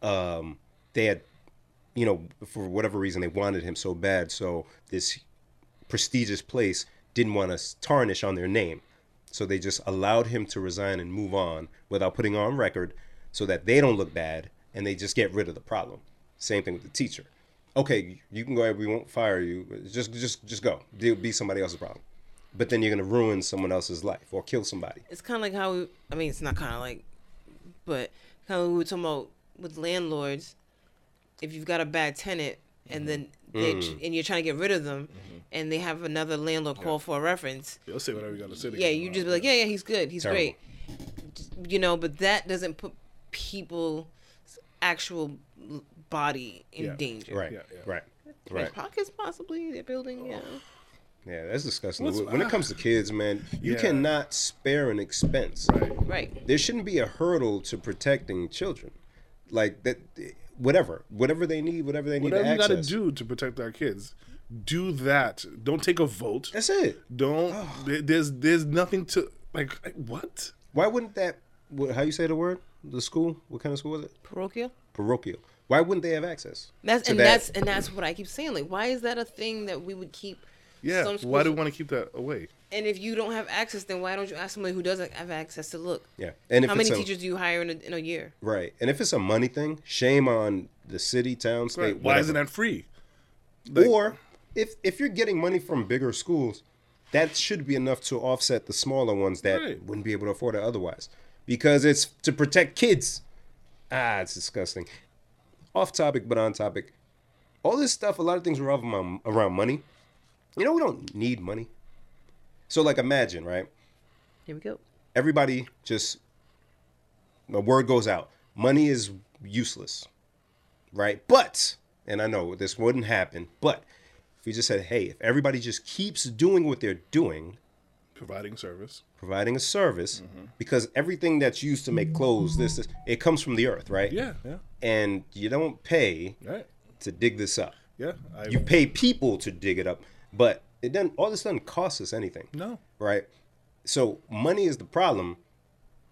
Speaker 3: Um, they had, you know, for whatever reason, they wanted him so bad, so this prestigious place didn't want to tarnish on their name. So they just allowed him to resign and move on without putting on record so that they don't look bad and they just get rid of the problem. Same thing with the teacher. Okay, you can go ahead, we won't fire you. Just just just go. It'll be somebody else's problem. But then you're gonna ruin someone else's life or kill somebody.
Speaker 1: It's kind of like how we, I mean, it's not kind of like, but kind of we were talking about with landlords. If you've got a bad tenant
Speaker 3: Mm-hmm.
Speaker 1: and then they
Speaker 3: Mm.
Speaker 1: and you're trying to get rid of them, and they have another landlord call for a reference,
Speaker 2: You'll say whatever you got to say. to
Speaker 1: yeah,
Speaker 2: get
Speaker 1: you
Speaker 2: around.
Speaker 1: just be like, yeah, yeah, he's good, he's
Speaker 3: Terrible.
Speaker 1: great, you know. But that doesn't put people's actual body in
Speaker 2: Yeah.
Speaker 1: danger.
Speaker 3: Right.
Speaker 2: Yeah, yeah.
Speaker 3: Right.
Speaker 1: Their
Speaker 3: Right. Oh.
Speaker 1: pockets possibly they're building. Yeah.
Speaker 3: Yeah, that's disgusting.
Speaker 2: What's-
Speaker 3: when it comes to kids, man, you
Speaker 2: Yeah.
Speaker 3: cannot spare an expense.
Speaker 2: Right.
Speaker 1: Right.
Speaker 3: there shouldn't be a hurdle to protecting children like that whatever whatever they need whatever they need
Speaker 2: Whatever
Speaker 3: to
Speaker 2: you got to
Speaker 3: access
Speaker 2: do to protect our kids, do that. Don't take a vote.
Speaker 3: that's it
Speaker 2: Don't. there- There's there's nothing to like. like, What?
Speaker 3: why wouldn't that what, how you say the word the school what kind of school was it
Speaker 1: Parochial.
Speaker 3: parochial why wouldn't they have access
Speaker 1: That's
Speaker 3: to
Speaker 1: and
Speaker 3: that?
Speaker 1: that's and that's what I keep saying. Like, why is that a thing that we would keep?
Speaker 2: Yeah.
Speaker 1: some
Speaker 2: Why do
Speaker 1: schools-
Speaker 2: we want to keep that away?
Speaker 1: And if you don't have access, then why don't you ask somebody who doesn't have access to look?
Speaker 3: Yeah. And if
Speaker 1: How
Speaker 3: it's
Speaker 1: many
Speaker 3: a,
Speaker 1: teachers do you hire in a, in a year?
Speaker 3: Right. And if it's a money thing, shame on the city, town, state.
Speaker 2: Right. Why
Speaker 3: whatever.
Speaker 2: isn't that free?
Speaker 3: or if if you're getting money from bigger schools, that should be enough to offset the smaller ones that
Speaker 2: Right.
Speaker 3: wouldn't be able to afford it otherwise. Because it's to protect kids. Ah, it's disgusting. Off topic, but on topic. All this stuff, a lot of things revolve around, around money. You know, we don't need money. So, like, imagine, right?
Speaker 1: Here we go.
Speaker 3: everybody just the word goes out money is useless right but and i know this wouldn't happen but if you just said hey if everybody just keeps doing what they're doing
Speaker 2: Providing service.
Speaker 3: providing a service
Speaker 2: Mm-hmm.
Speaker 3: because everything that's used to make clothes this, this it comes from the earth right
Speaker 2: Yeah, yeah,
Speaker 3: and you don't pay
Speaker 2: right.
Speaker 3: to dig this up
Speaker 2: Yeah, I
Speaker 3: you pay people to dig it up but it doesn't all this doesn't cost us anything
Speaker 2: no,
Speaker 3: right? So money is the problem,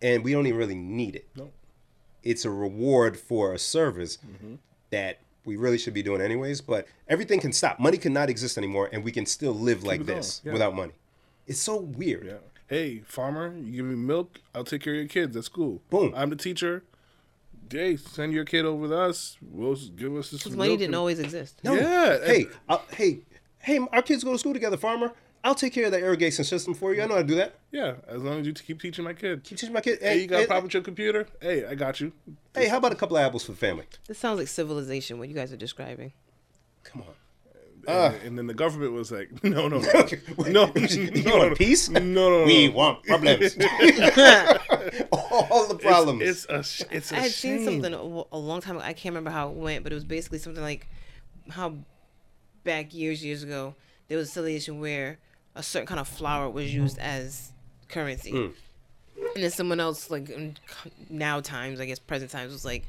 Speaker 3: and we don't even really need it.
Speaker 2: no,
Speaker 3: It's a reward for a service
Speaker 2: Mm-hmm.
Speaker 3: that we really should be doing anyways. But everything can stop. Money cannot exist anymore, and we can still live like
Speaker 2: it going,
Speaker 3: this
Speaker 2: yeah.
Speaker 3: without money. It's so weird.
Speaker 2: yeah. Hey, farmer, you give me milk, I'll take care of your kids at school.
Speaker 3: Boom.
Speaker 2: I'm the teacher. Hey, send your kid over to us. We'll s- give us this.
Speaker 1: Because money didn't always exist.
Speaker 3: No.
Speaker 2: Yeah,
Speaker 3: Hey,
Speaker 2: and-
Speaker 3: I'll, hey, hey! Our kids go to school together, farmer. I'll take care of that irrigation system for you. I know how to do that.
Speaker 2: Yeah, as long as you t- keep teaching my kid.
Speaker 3: You teach my kid.
Speaker 2: Hey, you got a
Speaker 3: hey,
Speaker 2: problem with your computer? Hey, I got you.
Speaker 3: hey, how about a couple of apples for the family?
Speaker 1: This sounds like civilization, what you guys are describing.
Speaker 3: Come on. Ah.
Speaker 2: And, and then the government was like, no, no, no, no,
Speaker 3: you
Speaker 2: no,
Speaker 3: want peace?
Speaker 2: No, no, no.
Speaker 3: We want problems. All the problems.
Speaker 2: It's, it's a, sh- it's a
Speaker 1: I had
Speaker 2: shame.
Speaker 1: seen something a, w- a long time ago. I can't remember how it went, but it was basically something like how back years, years ago, there was a situation where a certain kind of flower was used as currency.
Speaker 2: Mm.
Speaker 1: And then someone else, like in c- now times, I guess present times, was like,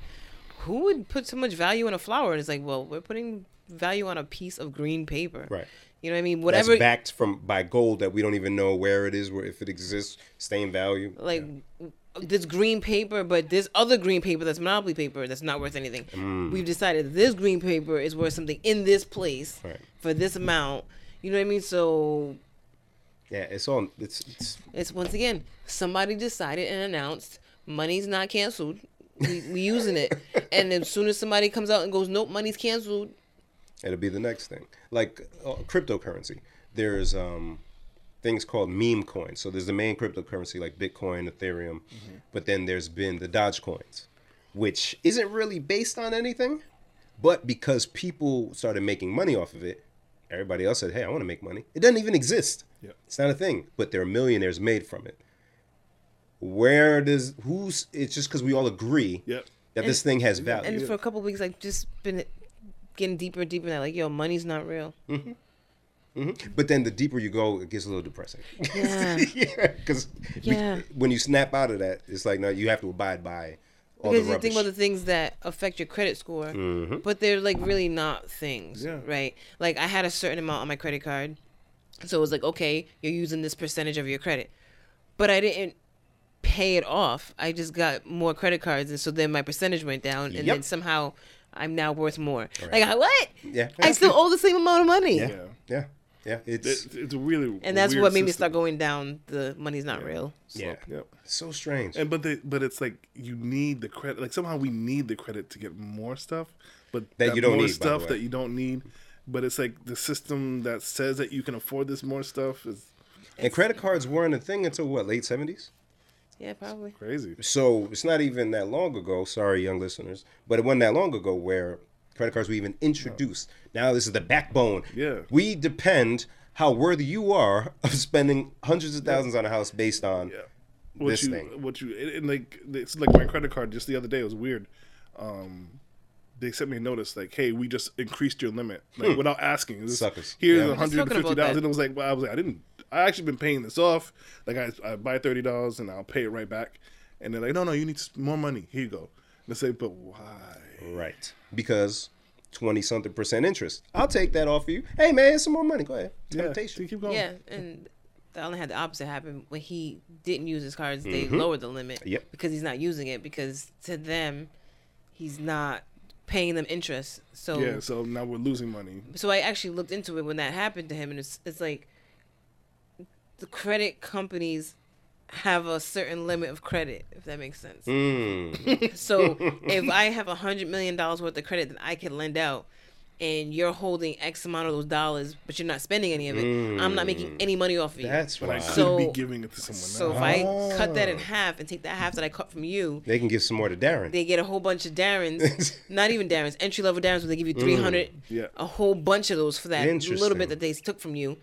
Speaker 1: who would put so much value in a flower? And it's like, well, we're putting value on a piece of green paper.
Speaker 3: Right.
Speaker 1: You know what I mean?
Speaker 3: that's
Speaker 1: Whatever.
Speaker 3: backed from by gold that we don't even know where it is, where if it exists, staying value.
Speaker 1: like w this green paper, but this other green paper that's monopoly paper that's not worth anything. We've decided this green paper is worth something in this place
Speaker 3: Right.
Speaker 1: for this amount. You know what I mean? So
Speaker 3: Yeah, it's all it's, it's
Speaker 1: it's once again somebody decided and announced money's not canceled. We, we using it, and as soon as somebody comes out and goes, nope, money's canceled.
Speaker 3: it'll be the next thing. Like uh, cryptocurrency, there's um things called meme coins. So there's the main cryptocurrency like Bitcoin, Ethereum, but then there's been the Doge coins, which isn't really based on anything, but because people started making money off of it, everybody else said, "Hey, I want to make money." It doesn't even exist.
Speaker 2: Yep.
Speaker 3: It's not a thing, but there are millionaires made from it. Where does who's? It's just because we all agree
Speaker 2: Yep.
Speaker 3: that this thing has value.
Speaker 1: And for a couple of weeks, I've just been getting deeper and deeper. In that, like, yo, money's not real.
Speaker 3: But then the deeper you go, it gets a little depressing.
Speaker 1: Yeah.
Speaker 3: because
Speaker 1: Yeah.
Speaker 3: when you snap out of that, it's like no, you have to abide by all
Speaker 1: because
Speaker 3: the
Speaker 1: you
Speaker 3: rubbish. Mm-hmm.
Speaker 1: think about the things that affect your credit score, but they're like really not things,
Speaker 2: Yeah.
Speaker 1: right? Like I had a certain amount on my credit card, so it was like, okay, you're using this percentage of your credit, but I didn't pay it off. I just got more credit cards, and so then my percentage went down, and
Speaker 3: Yep.
Speaker 1: then somehow I'm now worth more. Like I- what?
Speaker 3: Yeah.
Speaker 1: I still owe the same amount of money,
Speaker 3: yeah,
Speaker 2: Yeah.
Speaker 3: yeah, yeah. It's
Speaker 2: It, it's a really
Speaker 1: and that's
Speaker 2: weird
Speaker 1: what made me
Speaker 2: system.
Speaker 1: start going down. The money's not real.
Speaker 3: yeah,
Speaker 2: Yep.
Speaker 3: so strange.
Speaker 2: And but they but it's like you need the credit. Like somehow we need the credit to get more stuff, but
Speaker 3: That you don't
Speaker 2: more
Speaker 3: need, by the
Speaker 2: stuff
Speaker 3: way.
Speaker 2: that you don't need. But it's like the system that says that you can afford this more stuff is
Speaker 3: and credit cards weren't a thing until what late seventies.
Speaker 1: Yeah, probably.
Speaker 2: crazy.
Speaker 3: So it's not even that long ago. Sorry, young listeners, but it wasn't that long ago where credit cards were even introduced. Now this is the backbone.
Speaker 2: Yeah.
Speaker 3: we depend how worthy you are of spending hundreds of thousands on a house based on.
Speaker 2: Yeah. What
Speaker 3: This
Speaker 2: you
Speaker 3: thing.
Speaker 2: what you and, and like it's like my credit card just the other day it was weird. Um they sent me a notice like, "Hey, we just increased your limit like without asking." It was,
Speaker 3: Hmm. Suckers.
Speaker 2: Here's
Speaker 3: Yeah.
Speaker 2: one
Speaker 3: We were
Speaker 1: just
Speaker 2: hundred and
Speaker 1: talking
Speaker 2: fifty
Speaker 1: about
Speaker 2: dollars,
Speaker 1: that.
Speaker 2: and I was like, "Well, I was like, I didn't. I actually been paying this off. Like, I, I buy thirty dollars and I'll pay it right back." And they're like, "No, no, you need s- more money. Here you go." And I say, "But why?"
Speaker 3: Right. Because 20 something percent interest. I'll take that off of you. Hey, man, some more money. Go ahead. Temptation.
Speaker 2: Yeah, keep going.
Speaker 1: Yeah, and I only had the opposite happen when he didn't use his cards. They lowered the limit
Speaker 3: Yep.
Speaker 1: because he's not using it because to them, he's not paying them interest. So,
Speaker 2: Yeah, so now we're losing money.
Speaker 1: so I actually looked into it when that happened to him, and it's it's like the credit companies have a certain limit of credit, if that makes sense.
Speaker 3: Mm.
Speaker 1: So if I have a hundred million dollars worth of credit that I can lend out, and you're holding X amount of those dollars, but you're not spending any of it, I'm not making any money off of you.
Speaker 3: That's
Speaker 2: But I
Speaker 3: why.
Speaker 2: could
Speaker 1: So-
Speaker 2: be giving it to someone
Speaker 1: so
Speaker 2: else.
Speaker 1: if I cut that in half and take that half that I cut from you,
Speaker 3: they can give some more to Darren.
Speaker 1: they get a whole bunch of Darrens, not even Darrens, entry level Darrens, where they give you 300,
Speaker 2: Yeah.
Speaker 1: a whole bunch of those for that little
Speaker 3: Mm, Interesting.
Speaker 1: bit that they took from you.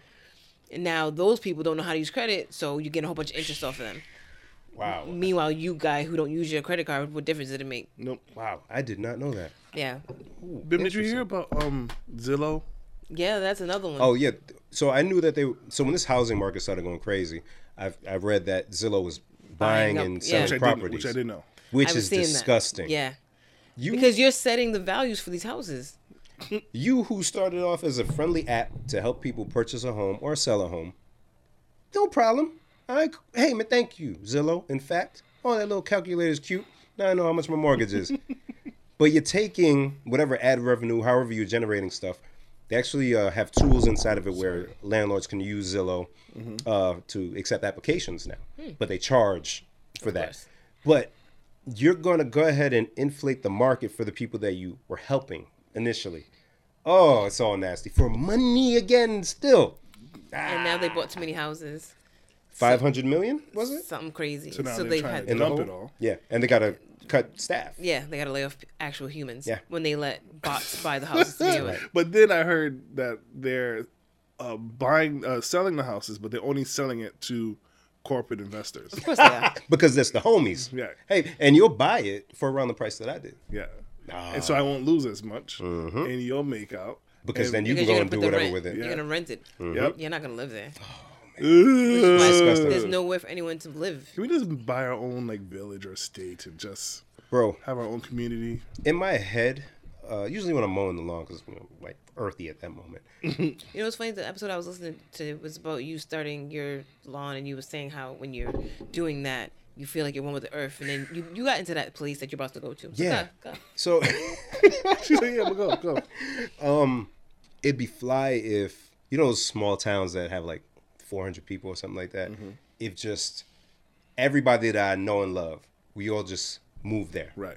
Speaker 1: And now those people don't know how to use credit, so you get a whole bunch of interest off of them.
Speaker 3: wow.
Speaker 1: Meanwhile, you guy who don't use your credit card, what difference did it make?
Speaker 2: nope.
Speaker 3: Wow. I did not know that.
Speaker 1: Yeah,
Speaker 2: Bim, did you hear about um Zillow?
Speaker 1: yeah, that's another one.
Speaker 3: Oh yeah. So I knew that they. So when this housing market started going crazy, I've I've read that Zillow was buying,
Speaker 1: Buying up,
Speaker 3: and
Speaker 1: yeah.
Speaker 3: selling
Speaker 1: Which
Speaker 2: Which I didn't, which
Speaker 3: properties,
Speaker 2: I didn't know.
Speaker 3: which
Speaker 1: I was
Speaker 3: is
Speaker 1: seeing
Speaker 3: disgusting.
Speaker 1: That. Yeah,
Speaker 3: You
Speaker 1: because you're setting the values for these houses.
Speaker 3: you who started off as a friendly app to help people purchase a home or sell a home, no problem. I hey man, thank you Zillow. In fact, oh that little calculator's cute. Now I know how much my mortgage is. but you're taking whatever ad revenue, however you're generating stuff. They actually uh, have tools inside of it where landlords can use Zillow
Speaker 1: Mm-hmm.
Speaker 3: uh, to accept applications now, but they charge for that.
Speaker 1: Hmm. course.
Speaker 3: But you're going to go ahead and inflate the market for the people that you were helping initially. Oh, it's all nasty for money again. Still,
Speaker 1: and now they bought too many houses.
Speaker 3: five hundred million Ah. was it?
Speaker 1: Something crazy.
Speaker 2: So
Speaker 1: So,
Speaker 2: now
Speaker 1: they
Speaker 2: they're trying
Speaker 1: had,
Speaker 2: to
Speaker 3: In the
Speaker 2: dump it
Speaker 3: hole?
Speaker 2: all.
Speaker 3: Yeah, and they got to cut staff.
Speaker 1: yeah, they got to lay off actual humans.
Speaker 3: Yeah.
Speaker 1: when they let bots buy the houses to do it.
Speaker 2: But then I heard that they're uh, buying, uh, selling the houses, but they're only selling it to corporate investors.
Speaker 1: Of course they are.
Speaker 3: because that's the homies.
Speaker 2: Yeah.
Speaker 3: Hey, and you'll buy it for around the price that I did.
Speaker 2: Yeah. And so I won't lose as much,
Speaker 3: Mm-hmm.
Speaker 2: and you'll make out.
Speaker 3: Because
Speaker 2: And-
Speaker 3: then you
Speaker 1: Because you're
Speaker 3: can go
Speaker 1: gonna
Speaker 3: and
Speaker 1: put
Speaker 3: do
Speaker 1: the
Speaker 3: whatever
Speaker 1: rent.
Speaker 3: with it.
Speaker 1: You're gonna rent it.
Speaker 2: Yep.
Speaker 1: You're not gonna live there.
Speaker 2: Ugh.
Speaker 1: Like,
Speaker 3: disgusting.
Speaker 1: There's nowhere for anyone to live.
Speaker 2: Can we just buy our own like village or state and just
Speaker 3: Bro,
Speaker 2: have our own community?
Speaker 3: in my head, uh, usually when I'm mowing the lawn, because you know, like earthy at that moment.
Speaker 1: You know what's funny? The episode I was listening to was about you starting your lawn, and you were saying how when you're doing that, you feel like you're one with the earth, and then you, you got into that place that you're about to go to. So
Speaker 3: Yeah.
Speaker 1: go, go.
Speaker 3: So
Speaker 2: She's like, yeah, but go, go.
Speaker 3: it'd be fly if you know those small towns that have like 400 people or something like that.
Speaker 2: Mm-hmm.
Speaker 3: If just everybody that I know and love, we all just move there,
Speaker 2: Right.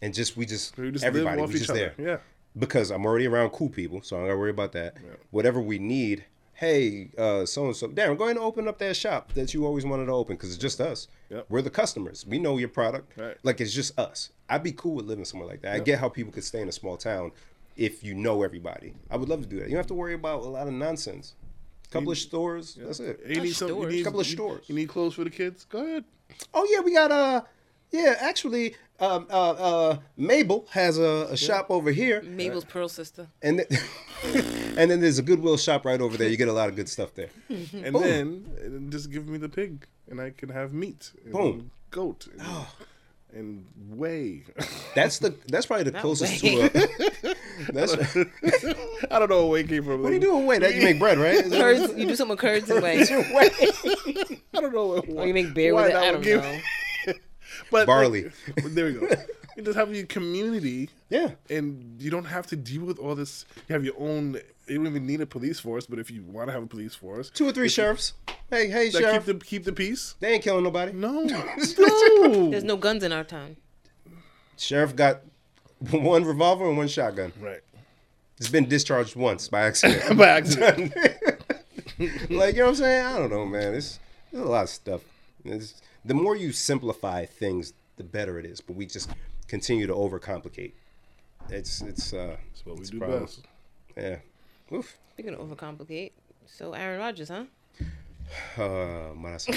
Speaker 3: and just we just,
Speaker 2: We just
Speaker 3: everybody
Speaker 2: live off
Speaker 3: we
Speaker 2: each
Speaker 3: just
Speaker 2: other.
Speaker 3: there.
Speaker 2: Yeah.
Speaker 3: because I'm already around cool people, so I don't gotta worry about that. Whatever we need, hey, uh, so and so, Darren, go ahead and open up that shop that you always wanted to open because it's just us.
Speaker 2: Yep.
Speaker 3: We're the customers. We know your product.
Speaker 2: Right.
Speaker 3: Like it's just us. I'd be cool with living somewhere like that. I get how people could stay in a small town if you know everybody. I would love to do that. You don't have to worry about a lot of nonsense. couple of stores. That's it.
Speaker 2: You need some, you
Speaker 1: stores.
Speaker 2: need,
Speaker 3: Couple of
Speaker 2: you-
Speaker 3: stores.
Speaker 2: You need clothes for the kids? Go ahead.
Speaker 3: Oh yeah, we got uh yeah, actually, um, uh, uh, Mabel has a, a shop over here.
Speaker 1: Mabel's Pearl Sister.
Speaker 3: and th- and then there's a Goodwill shop right over there. You get a lot of good stuff there.
Speaker 2: And then and just give me the pig, and I can have meat. And
Speaker 3: Boom. Ah.
Speaker 2: Goat. And, and whey.
Speaker 3: That's the that's probably the closest to
Speaker 1: whey.
Speaker 3: a. That's, what
Speaker 2: I don't know where whey came from. What
Speaker 3: do you do with whey? That you make bread, right? Is it-
Speaker 1: Curds, you do something with curds and whey.
Speaker 2: I don't know. What,
Speaker 1: Or you make beer
Speaker 2: why
Speaker 1: with it.
Speaker 2: that
Speaker 1: I
Speaker 2: would
Speaker 1: don't
Speaker 2: give-
Speaker 1: know.
Speaker 2: But
Speaker 3: Barley.
Speaker 2: like, there we go. You just have your community.
Speaker 3: Yeah.
Speaker 2: And you don't have to deal with all this. You have your own. You don't even need a police force, but if you want to have a police force,
Speaker 3: Two or three sheriffs. Hey, hey,
Speaker 2: that
Speaker 3: sheriff.
Speaker 2: keep the keep the peace.
Speaker 3: they ain't killing nobody.
Speaker 2: No,
Speaker 1: There's
Speaker 2: no.
Speaker 1: no guns in our town.
Speaker 3: Sheriff got one revolver and one shotgun.
Speaker 2: Right.
Speaker 3: It's been discharged once by accident.
Speaker 2: By accident.
Speaker 3: like you know what I'm saying? I don't know, man. It's there's a lot of stuff. It's, the more you simplify things, the better it is. But we just continue to overcomplicate. It's it's uh.
Speaker 2: That's what we
Speaker 3: it's
Speaker 2: do
Speaker 3: a problem.
Speaker 2: best.
Speaker 3: Yeah. Oof.
Speaker 1: You're gonna overcomplicate. So Aaron Rodgers, huh?
Speaker 3: Uh, Marasa.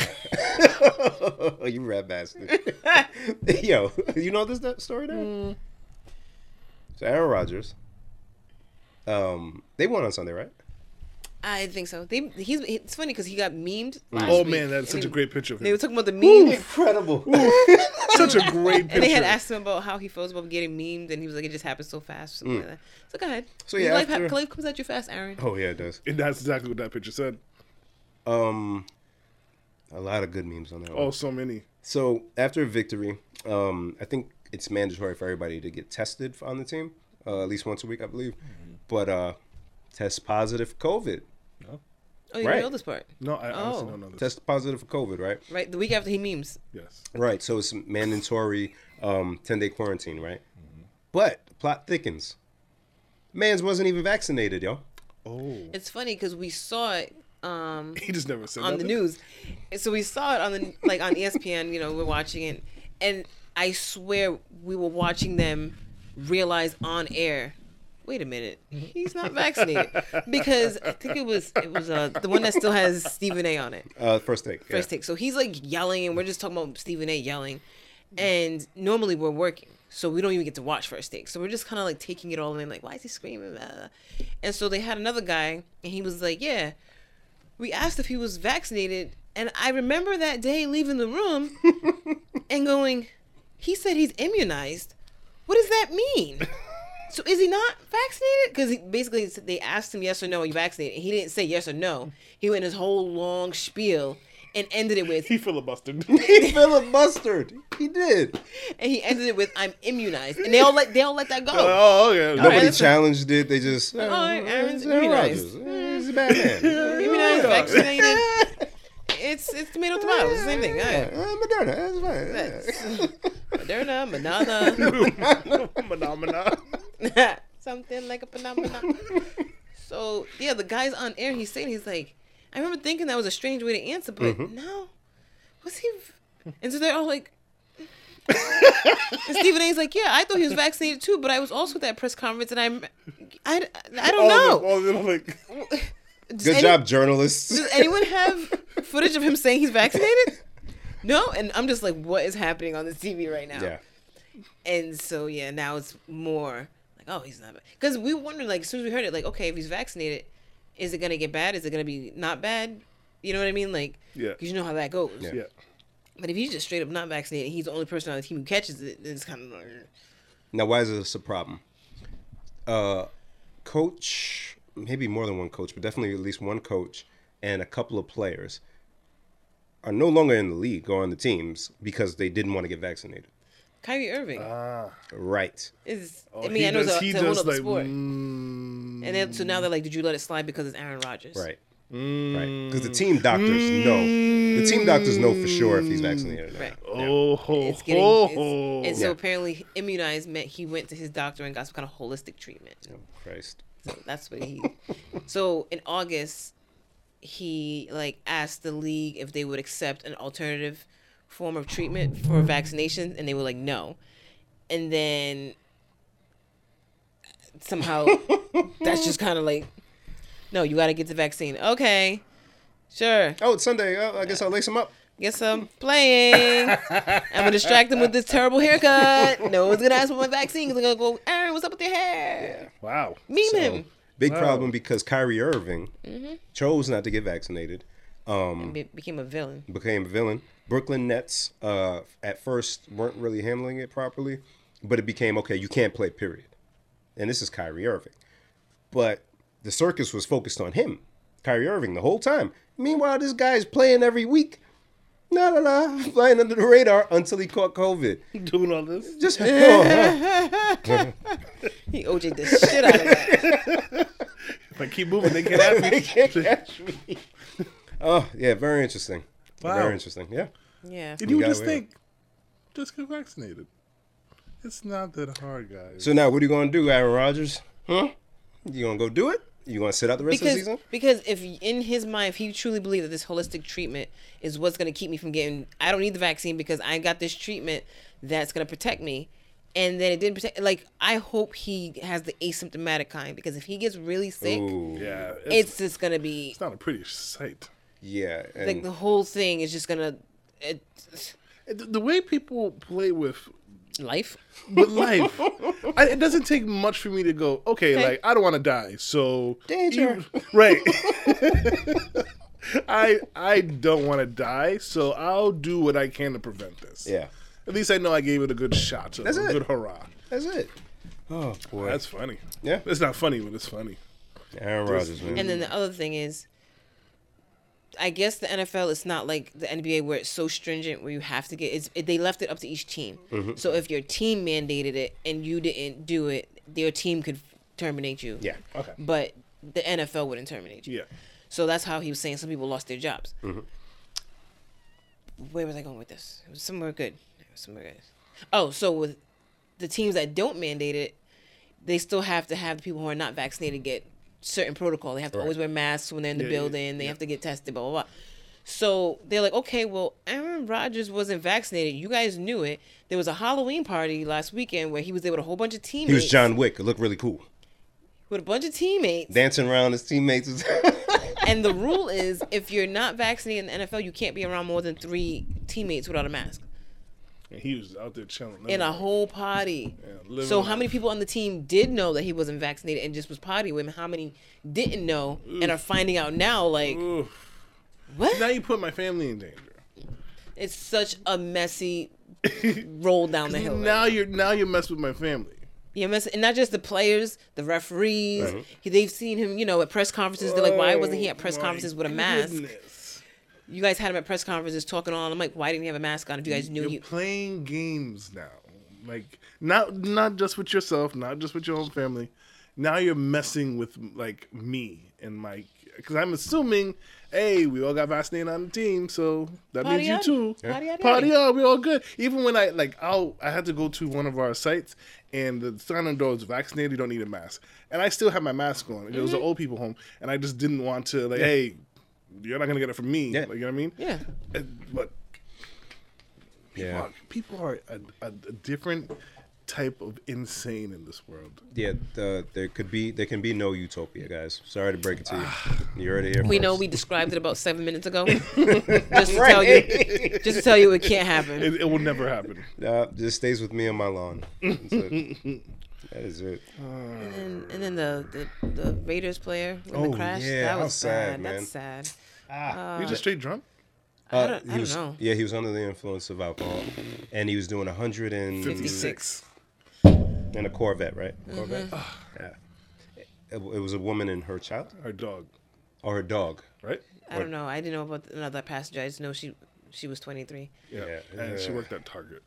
Speaker 3: you rat bastard. Yo, you know this that story there? So Aaron Rodgers. Um, they won on Sunday, right?
Speaker 1: I think so. They he's it's funny because he got memed. Last
Speaker 2: Oh
Speaker 1: week.
Speaker 2: man, that's such a
Speaker 1: And
Speaker 2: great picture of
Speaker 1: They
Speaker 2: him.
Speaker 1: were talking about the meme,
Speaker 3: Incredible.
Speaker 2: Such a great
Speaker 1: and they had
Speaker 2: picture.
Speaker 1: asked him about how he feels about getting memed, and he was like, "It just happens so fast." or Something like that. So go ahead.
Speaker 3: Mm. So,
Speaker 1: So yeah,
Speaker 3: yeah,
Speaker 1: life,
Speaker 3: after-
Speaker 1: hap- life comes at you fast, Aaron.
Speaker 3: oh yeah, it does.
Speaker 2: And that's exactly what that picture said.
Speaker 3: Um, a lot of good memes on that. one.
Speaker 2: Oh, so many.
Speaker 3: So after a victory, um, I think it's mandatory for everybody to get tested on the team, uh, at least once a week, I believe. But uh, test positive for COVID.
Speaker 1: Oh, you
Speaker 3: Right.
Speaker 1: know this part,
Speaker 2: No, I honestly
Speaker 1: Oh.
Speaker 2: don't know this.
Speaker 3: Test positive for COVID, right?
Speaker 1: right? The week after he memes.
Speaker 2: Yes.
Speaker 3: Right. So it's mandatory um, 10 day quarantine, right? But the plot thickens. Mans wasn't even vaccinated, yo.
Speaker 2: Oh.
Speaker 1: It's funny because we saw it um,
Speaker 2: He just never said
Speaker 1: on the
Speaker 2: nothing.
Speaker 1: news, And so we saw it on the like on E ESPN. You know, we're watching it, and I swear we were watching them realize on air. Wait a minute, he's not vaccinated because I think it was it was uh, the one that still has Stephen A on it.
Speaker 3: Uh, first take. yeah.
Speaker 1: first take. So he's like yelling, and we're just talking about Stephen A. yelling. And normally we're working, so we don't even get to watch first take. So we're just kind of like taking it all in, like, why is he screaming? Blah, blah, blah. And so they had another guy, and he was like, yeah, we asked if he was vaccinated. And I remember that day leaving the room and going, he said he's immunized. What does that mean? So is he not vaccinated? Because he basically they asked him yes or no, are you vaccinated? And he didn't say yes or no. He went his whole long spiel and ended it with
Speaker 2: He filibustered.
Speaker 3: He filibustered. He did.
Speaker 1: and he ended it with I'm immunized. And they all let they all let that go.
Speaker 2: oh, okay.
Speaker 3: Nobody
Speaker 1: that's-
Speaker 3: challenged it. They just. Oh,
Speaker 1: Aaron's
Speaker 3: it's Aaron
Speaker 1: immunized.
Speaker 3: Rodgers. Eh, He's a bad man.
Speaker 1: Immunized, vaccinated. It's it's tomato tomato. It's the same thing. All
Speaker 3: Yeah,
Speaker 1: right.
Speaker 3: uh, Moderna. That's fine. yeah.
Speaker 1: Moderna, banana,
Speaker 2: Phenomena.
Speaker 1: something like a banana. So yeah, the guy's on air. He's saying he's like, I remember thinking that was a strange way to answer, but
Speaker 3: Mm-hmm.
Speaker 1: no, was he? v- And so they're all like, and Stephen A's like, yeah, I thought he was vaccinated too, but I was also at that press conference, and I'm, I, I don't know. Mm.
Speaker 2: All of them, all of them,
Speaker 1: Does
Speaker 2: like,
Speaker 3: Oh, Good
Speaker 1: any-
Speaker 3: job, journalists.
Speaker 1: Does anyone have footage of him saying he's vaccinated? No, and I'm just like, what is happening on the TV right now?
Speaker 3: Yeah.
Speaker 1: And so yeah, now it's more like, oh, he's not because we wondered like as soon as we heard it, like, okay, if he's vaccinated, is it gonna get bad? Is it gonna be not bad? You know what I mean? Like,
Speaker 2: Yeah.
Speaker 1: 'cause you know how that goes.
Speaker 3: Yeah.
Speaker 2: yeah.
Speaker 1: But if he's just straight up not vaccinated, he's the only person on the team who catches it. Then it's kind of like,
Speaker 3: Now, why is this a problem? Uh, coach, maybe more than one coach, but definitely at least one coach and a couple of players are no longer in the league or on the teams because they didn't want to get vaccinated.
Speaker 1: Kyrie Irving
Speaker 2: Ah.
Speaker 3: Right.
Speaker 1: is.
Speaker 2: Oh,
Speaker 1: I mean,
Speaker 2: he
Speaker 1: I know
Speaker 2: just-
Speaker 1: it's a,
Speaker 2: he
Speaker 1: it's a whole
Speaker 2: just
Speaker 1: other
Speaker 2: like,
Speaker 1: sport.
Speaker 2: mm,
Speaker 1: And then so now they're like, did you let it slide because it's Aaron Rodgers?
Speaker 3: Right. Right. Because the team doctors know. The team doctors know for sure if he's vaccinated or not.
Speaker 1: Right.
Speaker 2: Oh, ho,
Speaker 1: it's getting
Speaker 2: ho, ho.
Speaker 1: it's, and
Speaker 3: Yeah.
Speaker 1: so apparently immunized meant he went to his doctor and got some kind of holistic treatment
Speaker 3: Oh, Christ.
Speaker 1: so that's what he so in august he like asked the league if they would accept an alternative form of treatment for vaccination and they were like no and then somehow that's just kind of like no you got to get the vaccine okay sure
Speaker 3: Oh, it's Sunday. Oh, I guess I'll lace him up.
Speaker 1: Guess I'm playing. I'm gonna distract them with this terrible haircut. No one's gonna ask for my vaccine because they're gonna go, Aaron, what's up with your hair?
Speaker 2: Wow.
Speaker 1: Meme him.
Speaker 3: Big
Speaker 2: Wow.
Speaker 3: problem because Kyrie Irving chose not to get vaccinated. Um,
Speaker 1: Be- became a villain.
Speaker 3: became a villain. Brooklyn Nets uh, at first weren't really handling it properly, but it became okay. You can't play, period. And this is Kyrie Irving, but the circus was focused on him, Kyrie Irving, the whole time. Meanwhile, this guy's playing every week, la la la, flying under the radar until he caught COVID.
Speaker 2: Doing all this.
Speaker 3: Just oh,
Speaker 1: He OJ the shit out of that.
Speaker 2: If I keep moving, they can't have me.
Speaker 3: oh, yeah, very interesting.
Speaker 2: Wow.
Speaker 3: Very interesting. Yeah,
Speaker 1: Yeah.
Speaker 2: And you would
Speaker 3: gotta
Speaker 2: just
Speaker 3: wait.
Speaker 2: think, just get vaccinated. It's not that hard, guys.
Speaker 3: So now, what are you gonna do, Aaron Rodgers? Huh? You gonna go do it? You gonna sit out the rest of the
Speaker 1: Because
Speaker 3: season?
Speaker 1: because if in his mind, if he truly believed that this holistic treatment is what's gonna keep me from getting, I don't need the vaccine because I got this treatment that's gonna protect me. And then it didn't protect. Like I hope he has the asymptomatic kind because if he gets really sick,
Speaker 3: Ooh,
Speaker 2: yeah, it's,
Speaker 1: it's just gonna be
Speaker 2: it's not a pretty sight.
Speaker 3: yeah. And
Speaker 1: like the whole thing is just gonna it,
Speaker 2: And The, the way people play with
Speaker 1: life
Speaker 2: with life, I, it doesn't take much for me to go. Okay, like I don't want to die, so
Speaker 3: Danger.
Speaker 2: you- right? I I don't want to die, so I'll do what I can to prevent this.
Speaker 3: yeah.
Speaker 2: At least I know I gave it a good shot. So
Speaker 3: That's
Speaker 2: a
Speaker 3: it.
Speaker 2: Good hurrah.
Speaker 3: That's it. Oh boy,
Speaker 2: That's funny.
Speaker 3: Yeah.
Speaker 2: It's not funny, but it's funny.
Speaker 3: Aaron Rodgers, man.
Speaker 1: and then the other thing is i guess the nfl is not like the nba where it's so stringent where you have to get it's it, they left it up to each team
Speaker 3: Mm-hmm.
Speaker 1: so if your team mandated it and you didn't do it your team could terminate you
Speaker 3: yeah,
Speaker 2: Okay.
Speaker 1: but the nfl wouldn't terminate you
Speaker 2: Yeah.
Speaker 1: So that's how he was saying some people lost their jobs.
Speaker 2: Mm-hmm.
Speaker 1: Where was I going with this? It was somewhere good. It was somewhere good. Oh, so with the teams that don't mandate it, they still have to have the people who are not vaccinated get certain protocol. They have to always wear masks when they're in the
Speaker 2: Yeah, yeah,
Speaker 1: building. They have to get tested. Blah blah blah. So they're like, okay, well, Aaron Rodgers wasn't vaccinated. You guys knew it. There was a Halloween party last weekend where he was there with a whole bunch of teammates.
Speaker 3: He was John Wick. It looked really cool.
Speaker 1: with a bunch of teammates.
Speaker 3: Dancing around his teammates. Was
Speaker 1: and the rule is if you're not vaccinated in the NFL, you can't be around more than three teammates without a mask
Speaker 2: And he was out there chilling.
Speaker 1: in a whole party.
Speaker 2: living
Speaker 1: so how
Speaker 2: life.
Speaker 1: many people on the team did know that he wasn't vaccinated and just was partying with him? How many didn't know and are finding out now? Like
Speaker 2: Oof.
Speaker 1: what?
Speaker 2: Now you put my family in danger.
Speaker 1: it's such a messy roll down the hill.
Speaker 2: Now you're now you mess with my family.
Speaker 1: Yeah, mess- and not just the players, the referees. He, they've seen him, you know, at press conferences. They're like, why wasn't he at press
Speaker 2: Oh, my
Speaker 1: conferences with a mask?
Speaker 2: goodness.
Speaker 1: You guys had him at press conferences talking on. I'm like, why didn't he have a mask on if you guys knew
Speaker 2: You're
Speaker 1: you?
Speaker 2: playing games now. Like not not just with yourself, not just with your own family. Now you're messing with like me and my because I'm assuming, hey, we all got vaccinated on the team, so that
Speaker 1: Party
Speaker 2: means you
Speaker 1: on.
Speaker 2: too.
Speaker 1: Party on.
Speaker 2: Party on, we all good. Even when I like, I'll I had to go to one of our sites and the sign on door is vaccinated. You don't need a mask, and I still had my mask on. It was
Speaker 1: Mm-hmm.
Speaker 2: an old people home, and I just didn't want to like, hey, you're not gonna get it from me.
Speaker 3: Yeah.
Speaker 2: Like, you know what I mean?
Speaker 1: Yeah.
Speaker 2: And- But
Speaker 3: yeah.
Speaker 2: Fuck, people are a, a, a different type of insane in this world.
Speaker 3: Yeah. The, there could be there can be no utopia, guys. Sorry to break it to you. You heard it here.
Speaker 1: We know we described it about seven minutes ago. just to tell you, just to tell you, it can't happen.
Speaker 2: It, it will never happen.
Speaker 3: Uh, just stays with me on my lawn. That's it. that is it.
Speaker 1: And, and then the, the the Raiders player with
Speaker 3: Oh,
Speaker 1: the crash.
Speaker 3: yeah,
Speaker 1: that
Speaker 3: how
Speaker 1: was
Speaker 3: sad,
Speaker 1: sad.
Speaker 3: man. Uh,
Speaker 1: That's sad.
Speaker 2: you just straight drunk.
Speaker 1: I don't- I
Speaker 3: he
Speaker 1: don't
Speaker 3: was,
Speaker 1: know.
Speaker 3: Yeah, he was under the influence of alcohol, and he was doing 100 and
Speaker 1: 56.
Speaker 3: in a Corvette, right?
Speaker 1: Mm-hmm.
Speaker 3: Corvette. Yeah. It, it was a woman and her child
Speaker 2: Our dog,
Speaker 3: or her dog.
Speaker 2: right?
Speaker 1: I don't know. I didn't know about another passenger. I just know she she was 23.
Speaker 2: Yeah.
Speaker 3: Yeah.
Speaker 2: And she worked at Target.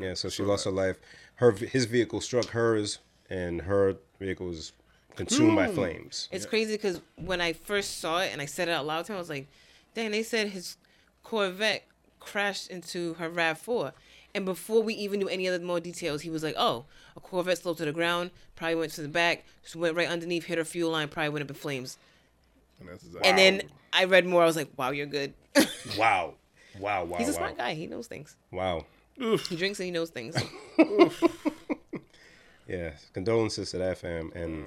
Speaker 3: Yeah, so she lost her life. Her his vehicle struck hers, and her vehicle was consumed
Speaker 1: Mm.
Speaker 3: by flames.
Speaker 1: It's crazy because when I first saw it and I said it out loud to him, I was like, dang, they said his Corvette crashed into her RAV4. And before we even knew any other more details, he was like, oh, a Corvette slowed to the ground, probably went to the back, just went right underneath, hit her fuel line, probably went up in flames.
Speaker 2: And, that's exactly
Speaker 1: And then I read more. I was like, wow, you're good. He's
Speaker 3: Wow, wow, wow,
Speaker 1: a
Speaker 3: wow,
Speaker 1: smart guy. He knows things.
Speaker 3: wow.
Speaker 1: He drinks and he knows things.
Speaker 3: Yeah, condolences to that fam and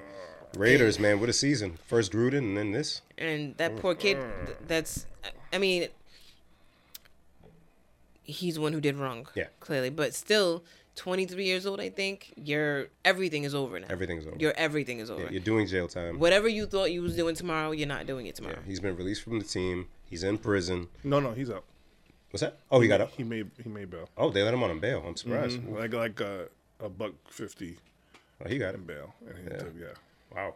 Speaker 3: Raiders, man. What a season! First Gruden, and then this.
Speaker 1: and that poor kid th- that's i mean he's the one who did wrong
Speaker 3: Yeah.
Speaker 1: clearly but still 23 years old i think your everything is over now
Speaker 3: Everything's over.
Speaker 1: your everything is over
Speaker 3: You're doing jail time.
Speaker 1: whatever you thought you was doing tomorrow you're not doing it tomorrow
Speaker 3: He's been released from the team. He's in prison.
Speaker 2: no, no, he's out.
Speaker 3: What's that? Oh, he got up.
Speaker 2: He made he made bail.
Speaker 3: Oh, they let him on bail. I'm surprised.
Speaker 2: Like like a, a buck fifty
Speaker 3: Oh, he got
Speaker 2: in
Speaker 3: him.
Speaker 2: bail. And he yeah. Took, yeah.
Speaker 3: Wow.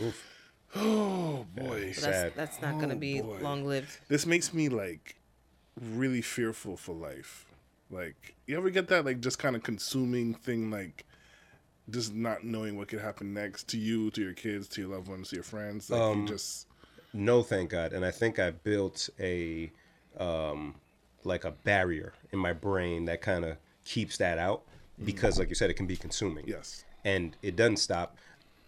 Speaker 3: Oof.
Speaker 2: Oh boy.
Speaker 1: that's,
Speaker 3: Sad.
Speaker 1: that's not going to
Speaker 2: Oh,
Speaker 1: be
Speaker 2: boy.
Speaker 1: long lived
Speaker 2: this makes me like really fearful for life. Like, you ever get that like just kind of consuming thing, like just not knowing what could happen next to you, to your kids, to your loved ones, to your friends. Like,
Speaker 3: Um,
Speaker 2: you just
Speaker 3: No, thank God. And I think I built a, um, like a barrier in my brain that kind of keeps that out because, like you said, it can be consuming.
Speaker 2: yes,
Speaker 3: And it doesn't stop.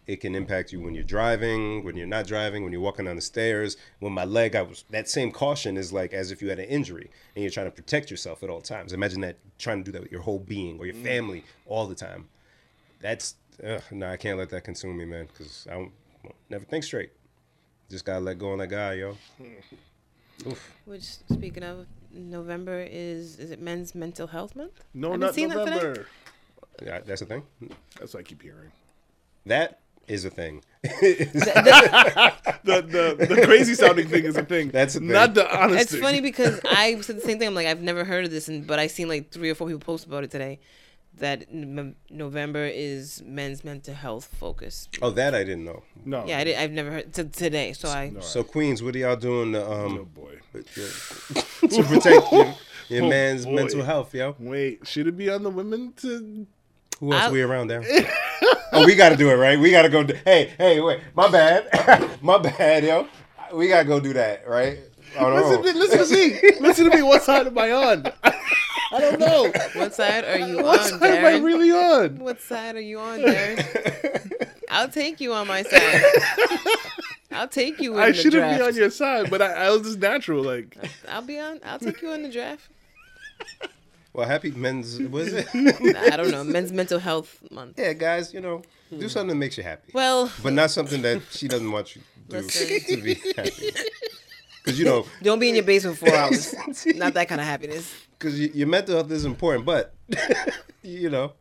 Speaker 3: It can impact you when you're driving, when you're not driving, when you're walking down the stairs. When my leg, I was that same caution is like as if you had an injury and you're trying to protect yourself at all times. Imagine that trying to do that with your whole being or your family all the time. That's ugh, no, I can't let that consume me, man, because I don't, never think straight. Just gotta let go and let God, yo. Oof.
Speaker 1: which speaking of november is is it men's mental health month
Speaker 2: no,
Speaker 1: I've been
Speaker 2: not
Speaker 1: seeing that today.
Speaker 2: November.
Speaker 3: Yeah, that's a thing.
Speaker 2: That's what I keep hearing.
Speaker 3: That is a thing.
Speaker 2: The the, the crazy sounding thing is a thing.
Speaker 3: That's a thing.
Speaker 2: not the honest.
Speaker 1: It's
Speaker 2: thing.
Speaker 1: funny because I said the same thing. I'm like, I've never heard of this, and but I seen like three or four people post about it today. That n- November is men's mental health focus.
Speaker 3: Oh, that I didn't know.
Speaker 2: No,
Speaker 1: Yeah, I did, I've never heard to today. So I
Speaker 3: So Queens, what are y'all doing to
Speaker 2: oh
Speaker 3: um
Speaker 2: boy.
Speaker 3: to protect your, your
Speaker 2: Oh,
Speaker 3: man's
Speaker 2: boy.
Speaker 3: mental health, yo?
Speaker 2: Wait, should it be on the women to?
Speaker 3: Who else
Speaker 1: I'll-
Speaker 3: we around there? oh, we gotta do it right. We gotta go. d hey, hey, wait. My bad. My bad, yo. we gotta go do that, right? On our
Speaker 2: Listen,
Speaker 3: own.
Speaker 2: to, listen to me. Listen to me. What side am I on? I don't know.
Speaker 1: What side are you
Speaker 2: What
Speaker 1: on,
Speaker 2: side am I
Speaker 1: Darren?
Speaker 2: really on?
Speaker 1: What side are you on, Darren? I'll take you on my side. I'll take you in
Speaker 2: I
Speaker 1: the
Speaker 2: shouldn't
Speaker 1: draft.
Speaker 2: be on your side, but I, I was just natural. Like,
Speaker 1: I'll be on. I'll take you on the draft.
Speaker 3: Well, happy men's what is it?
Speaker 1: I don't know. Men's Mental Health Month.
Speaker 3: yeah, guys, you know,
Speaker 2: Hmm.
Speaker 3: do something that makes you happy,
Speaker 1: Well,
Speaker 3: but not something that she doesn't want you to, do
Speaker 1: Listen.
Speaker 3: to be happy. Because you know,
Speaker 1: don't be in your basement for four hours. Not that kind of happiness.
Speaker 3: because your mental health is important, but you know,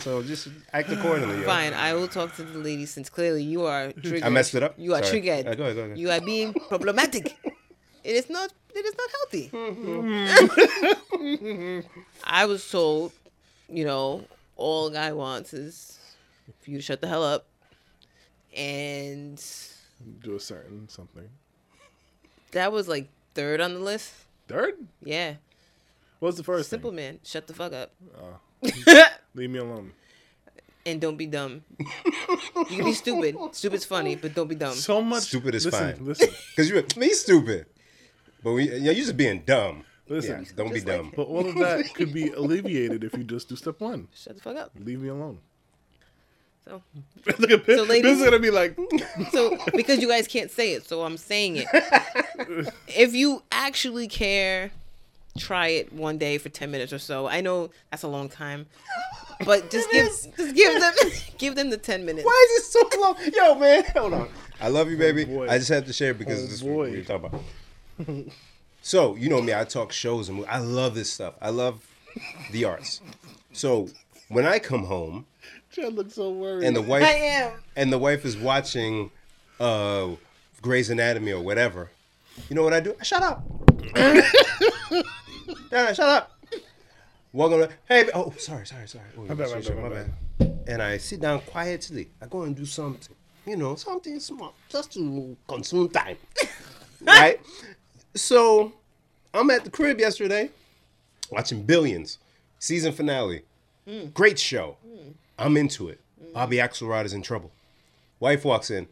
Speaker 3: so just act accordingly. yo.
Speaker 1: Fine, I will talk to the lady since clearly you are triggered.
Speaker 3: Mm-hmm. I messed it up.
Speaker 1: You are
Speaker 3: Sorry.
Speaker 1: triggered.
Speaker 3: Uh, go ahead, go ahead.
Speaker 1: You are being problematic. it is not. It is not healthy.
Speaker 3: Mm-hmm.
Speaker 1: I was told, you know, all a guy wants is for you to shut the hell up, and
Speaker 2: do a certain something.
Speaker 1: that was like third on the list.
Speaker 2: Third?
Speaker 1: Yeah,
Speaker 2: What's the first?
Speaker 1: simple
Speaker 2: Simple.
Speaker 1: man, shut the fuck up.
Speaker 3: Uh.
Speaker 2: Leave me alone.
Speaker 1: and don't be dumb. you can be stupid. Stupid's funny, but don't be dumb.
Speaker 2: So much.
Speaker 3: Stupid is
Speaker 2: listen,
Speaker 3: fine.
Speaker 2: Listen,
Speaker 3: Because you me stupid, but we yeah, you just being dumb.
Speaker 2: listen.
Speaker 3: Yeah, don't be
Speaker 1: Just like
Speaker 3: dumb.
Speaker 2: But all of that could be alleviated if you just do step one.
Speaker 1: Shut the fuck up.
Speaker 2: Leave me alone.
Speaker 1: So,
Speaker 2: Look at this.
Speaker 1: ladies-
Speaker 2: this is gonna be like.
Speaker 1: so because you guys can't say it, so I'm saying it. if you actually care, try it one day for ten minutes or so. I know that's a long time, but just give just give them give them the ten minutes.
Speaker 3: Why is it so long? Yo, man, hold on. I love you, baby.
Speaker 2: boy.
Speaker 3: I just have to share
Speaker 1: Oh,
Speaker 3: because this is what
Speaker 2: boy.
Speaker 3: we're talking about. So, you know me, I talk shows and movies. I love this stuff. I love the arts. So, when I come home
Speaker 2: Chad looks so worried.
Speaker 3: and the wife
Speaker 1: I am.
Speaker 3: and the wife is watching uh Grey's Anatomy or whatever, you know what I do? I shut up. yeah, shut up. Welcome to hey ba- oh sorry, sorry, sorry. Oh,
Speaker 2: bad,
Speaker 3: shit,
Speaker 2: my
Speaker 3: shit,
Speaker 2: bad,
Speaker 3: my
Speaker 2: my
Speaker 3: bad. And I sit down quietly. I go and do something. You know, something small. Just to consume time. right? So I'm at the crib yesterday watching Billions, season finale.
Speaker 2: Mm.
Speaker 3: Great show. I'm into it. Bobby Axelrod is in trouble. Wife walks in.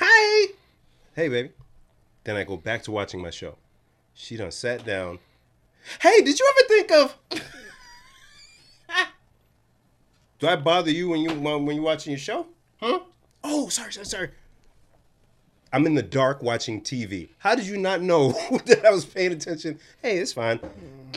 Speaker 3: Hi. Hey, baby. Then I go back to watching my show. She done sat down. Hey, did you ever think of? Do I bother you when you when when you watching your show? Huh? Oh, sorry, sorry, sorry. I'm in the dark watching TV. How did you not know that I was paying attention? Hey, it's fine.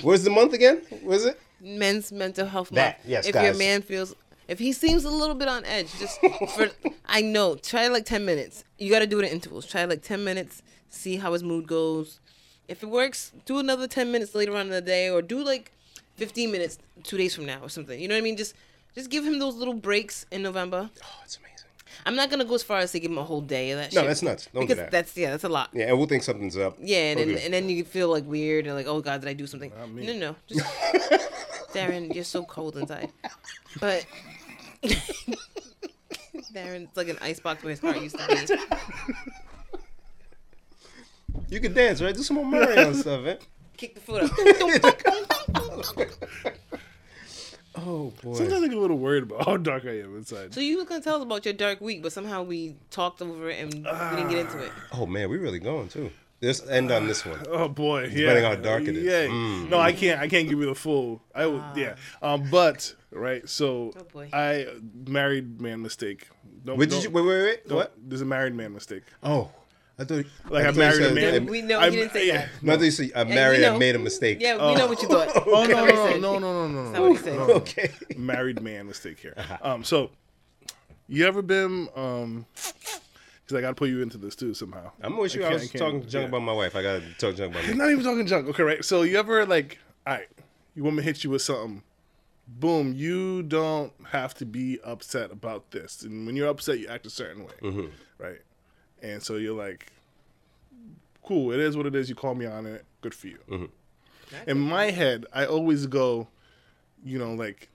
Speaker 3: Where's the month again? Was it?
Speaker 1: men's mental health month.
Speaker 3: That, yes,
Speaker 1: if your
Speaker 3: guys.
Speaker 1: man feels if he seems a little bit on edge, just for I know, try like ten minutes. You gotta do it in intervals. Try like ten minutes, see how his mood goes. If it works, do another ten minutes later on in the day or do like fifteen minutes two days from now or something. You know what I mean? Just just give him those little breaks in November.
Speaker 3: Oh, it's amazing.
Speaker 1: I'm not gonna go as far as to give him a whole day of that
Speaker 3: No,
Speaker 1: shit.
Speaker 3: that's nuts. Don't do
Speaker 1: because
Speaker 3: that.
Speaker 1: that's yeah, that's a lot.
Speaker 3: Yeah, and we'll think something's up.
Speaker 1: Yeah, and, then
Speaker 3: Okay.
Speaker 1: and then you feel like weird and like, oh God, did I do something?
Speaker 2: me.
Speaker 1: No, no, just Darren, you're so cold inside. But Darren's like an icebox where his heart used to be.
Speaker 3: you can dance, right? Do some more Mario stuff, eh? man.
Speaker 1: Kick the foot up.
Speaker 3: Oh boy.
Speaker 2: Sometimes I get a little worried about how dark I am inside.
Speaker 1: so you was gonna tell us about your dark week, but somehow we talked over it and we didn't get into it.
Speaker 2: Ah.
Speaker 3: Oh man, we really going too. Let's end on this one.
Speaker 2: Oh boy, yeah.
Speaker 3: Depending how dark it is.
Speaker 2: Yeah.
Speaker 3: Mm.
Speaker 2: No, I can't. I can't give you the full. I would. yeah. Um, but right. So
Speaker 1: Ah. Oh, boy.
Speaker 2: I married man mistake. Don't,
Speaker 3: Wait,
Speaker 2: don't-
Speaker 3: did you, wait, wait, wait.
Speaker 2: don't-
Speaker 3: What?
Speaker 2: There's a married man mistake.
Speaker 3: Oh, I thought
Speaker 2: Like I,
Speaker 3: thought you
Speaker 2: married
Speaker 3: said-
Speaker 2: a man.
Speaker 1: We know,
Speaker 2: I'm-
Speaker 1: you didn't say
Speaker 2: yeah.
Speaker 1: that.
Speaker 3: No, I thought you said I married.
Speaker 1: we
Speaker 3: I
Speaker 1: know.
Speaker 3: made a mistake.
Speaker 1: Yeah, we know what you thought.
Speaker 2: Oh no
Speaker 1: That's what
Speaker 2: no
Speaker 1: he
Speaker 2: no no no no
Speaker 1: That's not what
Speaker 2: no.
Speaker 1: he said.
Speaker 2: no.
Speaker 3: Okay.
Speaker 2: married man mistake here. Um, so you ever been um? Because I got to put you into this too somehow.
Speaker 3: I'm with you. I,
Speaker 2: can't-
Speaker 3: was
Speaker 2: can't-
Speaker 3: talking junk
Speaker 2: yeah.
Speaker 3: about my wife. I gotta talk junk about
Speaker 2: You're
Speaker 3: me.
Speaker 2: not even talking junk. Okay, right. So you ever like, all right, your woman hits you with something. Boom, you don't have to be upset about this. And when you're upset, you act a certain way. Right. And so you're like, cool, it is what it is. You call me on it. Good for you. In my head, I always go, you know, like,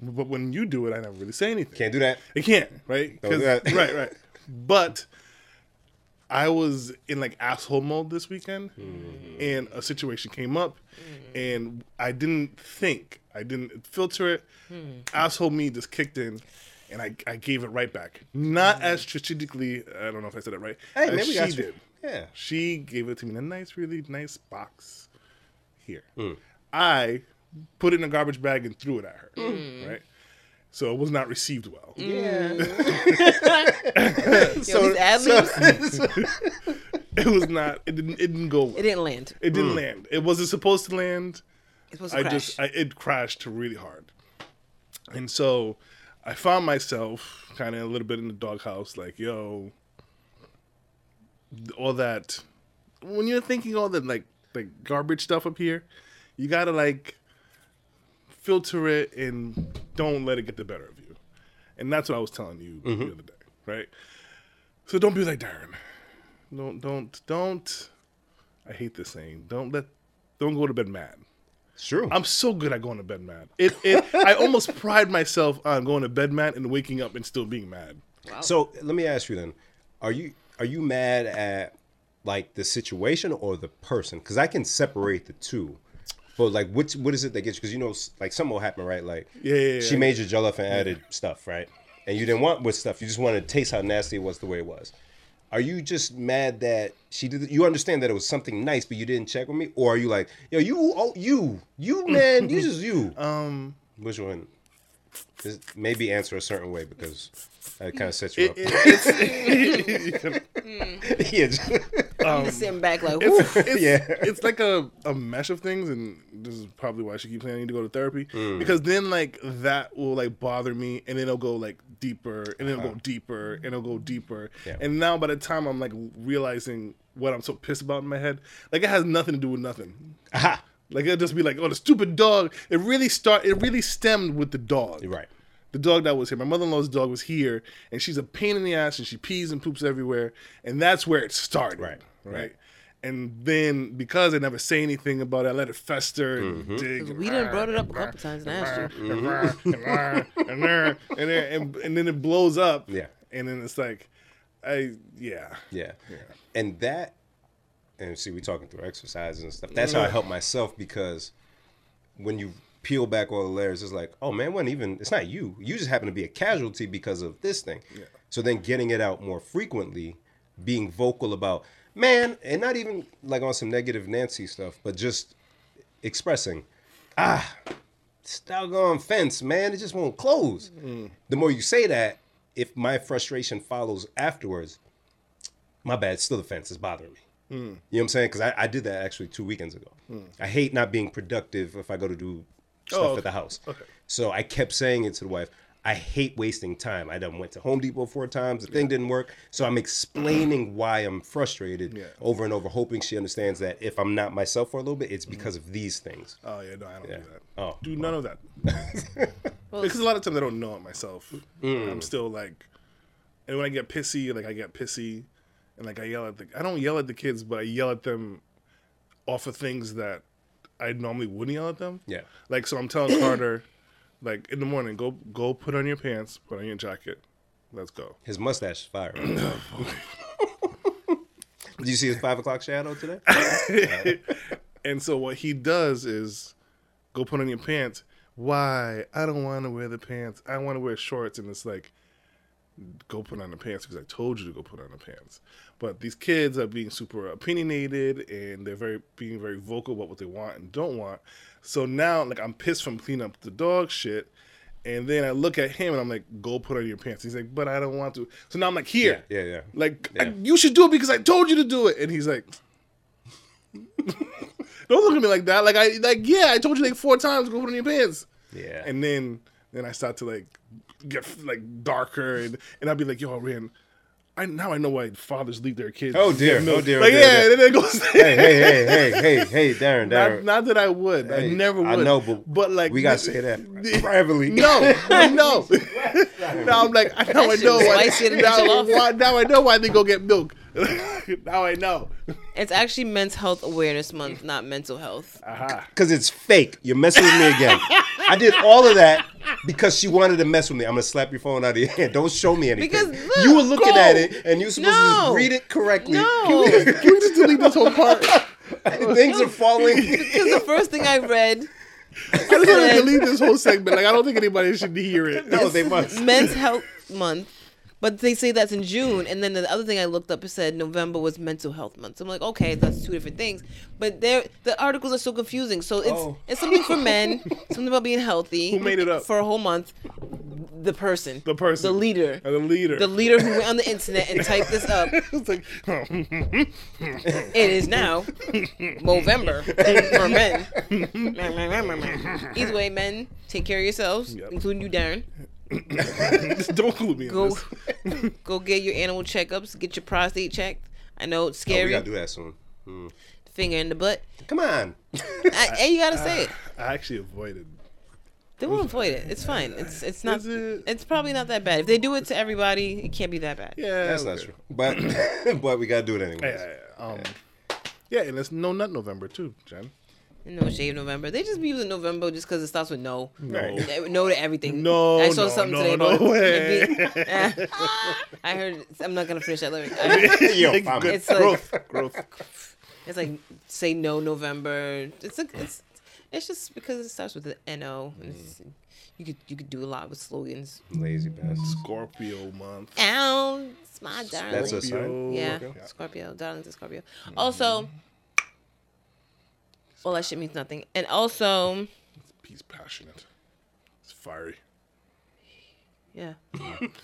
Speaker 2: but when you do it, I never really say anything.
Speaker 3: Can't do that.
Speaker 2: It can't, right? 'Cause-
Speaker 3: do that.
Speaker 2: right, right. But I was in like asshole mode this weekend, and a situation came up, and I didn't think, I didn't filter it. Asshole me just kicked in, and I, I gave it right back. Not as strategically. I don't know if I said it right.
Speaker 3: Hey,
Speaker 2: as
Speaker 3: man, we got
Speaker 2: she
Speaker 3: you.
Speaker 2: did.
Speaker 3: Yeah.
Speaker 2: She gave it to me in a nice, really nice box here. I put it in a garbage bag and threw it at her. Right? So it was not received well.
Speaker 1: Yo, these ad-libs,
Speaker 2: It was not it didn't it didn't go well.
Speaker 1: it
Speaker 2: It,
Speaker 1: didn't land.
Speaker 2: didn't land. It wasn't supposed to land.
Speaker 1: It was a
Speaker 2: I
Speaker 1: crash.
Speaker 2: just I, it crashed really hard, and so I found myself kind of a little bit in the doghouse. Like, yo, all that when you're thinking all that like like garbage stuff up here, you gotta like filter it and don't let it get the better of you. And that's what I was telling you the other day, right? So don't be like Darren. Don't don't don't. I hate this saying. Don't let don't go to bed mad.
Speaker 3: It's true.
Speaker 2: I'm so good at going to bed mad. It, it I almost pride myself on going to bed mad and waking up and still being mad.
Speaker 3: So let me ask you then: Are you are you mad at like the situation or the person? Because I can separate the two. But like, which what is it that gets you? Because you know, s- like something will happen, right? Like,
Speaker 2: Yeah, yeah, yeah,
Speaker 3: she
Speaker 2: yeah.
Speaker 3: made your jollof and added stuff, right? And you didn't want with stuff. You just wanted to taste how nasty it was the way it was. Are you just mad that she did? You understand that it was something nice, but you didn't check with me, or are you like, yo, you, oh, you, you, man, you just you.
Speaker 2: Um,
Speaker 3: Which one? This- Maybe answer a certain way because that kind of sets you up. yeah, just-
Speaker 1: I'm
Speaker 2: um,
Speaker 1: just sitting back like, "Ooh."
Speaker 2: it's, it's,
Speaker 3: Yeah.
Speaker 2: it's like a, a mesh of things, and this is probably why she keeps saying I need to go to therapy
Speaker 3: Mm.
Speaker 2: because then like that will like bother me, and then it'll go like deeper, and it'll go deeper, and it'll go deeper,
Speaker 3: Uh-huh. Yeah.
Speaker 2: and now by the time I'm like realizing what I'm so pissed about in my head, like it has nothing to do with nothing.
Speaker 3: Aha.
Speaker 2: Like it'll just be like, oh, the stupid dog. It really start. It really stemmed with the dog.
Speaker 3: You're right.
Speaker 2: The dog that was here. My mother in law's dog was here, and she's a pain in the ass, and she pees and poops everywhere, and that's where it started.
Speaker 3: Right,
Speaker 2: Right.
Speaker 3: right.
Speaker 2: And then because I never say anything about it, I let it fester and dig. and
Speaker 1: we done brought it up a couple times last year.
Speaker 2: and, and, and, and, and then it blows up.
Speaker 3: Yeah.
Speaker 2: And then it's like, I yeah.
Speaker 3: Yeah. And that, and see, we talking through exercises and stuff. That's how I help myself because when you peel back all the layers, it's like, oh man, it wasn't even, it's not you. You just happen to be a casualty because of this thing. So then getting it out more frequently, being vocal about, man, and not even like on some negative Nancy stuff, but just expressing, "Ah, this doggone fence, man. It just won't close. The more you say that, if my frustration follows afterwards, my bad, it's still the fence. It's bothering me. You know what I'm saying? Because I, I did that actually two weekends ago. I hate not being productive if I go to do stuff
Speaker 2: Oh, okay.
Speaker 3: at the house. So I kept saying it to the wife. I hate wasting time. I done went to Home Depot four times. The thing didn't work. So I'm explaining why I'm frustrated
Speaker 2: Yeah.
Speaker 3: over and over, hoping she understands that if I'm not myself for a little bit, it's because of these things.
Speaker 2: Oh yeah, no, I don't do that.
Speaker 3: Oh,
Speaker 2: do none of that. because a lot of times I don't know it myself. I'm still like, and when I get pissy, like I get pissy, and like I yell at the. I don't yell at the kids, but I yell at them off of things that I normally wouldn't yell at them.
Speaker 3: Yeah.
Speaker 2: Like so, I'm telling Carter, like in the morning, go go put on your pants, put on your jacket, let's go.
Speaker 3: His mustache is fire. Right
Speaker 2: Oh,
Speaker 3: now. Did you see his five o'clock shadow today?
Speaker 2: And so what he does is go put on your pants. Why? I don't want to wear the pants. I want to wear shorts. And it's like, go put on the pants because I told you to go put on the pants. But these kids are being super opinionated and they're very being very vocal about what they want and don't want. So now, like, I'm pissed from cleaning up the dog shit. And then I look at him and I'm like, go put on your pants. He's like, but I don't want to. So now I'm like, here.
Speaker 3: Yeah, yeah, yeah.
Speaker 2: Like, I-
Speaker 3: Yeah.
Speaker 2: you should do it because I told you to do it. And he's like, don't look at me like that. Like I like yeah, I told you like four times go put on your pants.
Speaker 3: Yeah.
Speaker 2: And then then I start to like get like darker and and I'd be like, yo, Ren, I now I know why fathers leave their kids.
Speaker 3: Oh, dear.
Speaker 2: get milk.
Speaker 3: Oh, dear. Oh,
Speaker 2: Like
Speaker 3: dear.
Speaker 2: yeah, and then it goes.
Speaker 3: hey, hey, hey, hey, hey, hey, Darren,
Speaker 2: Not,
Speaker 3: Darren.
Speaker 2: not that I would. I
Speaker 3: Hey,
Speaker 2: never would.
Speaker 3: I know, but
Speaker 2: like
Speaker 3: we gotta say that privately.
Speaker 2: No, no, no. now I'm like, I now I
Speaker 1: shit
Speaker 2: know
Speaker 1: was
Speaker 2: why.
Speaker 1: spicy and
Speaker 2: Now,
Speaker 1: jello.
Speaker 2: why- now I know why they go get milk. now I know.
Speaker 1: It's actually Men's Health Awareness Month, not mental health.
Speaker 2: Aha.
Speaker 3: Because it's fake. You're messing with me again. I did all of that because she wanted to mess with me. I'm gonna slap your phone out of your hand. Don't show me anything.
Speaker 1: Because look,
Speaker 3: you were looking
Speaker 1: go.
Speaker 3: at it and you're supposed to
Speaker 1: No.
Speaker 3: just read it correctly.
Speaker 1: No,
Speaker 2: Can we just delete this whole part?
Speaker 3: Things are falling. Oh,
Speaker 1: because the first thing I read
Speaker 2: I just want to delete this whole segment. Like, I don't think anybody should hear it.
Speaker 3: no, they must.
Speaker 1: Men's Health Month But they say that's in June, and then the other thing I looked up it said November was Mental Health Month. So I'm like, okay, that's two different things. But there, the articles are so confusing. So it's
Speaker 3: Oh.
Speaker 1: it's something for men, something about being healthy.
Speaker 2: Who made it up?
Speaker 1: for a whole month? The person,
Speaker 2: The person.
Speaker 1: the leader,
Speaker 2: And the leader.
Speaker 1: the leader who went on the internet and typed this up.
Speaker 2: it's like,
Speaker 1: It is now November for men. Either way, men, take care of yourselves,
Speaker 2: Yep.
Speaker 1: including you, Darren.
Speaker 2: don't clue me in
Speaker 1: Go,
Speaker 2: this.
Speaker 1: go get your animal checkups. Get your prostate checked. I know it's
Speaker 3: Oh, we
Speaker 1: scary.
Speaker 3: gotta do that soon. Mm.
Speaker 1: Finger in the butt.
Speaker 3: Come on.
Speaker 1: I, and you gotta say it.
Speaker 2: I actually avoided.
Speaker 1: They won't avoid it. It's fine. It's it's not.
Speaker 2: Is it?
Speaker 1: It's probably not that bad. If they do it to everybody, it can't be that bad.
Speaker 2: Yeah,
Speaker 3: That's not
Speaker 2: okay.
Speaker 3: true. But but we gotta do it
Speaker 2: Yeah,
Speaker 3: anyway.
Speaker 2: yeah, yeah. Um, yeah, and it's no nut November too, Jen.
Speaker 1: No shave November. They just be using November just because it starts with no.
Speaker 2: No.
Speaker 1: Eh, No to everything.
Speaker 2: No,
Speaker 1: I saw
Speaker 2: no,
Speaker 1: something
Speaker 2: no,
Speaker 1: today
Speaker 2: no
Speaker 1: about
Speaker 2: way.
Speaker 1: it. I heard. I'm not gonna finish that lyric. I-
Speaker 3: Yo,
Speaker 2: Like,
Speaker 3: fam.
Speaker 2: good
Speaker 1: It's like-
Speaker 2: growth, growth.
Speaker 1: It's like say no November. It's like it's it's just because it starts with the N O.
Speaker 3: Mm-hmm.
Speaker 1: You could you could do a lot with slogans.
Speaker 3: Lazy bastards.
Speaker 2: Scorpio month.
Speaker 1: Ounce my darling.
Speaker 3: That's a sign.
Speaker 2: Scorpio.
Speaker 1: yeah, Scorpio, darling's a Scorpio.
Speaker 3: Mm-hmm.
Speaker 1: Also, well, that shit means nothing. And also,
Speaker 2: He's passionate. It's fiery.
Speaker 1: yeah,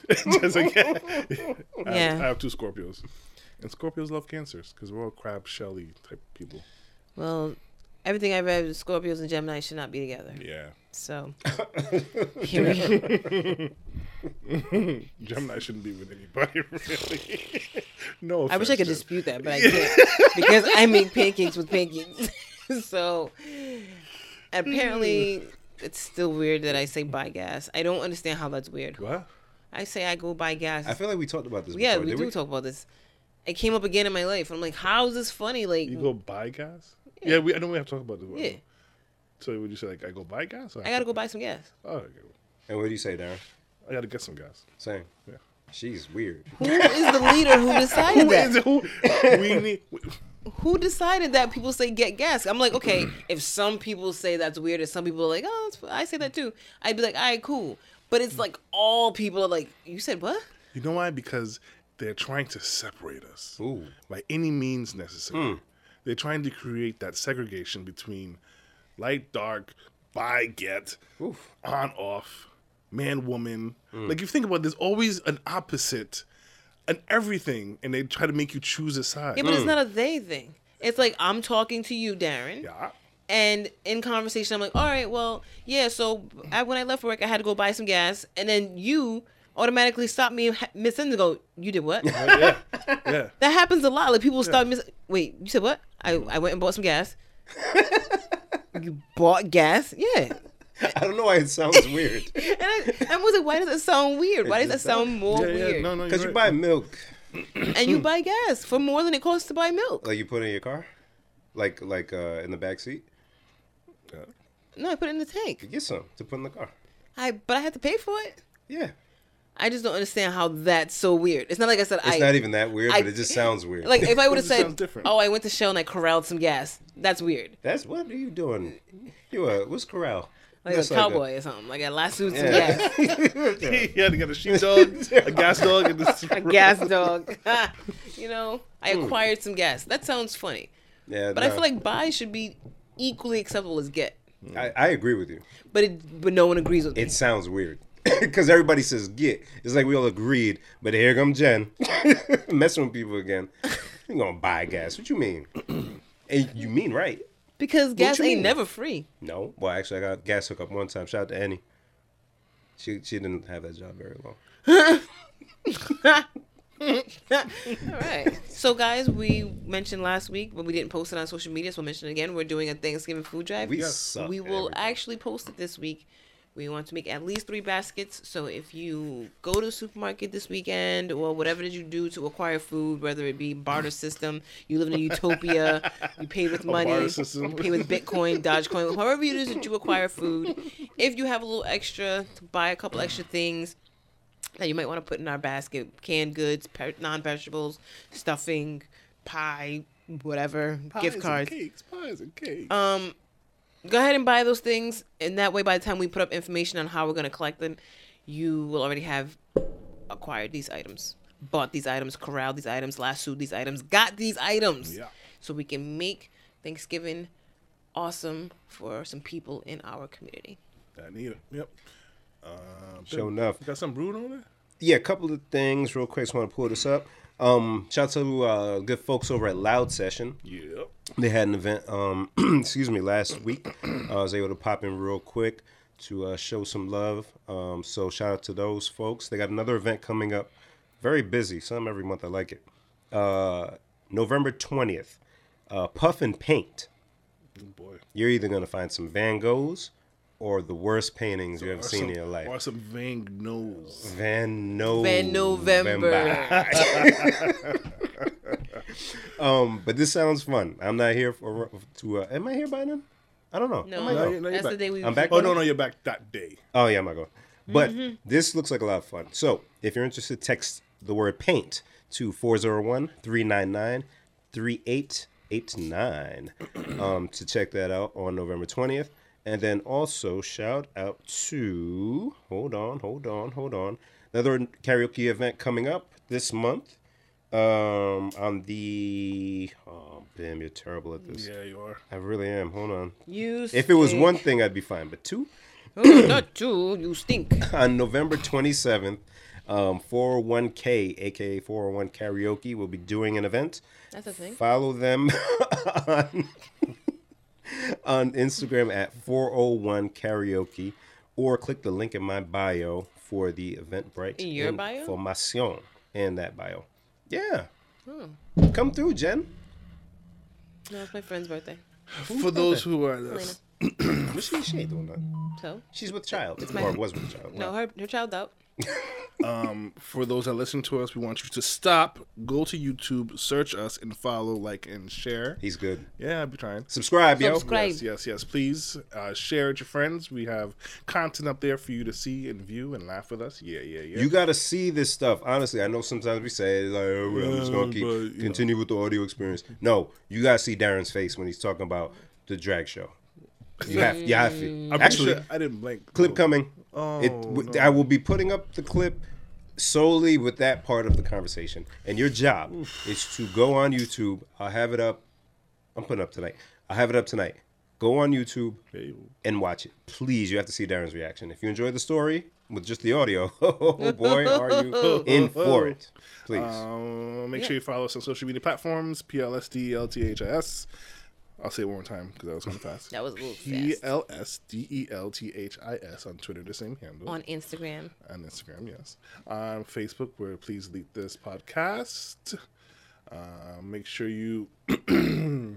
Speaker 2: Just like, I, have, I
Speaker 1: yeah.
Speaker 2: have two Scorpios, and Scorpios love cancers because we're all crab shelly type people.
Speaker 1: Well, everything I read, was Scorpios and Gemini should not be together.
Speaker 2: Yeah,
Speaker 1: So, here we go.
Speaker 2: Gemini shouldn't be with anybody really. no,
Speaker 1: I wish I
Speaker 2: offense,
Speaker 1: could
Speaker 2: Jen.
Speaker 1: dispute that, but I can't because I make pancakes with pancakes. so
Speaker 2: Mm.
Speaker 1: apparently, it's still weird that I say buy gas. I don't understand how that's weird.
Speaker 2: What?
Speaker 1: I say I go buy gas.
Speaker 3: I feel like we talked about this.
Speaker 1: yeah,
Speaker 3: before.
Speaker 1: we
Speaker 3: Did
Speaker 1: do talk about this. It came up again in my life. I'm like, how is this funny? Like,
Speaker 2: You go buy gas? Yeah, we. I know we have to talk about this.
Speaker 1: yeah,
Speaker 2: So would you say like I go buy gas? Or
Speaker 1: I gotta go buy some gas.
Speaker 2: Oh, okay.
Speaker 3: And what do you say, Darren?
Speaker 2: I gotta get some gas.
Speaker 3: Same.
Speaker 2: Yeah.
Speaker 3: She's weird.
Speaker 1: Who is the leader who decided
Speaker 2: Who is
Speaker 1: that?
Speaker 2: it? Who? We need.
Speaker 1: Who decided that people say get gas? I'm like, okay, if some people say that's weird, and some people are like, oh, that's, I say that too. I'd be like, all right, cool. But it's like all people are like, you said what?
Speaker 2: You know why? Because they're trying to separate us
Speaker 3: Ooh.
Speaker 2: by any means necessary.
Speaker 1: Hmm.
Speaker 2: They're trying to create that segregation between light, dark, buy, get,
Speaker 3: Oof.
Speaker 2: on, off, man, woman.
Speaker 1: Hmm.
Speaker 2: Like, you think about it, there's always an opposite and everything, and they try to make you choose a side.
Speaker 1: Yeah, but it's not a they thing. It's like I'm talking to you, Darren,
Speaker 2: Yeah.
Speaker 1: and in conversation, I'm like, all right, well, yeah. So I, when I left work, I had to go buy some gas, and then you automatically stop me, miss and go, you did what? that
Speaker 2: yeah. Yeah.
Speaker 1: happens a lot. Like people stop miss. Wait, you said what? I I went and bought some gas. you bought gas, yeah.
Speaker 3: I don't know why it sounds weird.
Speaker 1: And I, I was like, why does that sound weird? Why does that
Speaker 3: just
Speaker 1: sound more
Speaker 2: Yeah, yeah.
Speaker 1: weird?
Speaker 2: No, no,
Speaker 3: Because
Speaker 2: you're
Speaker 3: you buy
Speaker 2: right.
Speaker 3: milk,
Speaker 1: And you buy gas for more than it costs to buy milk.
Speaker 3: like you put in your car, like like uh, in the back seat.
Speaker 2: Yeah.
Speaker 1: No, I put it in the tank.
Speaker 3: You get some to put in the car.
Speaker 1: I but I had to pay for it.
Speaker 3: Yeah.
Speaker 1: I just don't understand how that's so weird. It's not like I said
Speaker 3: It's
Speaker 1: I
Speaker 3: not even that weird,
Speaker 1: I-
Speaker 3: but it just sounds weird.
Speaker 1: like if I would have
Speaker 2: just sounds
Speaker 1: said,
Speaker 2: different.
Speaker 1: "Oh, I went to Shell and I corralled some gas." That's weird.
Speaker 3: that's what are you doing? You uh, what's corral?
Speaker 1: Like
Speaker 3: That's
Speaker 1: a cowboy or something. Like I lassoed some
Speaker 3: Yeah.
Speaker 1: gas,
Speaker 2: you had to get a sheepdog, a gas dog, and this.
Speaker 1: a gas dog. you know, I acquired some gas. That sounds funny,
Speaker 3: Hmm. yeah,
Speaker 1: but I feel like buy should be equally acceptable as get.
Speaker 3: I, I agree with you.
Speaker 1: But it, but no one agrees with me.
Speaker 3: It sounds weird because everybody says get. It's like we all agreed, but here come Jen messing with people again. You gonna buy gas? What you mean? and you mean right?
Speaker 1: because gas
Speaker 3: you
Speaker 1: ain't
Speaker 3: mean?
Speaker 1: never free.
Speaker 3: No. Well, actually, I got gas hookup one time. Shout out to Annie. She she didn't have that job very long.
Speaker 1: All right. So guys, we mentioned last week, but we didn't post it on social media, so we'll mention it again. We're doing a Thanksgiving food drive.
Speaker 3: We suck.
Speaker 1: we
Speaker 3: at
Speaker 1: will
Speaker 3: everything.
Speaker 1: actually post it this week. We want to make at least three baskets. So if you go to the supermarket this weekend or whatever that you do to acquire food, whether it be barter system, you live in a utopia, you pay with money,
Speaker 2: barter
Speaker 1: you
Speaker 2: system.
Speaker 1: pay with Bitcoin, Dogecoin, however it is that you acquire food, if you have a little extra to buy a couple extra things that you might want to put in our basket, canned goods, per- non-vegetables, stuffing, pie, whatever, gift cards.
Speaker 2: cakes, pies, and cakes.
Speaker 1: Um, go ahead and buy those things, and that way, by the time we put up information on how we're gonna collect them, you will already have acquired these items, bought these items, corralled these items, lassoed these items, got these items.
Speaker 2: Yeah.
Speaker 1: So we can make Thanksgiving awesome for some people in our community.
Speaker 2: I need it. Yep. Uh,
Speaker 3: Sure enough.
Speaker 2: Got some brood on it?
Speaker 3: yeah, a couple of things real quick. Just want to pull this up. Um, shout out to uh, good folks over at Loud Session.
Speaker 2: Yep.
Speaker 3: They had an event, um, excuse me, last week. Uh, I was able to pop in real quick to uh, show some love. Um, so shout out to those folks. They got another event coming up. Very busy. Some every month. I like it. Uh, November twentieth. Uh, Puff and Paint.
Speaker 2: Good boy.
Speaker 3: You're either gonna find some Van Goghs or the worst paintings you ever
Speaker 2: Or
Speaker 3: seen
Speaker 2: some-
Speaker 3: in your life.
Speaker 2: Or some vague nose.
Speaker 3: Van No
Speaker 1: Van November.
Speaker 3: Um, but this sounds fun. I'm not here for to. Uh, am I here by then? I don't know.
Speaker 1: No,
Speaker 3: Am I?
Speaker 2: No, you're- no, you're
Speaker 1: that's the
Speaker 2: back.
Speaker 1: day we.
Speaker 3: I'm back.
Speaker 2: Oh, no, no, you're back that day.
Speaker 3: Oh yeah, my god. But this looks like a lot of fun. So if you're interested, text the word paint to 401-399-3889 um, to check that out on November 20th. And then also shout out to hold on, hold on, hold on. Another karaoke event coming up this month. Um on the oh damn, you're terrible at this.
Speaker 2: Yeah, you are.
Speaker 3: I really am. Hold on.
Speaker 1: You.
Speaker 3: If it was
Speaker 1: stink.
Speaker 3: one thing I'd be fine, but two
Speaker 1: Oh, not two. You stink.
Speaker 3: on November 27th, um, 401k, aka 401 Karaoke, will be doing an event.
Speaker 1: That's a thing.
Speaker 3: Follow them on, on Instagram at 401 Karaoke or click the link in my bio for the Eventbrite
Speaker 1: In your bio?
Speaker 3: information in that bio. Yeah.
Speaker 1: Hmm.
Speaker 3: Come through, Jen.
Speaker 1: No, it's my friend's birthday.
Speaker 2: For those who are uh, this,
Speaker 3: What she, she ain't doing that.
Speaker 1: So.
Speaker 3: She's with child.
Speaker 1: my-
Speaker 3: or was with child.
Speaker 1: No, her her child's out.
Speaker 2: for those that listen to us, we want you to stop, go to YouTube, search us, and follow, like, and share.
Speaker 3: He's good.
Speaker 2: Yeah, I'll be trying.
Speaker 3: Subscribe, yo.
Speaker 1: Subscribe.
Speaker 2: Yes, yes, yes. Please uh, share it with your friends. We have content up there for you to see and view and laugh with us. Yeah, yeah, yeah.
Speaker 3: You got to see this stuff. Honestly, I know sometimes we say like, oh, well, "I'm just gonna keep
Speaker 2: Yeah, but, you
Speaker 3: continue with the audio experience." No, you got to see Darren's face when he's talking about the drag show. You have, you have to.
Speaker 2: I'm pretty
Speaker 3: Actually,
Speaker 2: sure I didn't blink.
Speaker 3: clip coming. it, w- I will be putting up the clip solely with that part of the conversation. And your job is to go on YouTube. I'll have it up. I'm putting it up tonight. I'll have it up tonight. Go on YouTube and watch it. Please, you have to see Darren's reaction. If you enjoy the story with just the audio, oh boy, are you in for it? Please.
Speaker 2: Um, make sure you follow us on social media platforms E PLSDELTHIS. I'll say it one more time because that was going fast.
Speaker 1: That was a little fast.
Speaker 2: E PLSDELTHIS on Twitter, the same handle.
Speaker 1: On Instagram,
Speaker 2: on Instagram, yes. On Facebook, where please delete this podcast. Uh, make sure you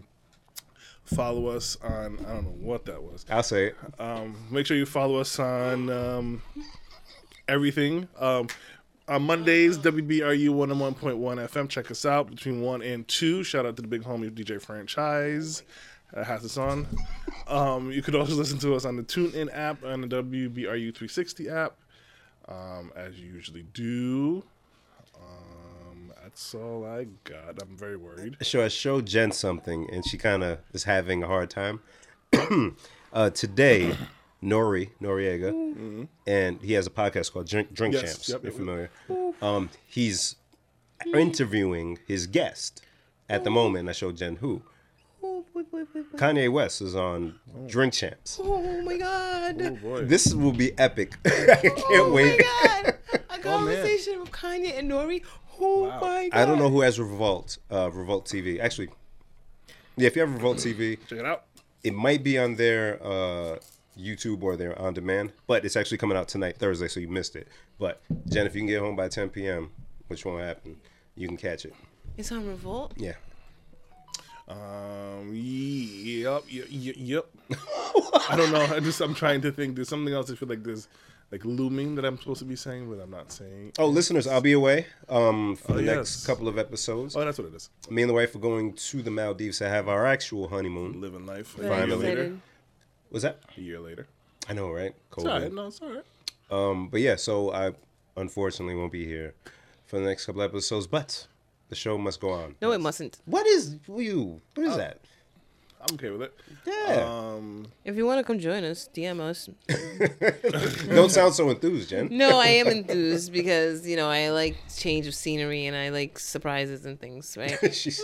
Speaker 2: follow us on. I don't know what that was.
Speaker 3: I'll say it.
Speaker 2: Um, make sure you follow us on um, everything. Um, on Mondays, WBRU 101.1 FM. Check us out between 1 and 2. Shout out to the big homie DJ Franchise. Uh, has us on. Um, you could also listen to us on the TuneIn app and the WBRU 360 app, um, as you usually do. Um, that's all I got. I'm very worried.
Speaker 3: So I showed Jen something, and she kind of is having a hard time. uh, today, Nori Noriega, and he has a podcast called Drink, Drink
Speaker 2: Mm-hmm. Yes,
Speaker 3: Champs.
Speaker 2: yep,
Speaker 3: you're
Speaker 2: yep,
Speaker 3: familiar. Um, he's interviewing his guest at the moment. I showed Jen who. Kanye West is on Drink Champs.
Speaker 1: Oh my god. Oh
Speaker 2: Oh, boy. Oh
Speaker 3: This will be epic. I can't wait. Oh,
Speaker 1: my god. A conversation with Kanye and Nori. Oh my god.
Speaker 3: I don't know who has Revolt, uh, Revolt TV. Actually, yeah, if you have Revolt TV,
Speaker 2: Check it out.
Speaker 3: it might be on their uh, YouTube or their on demand, but it's actually coming out tonight, Thursday, so you missed it. But Jen, if you can get home by 10 p.m., which won't happen, you can catch it.
Speaker 1: It's on Revolt.
Speaker 3: Yeah.
Speaker 2: Um. Yep. Yep. Yep. yep. I don't know. I just I'm trying to think. There's something else. I feel like there's like looming that I'm supposed to be saying, but I'm not saying.
Speaker 3: Oh, listeners, I'll be away um, for the next
Speaker 2: Oh, yes.
Speaker 3: couple of episodes.
Speaker 2: Oh, that's what it is.
Speaker 3: Me and the wife are going to the Maldives to have our actual honeymoon.
Speaker 2: Living life.
Speaker 1: Very
Speaker 2: A year
Speaker 3: Finally.
Speaker 2: later.
Speaker 1: excited.
Speaker 3: Was that?
Speaker 2: A year later.
Speaker 3: I know, right?
Speaker 2: It's all
Speaker 3: COVID.
Speaker 2: right. No, it's all right.
Speaker 3: Um, but yeah, so I unfortunately won't be here for the next couple episodes, but the show must go on.
Speaker 1: No, it mustn't.
Speaker 2: Uh,
Speaker 3: What is you? What is that?
Speaker 2: I'm okay with it.
Speaker 3: Yeah.
Speaker 2: Um.
Speaker 1: If you want to come join us, DM us.
Speaker 3: Don't sound so enthused, Jen.
Speaker 1: No, I am enthused because you know I like change of scenery and I like surprises and things, right?
Speaker 3: She's,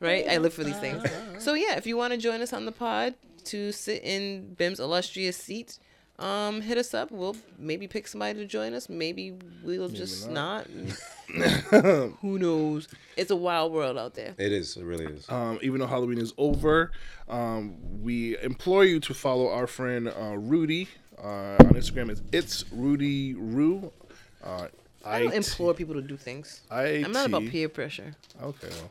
Speaker 1: right? I live for these things. So yeah, if you want to join us on the pod to sit in Bim's illustrious seat, um, hit us up. We'll maybe pick somebody to join us. Maybe we'll just not. Who knows? It's a wild world out there.
Speaker 3: it is. It really is.
Speaker 2: um, even though Halloween is over, um, we implore you to follow our friend uh, Rudy uh, on Instagram. It's it's Rudy Rue. Uh,
Speaker 1: I don't implore people to do things.
Speaker 2: I
Speaker 1: I'm not about
Speaker 2: T-
Speaker 1: peer pressure.
Speaker 2: Okay, well,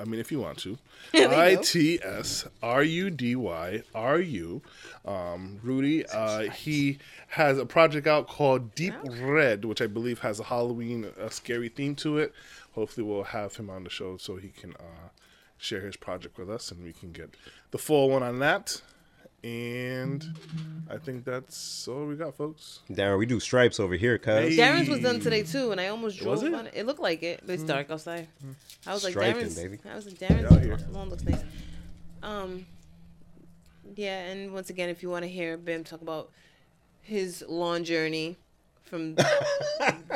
Speaker 2: I mean, if you want to, I T S R U D Y R U, um, Rudy. Uh, he has a project out called Deep Red, which I believe has a Halloween a scary theme to it. Hopefully, we'll have him on the show so he can uh, share his project with us, and we can get the full one on that. And I think that's all we got, folks.
Speaker 3: Darren, we do stripes over here,
Speaker 2: Hey.
Speaker 3: cuz.
Speaker 1: Darren's was done today too, and I almost drove
Speaker 2: Was it?
Speaker 1: on it. It looked like it, but it's dark outside. I was like,
Speaker 3: Striping,
Speaker 1: Darren's.
Speaker 3: baby.
Speaker 1: I was like,
Speaker 2: Out here.
Speaker 1: Darren's lawn looks nice. Um, yeah, and once again, if you want to hear Bim talk about his lawn journey from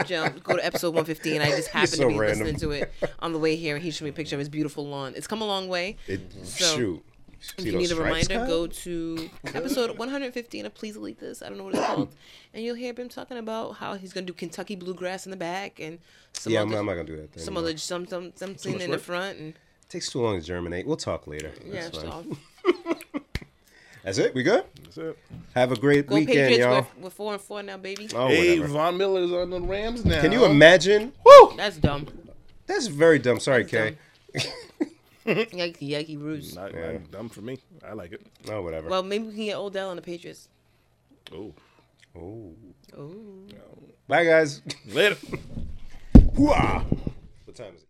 Speaker 1: jump, go to episode 150, and I just happened
Speaker 3: so
Speaker 1: to be
Speaker 3: random.
Speaker 1: listening to it on the way here, and he showed me a picture of his beautiful lawn. It's come a long way.
Speaker 3: It,
Speaker 1: So,
Speaker 3: shoot.
Speaker 1: If
Speaker 3: See
Speaker 1: you
Speaker 3: those
Speaker 1: need a
Speaker 3: stripes,
Speaker 1: reminder,
Speaker 3: cuz?
Speaker 1: go to episode 115 of Please Delete This. I don't know what it's called. And you'll hear him talking about how he's going to do Kentucky bluegrass in the back and some
Speaker 3: Yeah, I'm,
Speaker 1: other,
Speaker 3: I'm not gonna do that. Thing
Speaker 1: some other some, some something
Speaker 2: much
Speaker 1: in the
Speaker 2: work?
Speaker 1: front. And
Speaker 3: takes too long to germinate. We'll talk later.
Speaker 1: yeah,
Speaker 3: That's, fine.
Speaker 1: so
Speaker 3: That's it. We good.
Speaker 2: That's it.
Speaker 3: Have a great
Speaker 1: go
Speaker 3: weekend,
Speaker 1: Patriots.
Speaker 3: y'all.
Speaker 1: We're, we're four and four now, baby.
Speaker 3: Oh,
Speaker 2: hey,
Speaker 3: whatever.
Speaker 2: Von Miller's on the Rams now.
Speaker 3: Can you imagine?
Speaker 1: That's dumb.
Speaker 3: That's very dumb. Sorry, Kay.
Speaker 1: Yikey, yikey, roots.
Speaker 2: Not,
Speaker 3: Yeah.
Speaker 2: not dumb for me. I like it.
Speaker 3: Oh, whatever.
Speaker 1: Well, maybe we can get Odell on the Patriots.
Speaker 2: Oh,
Speaker 3: oh.
Speaker 1: Oh.
Speaker 3: Bye, guys.
Speaker 2: later.
Speaker 3: Hooah. What time is it?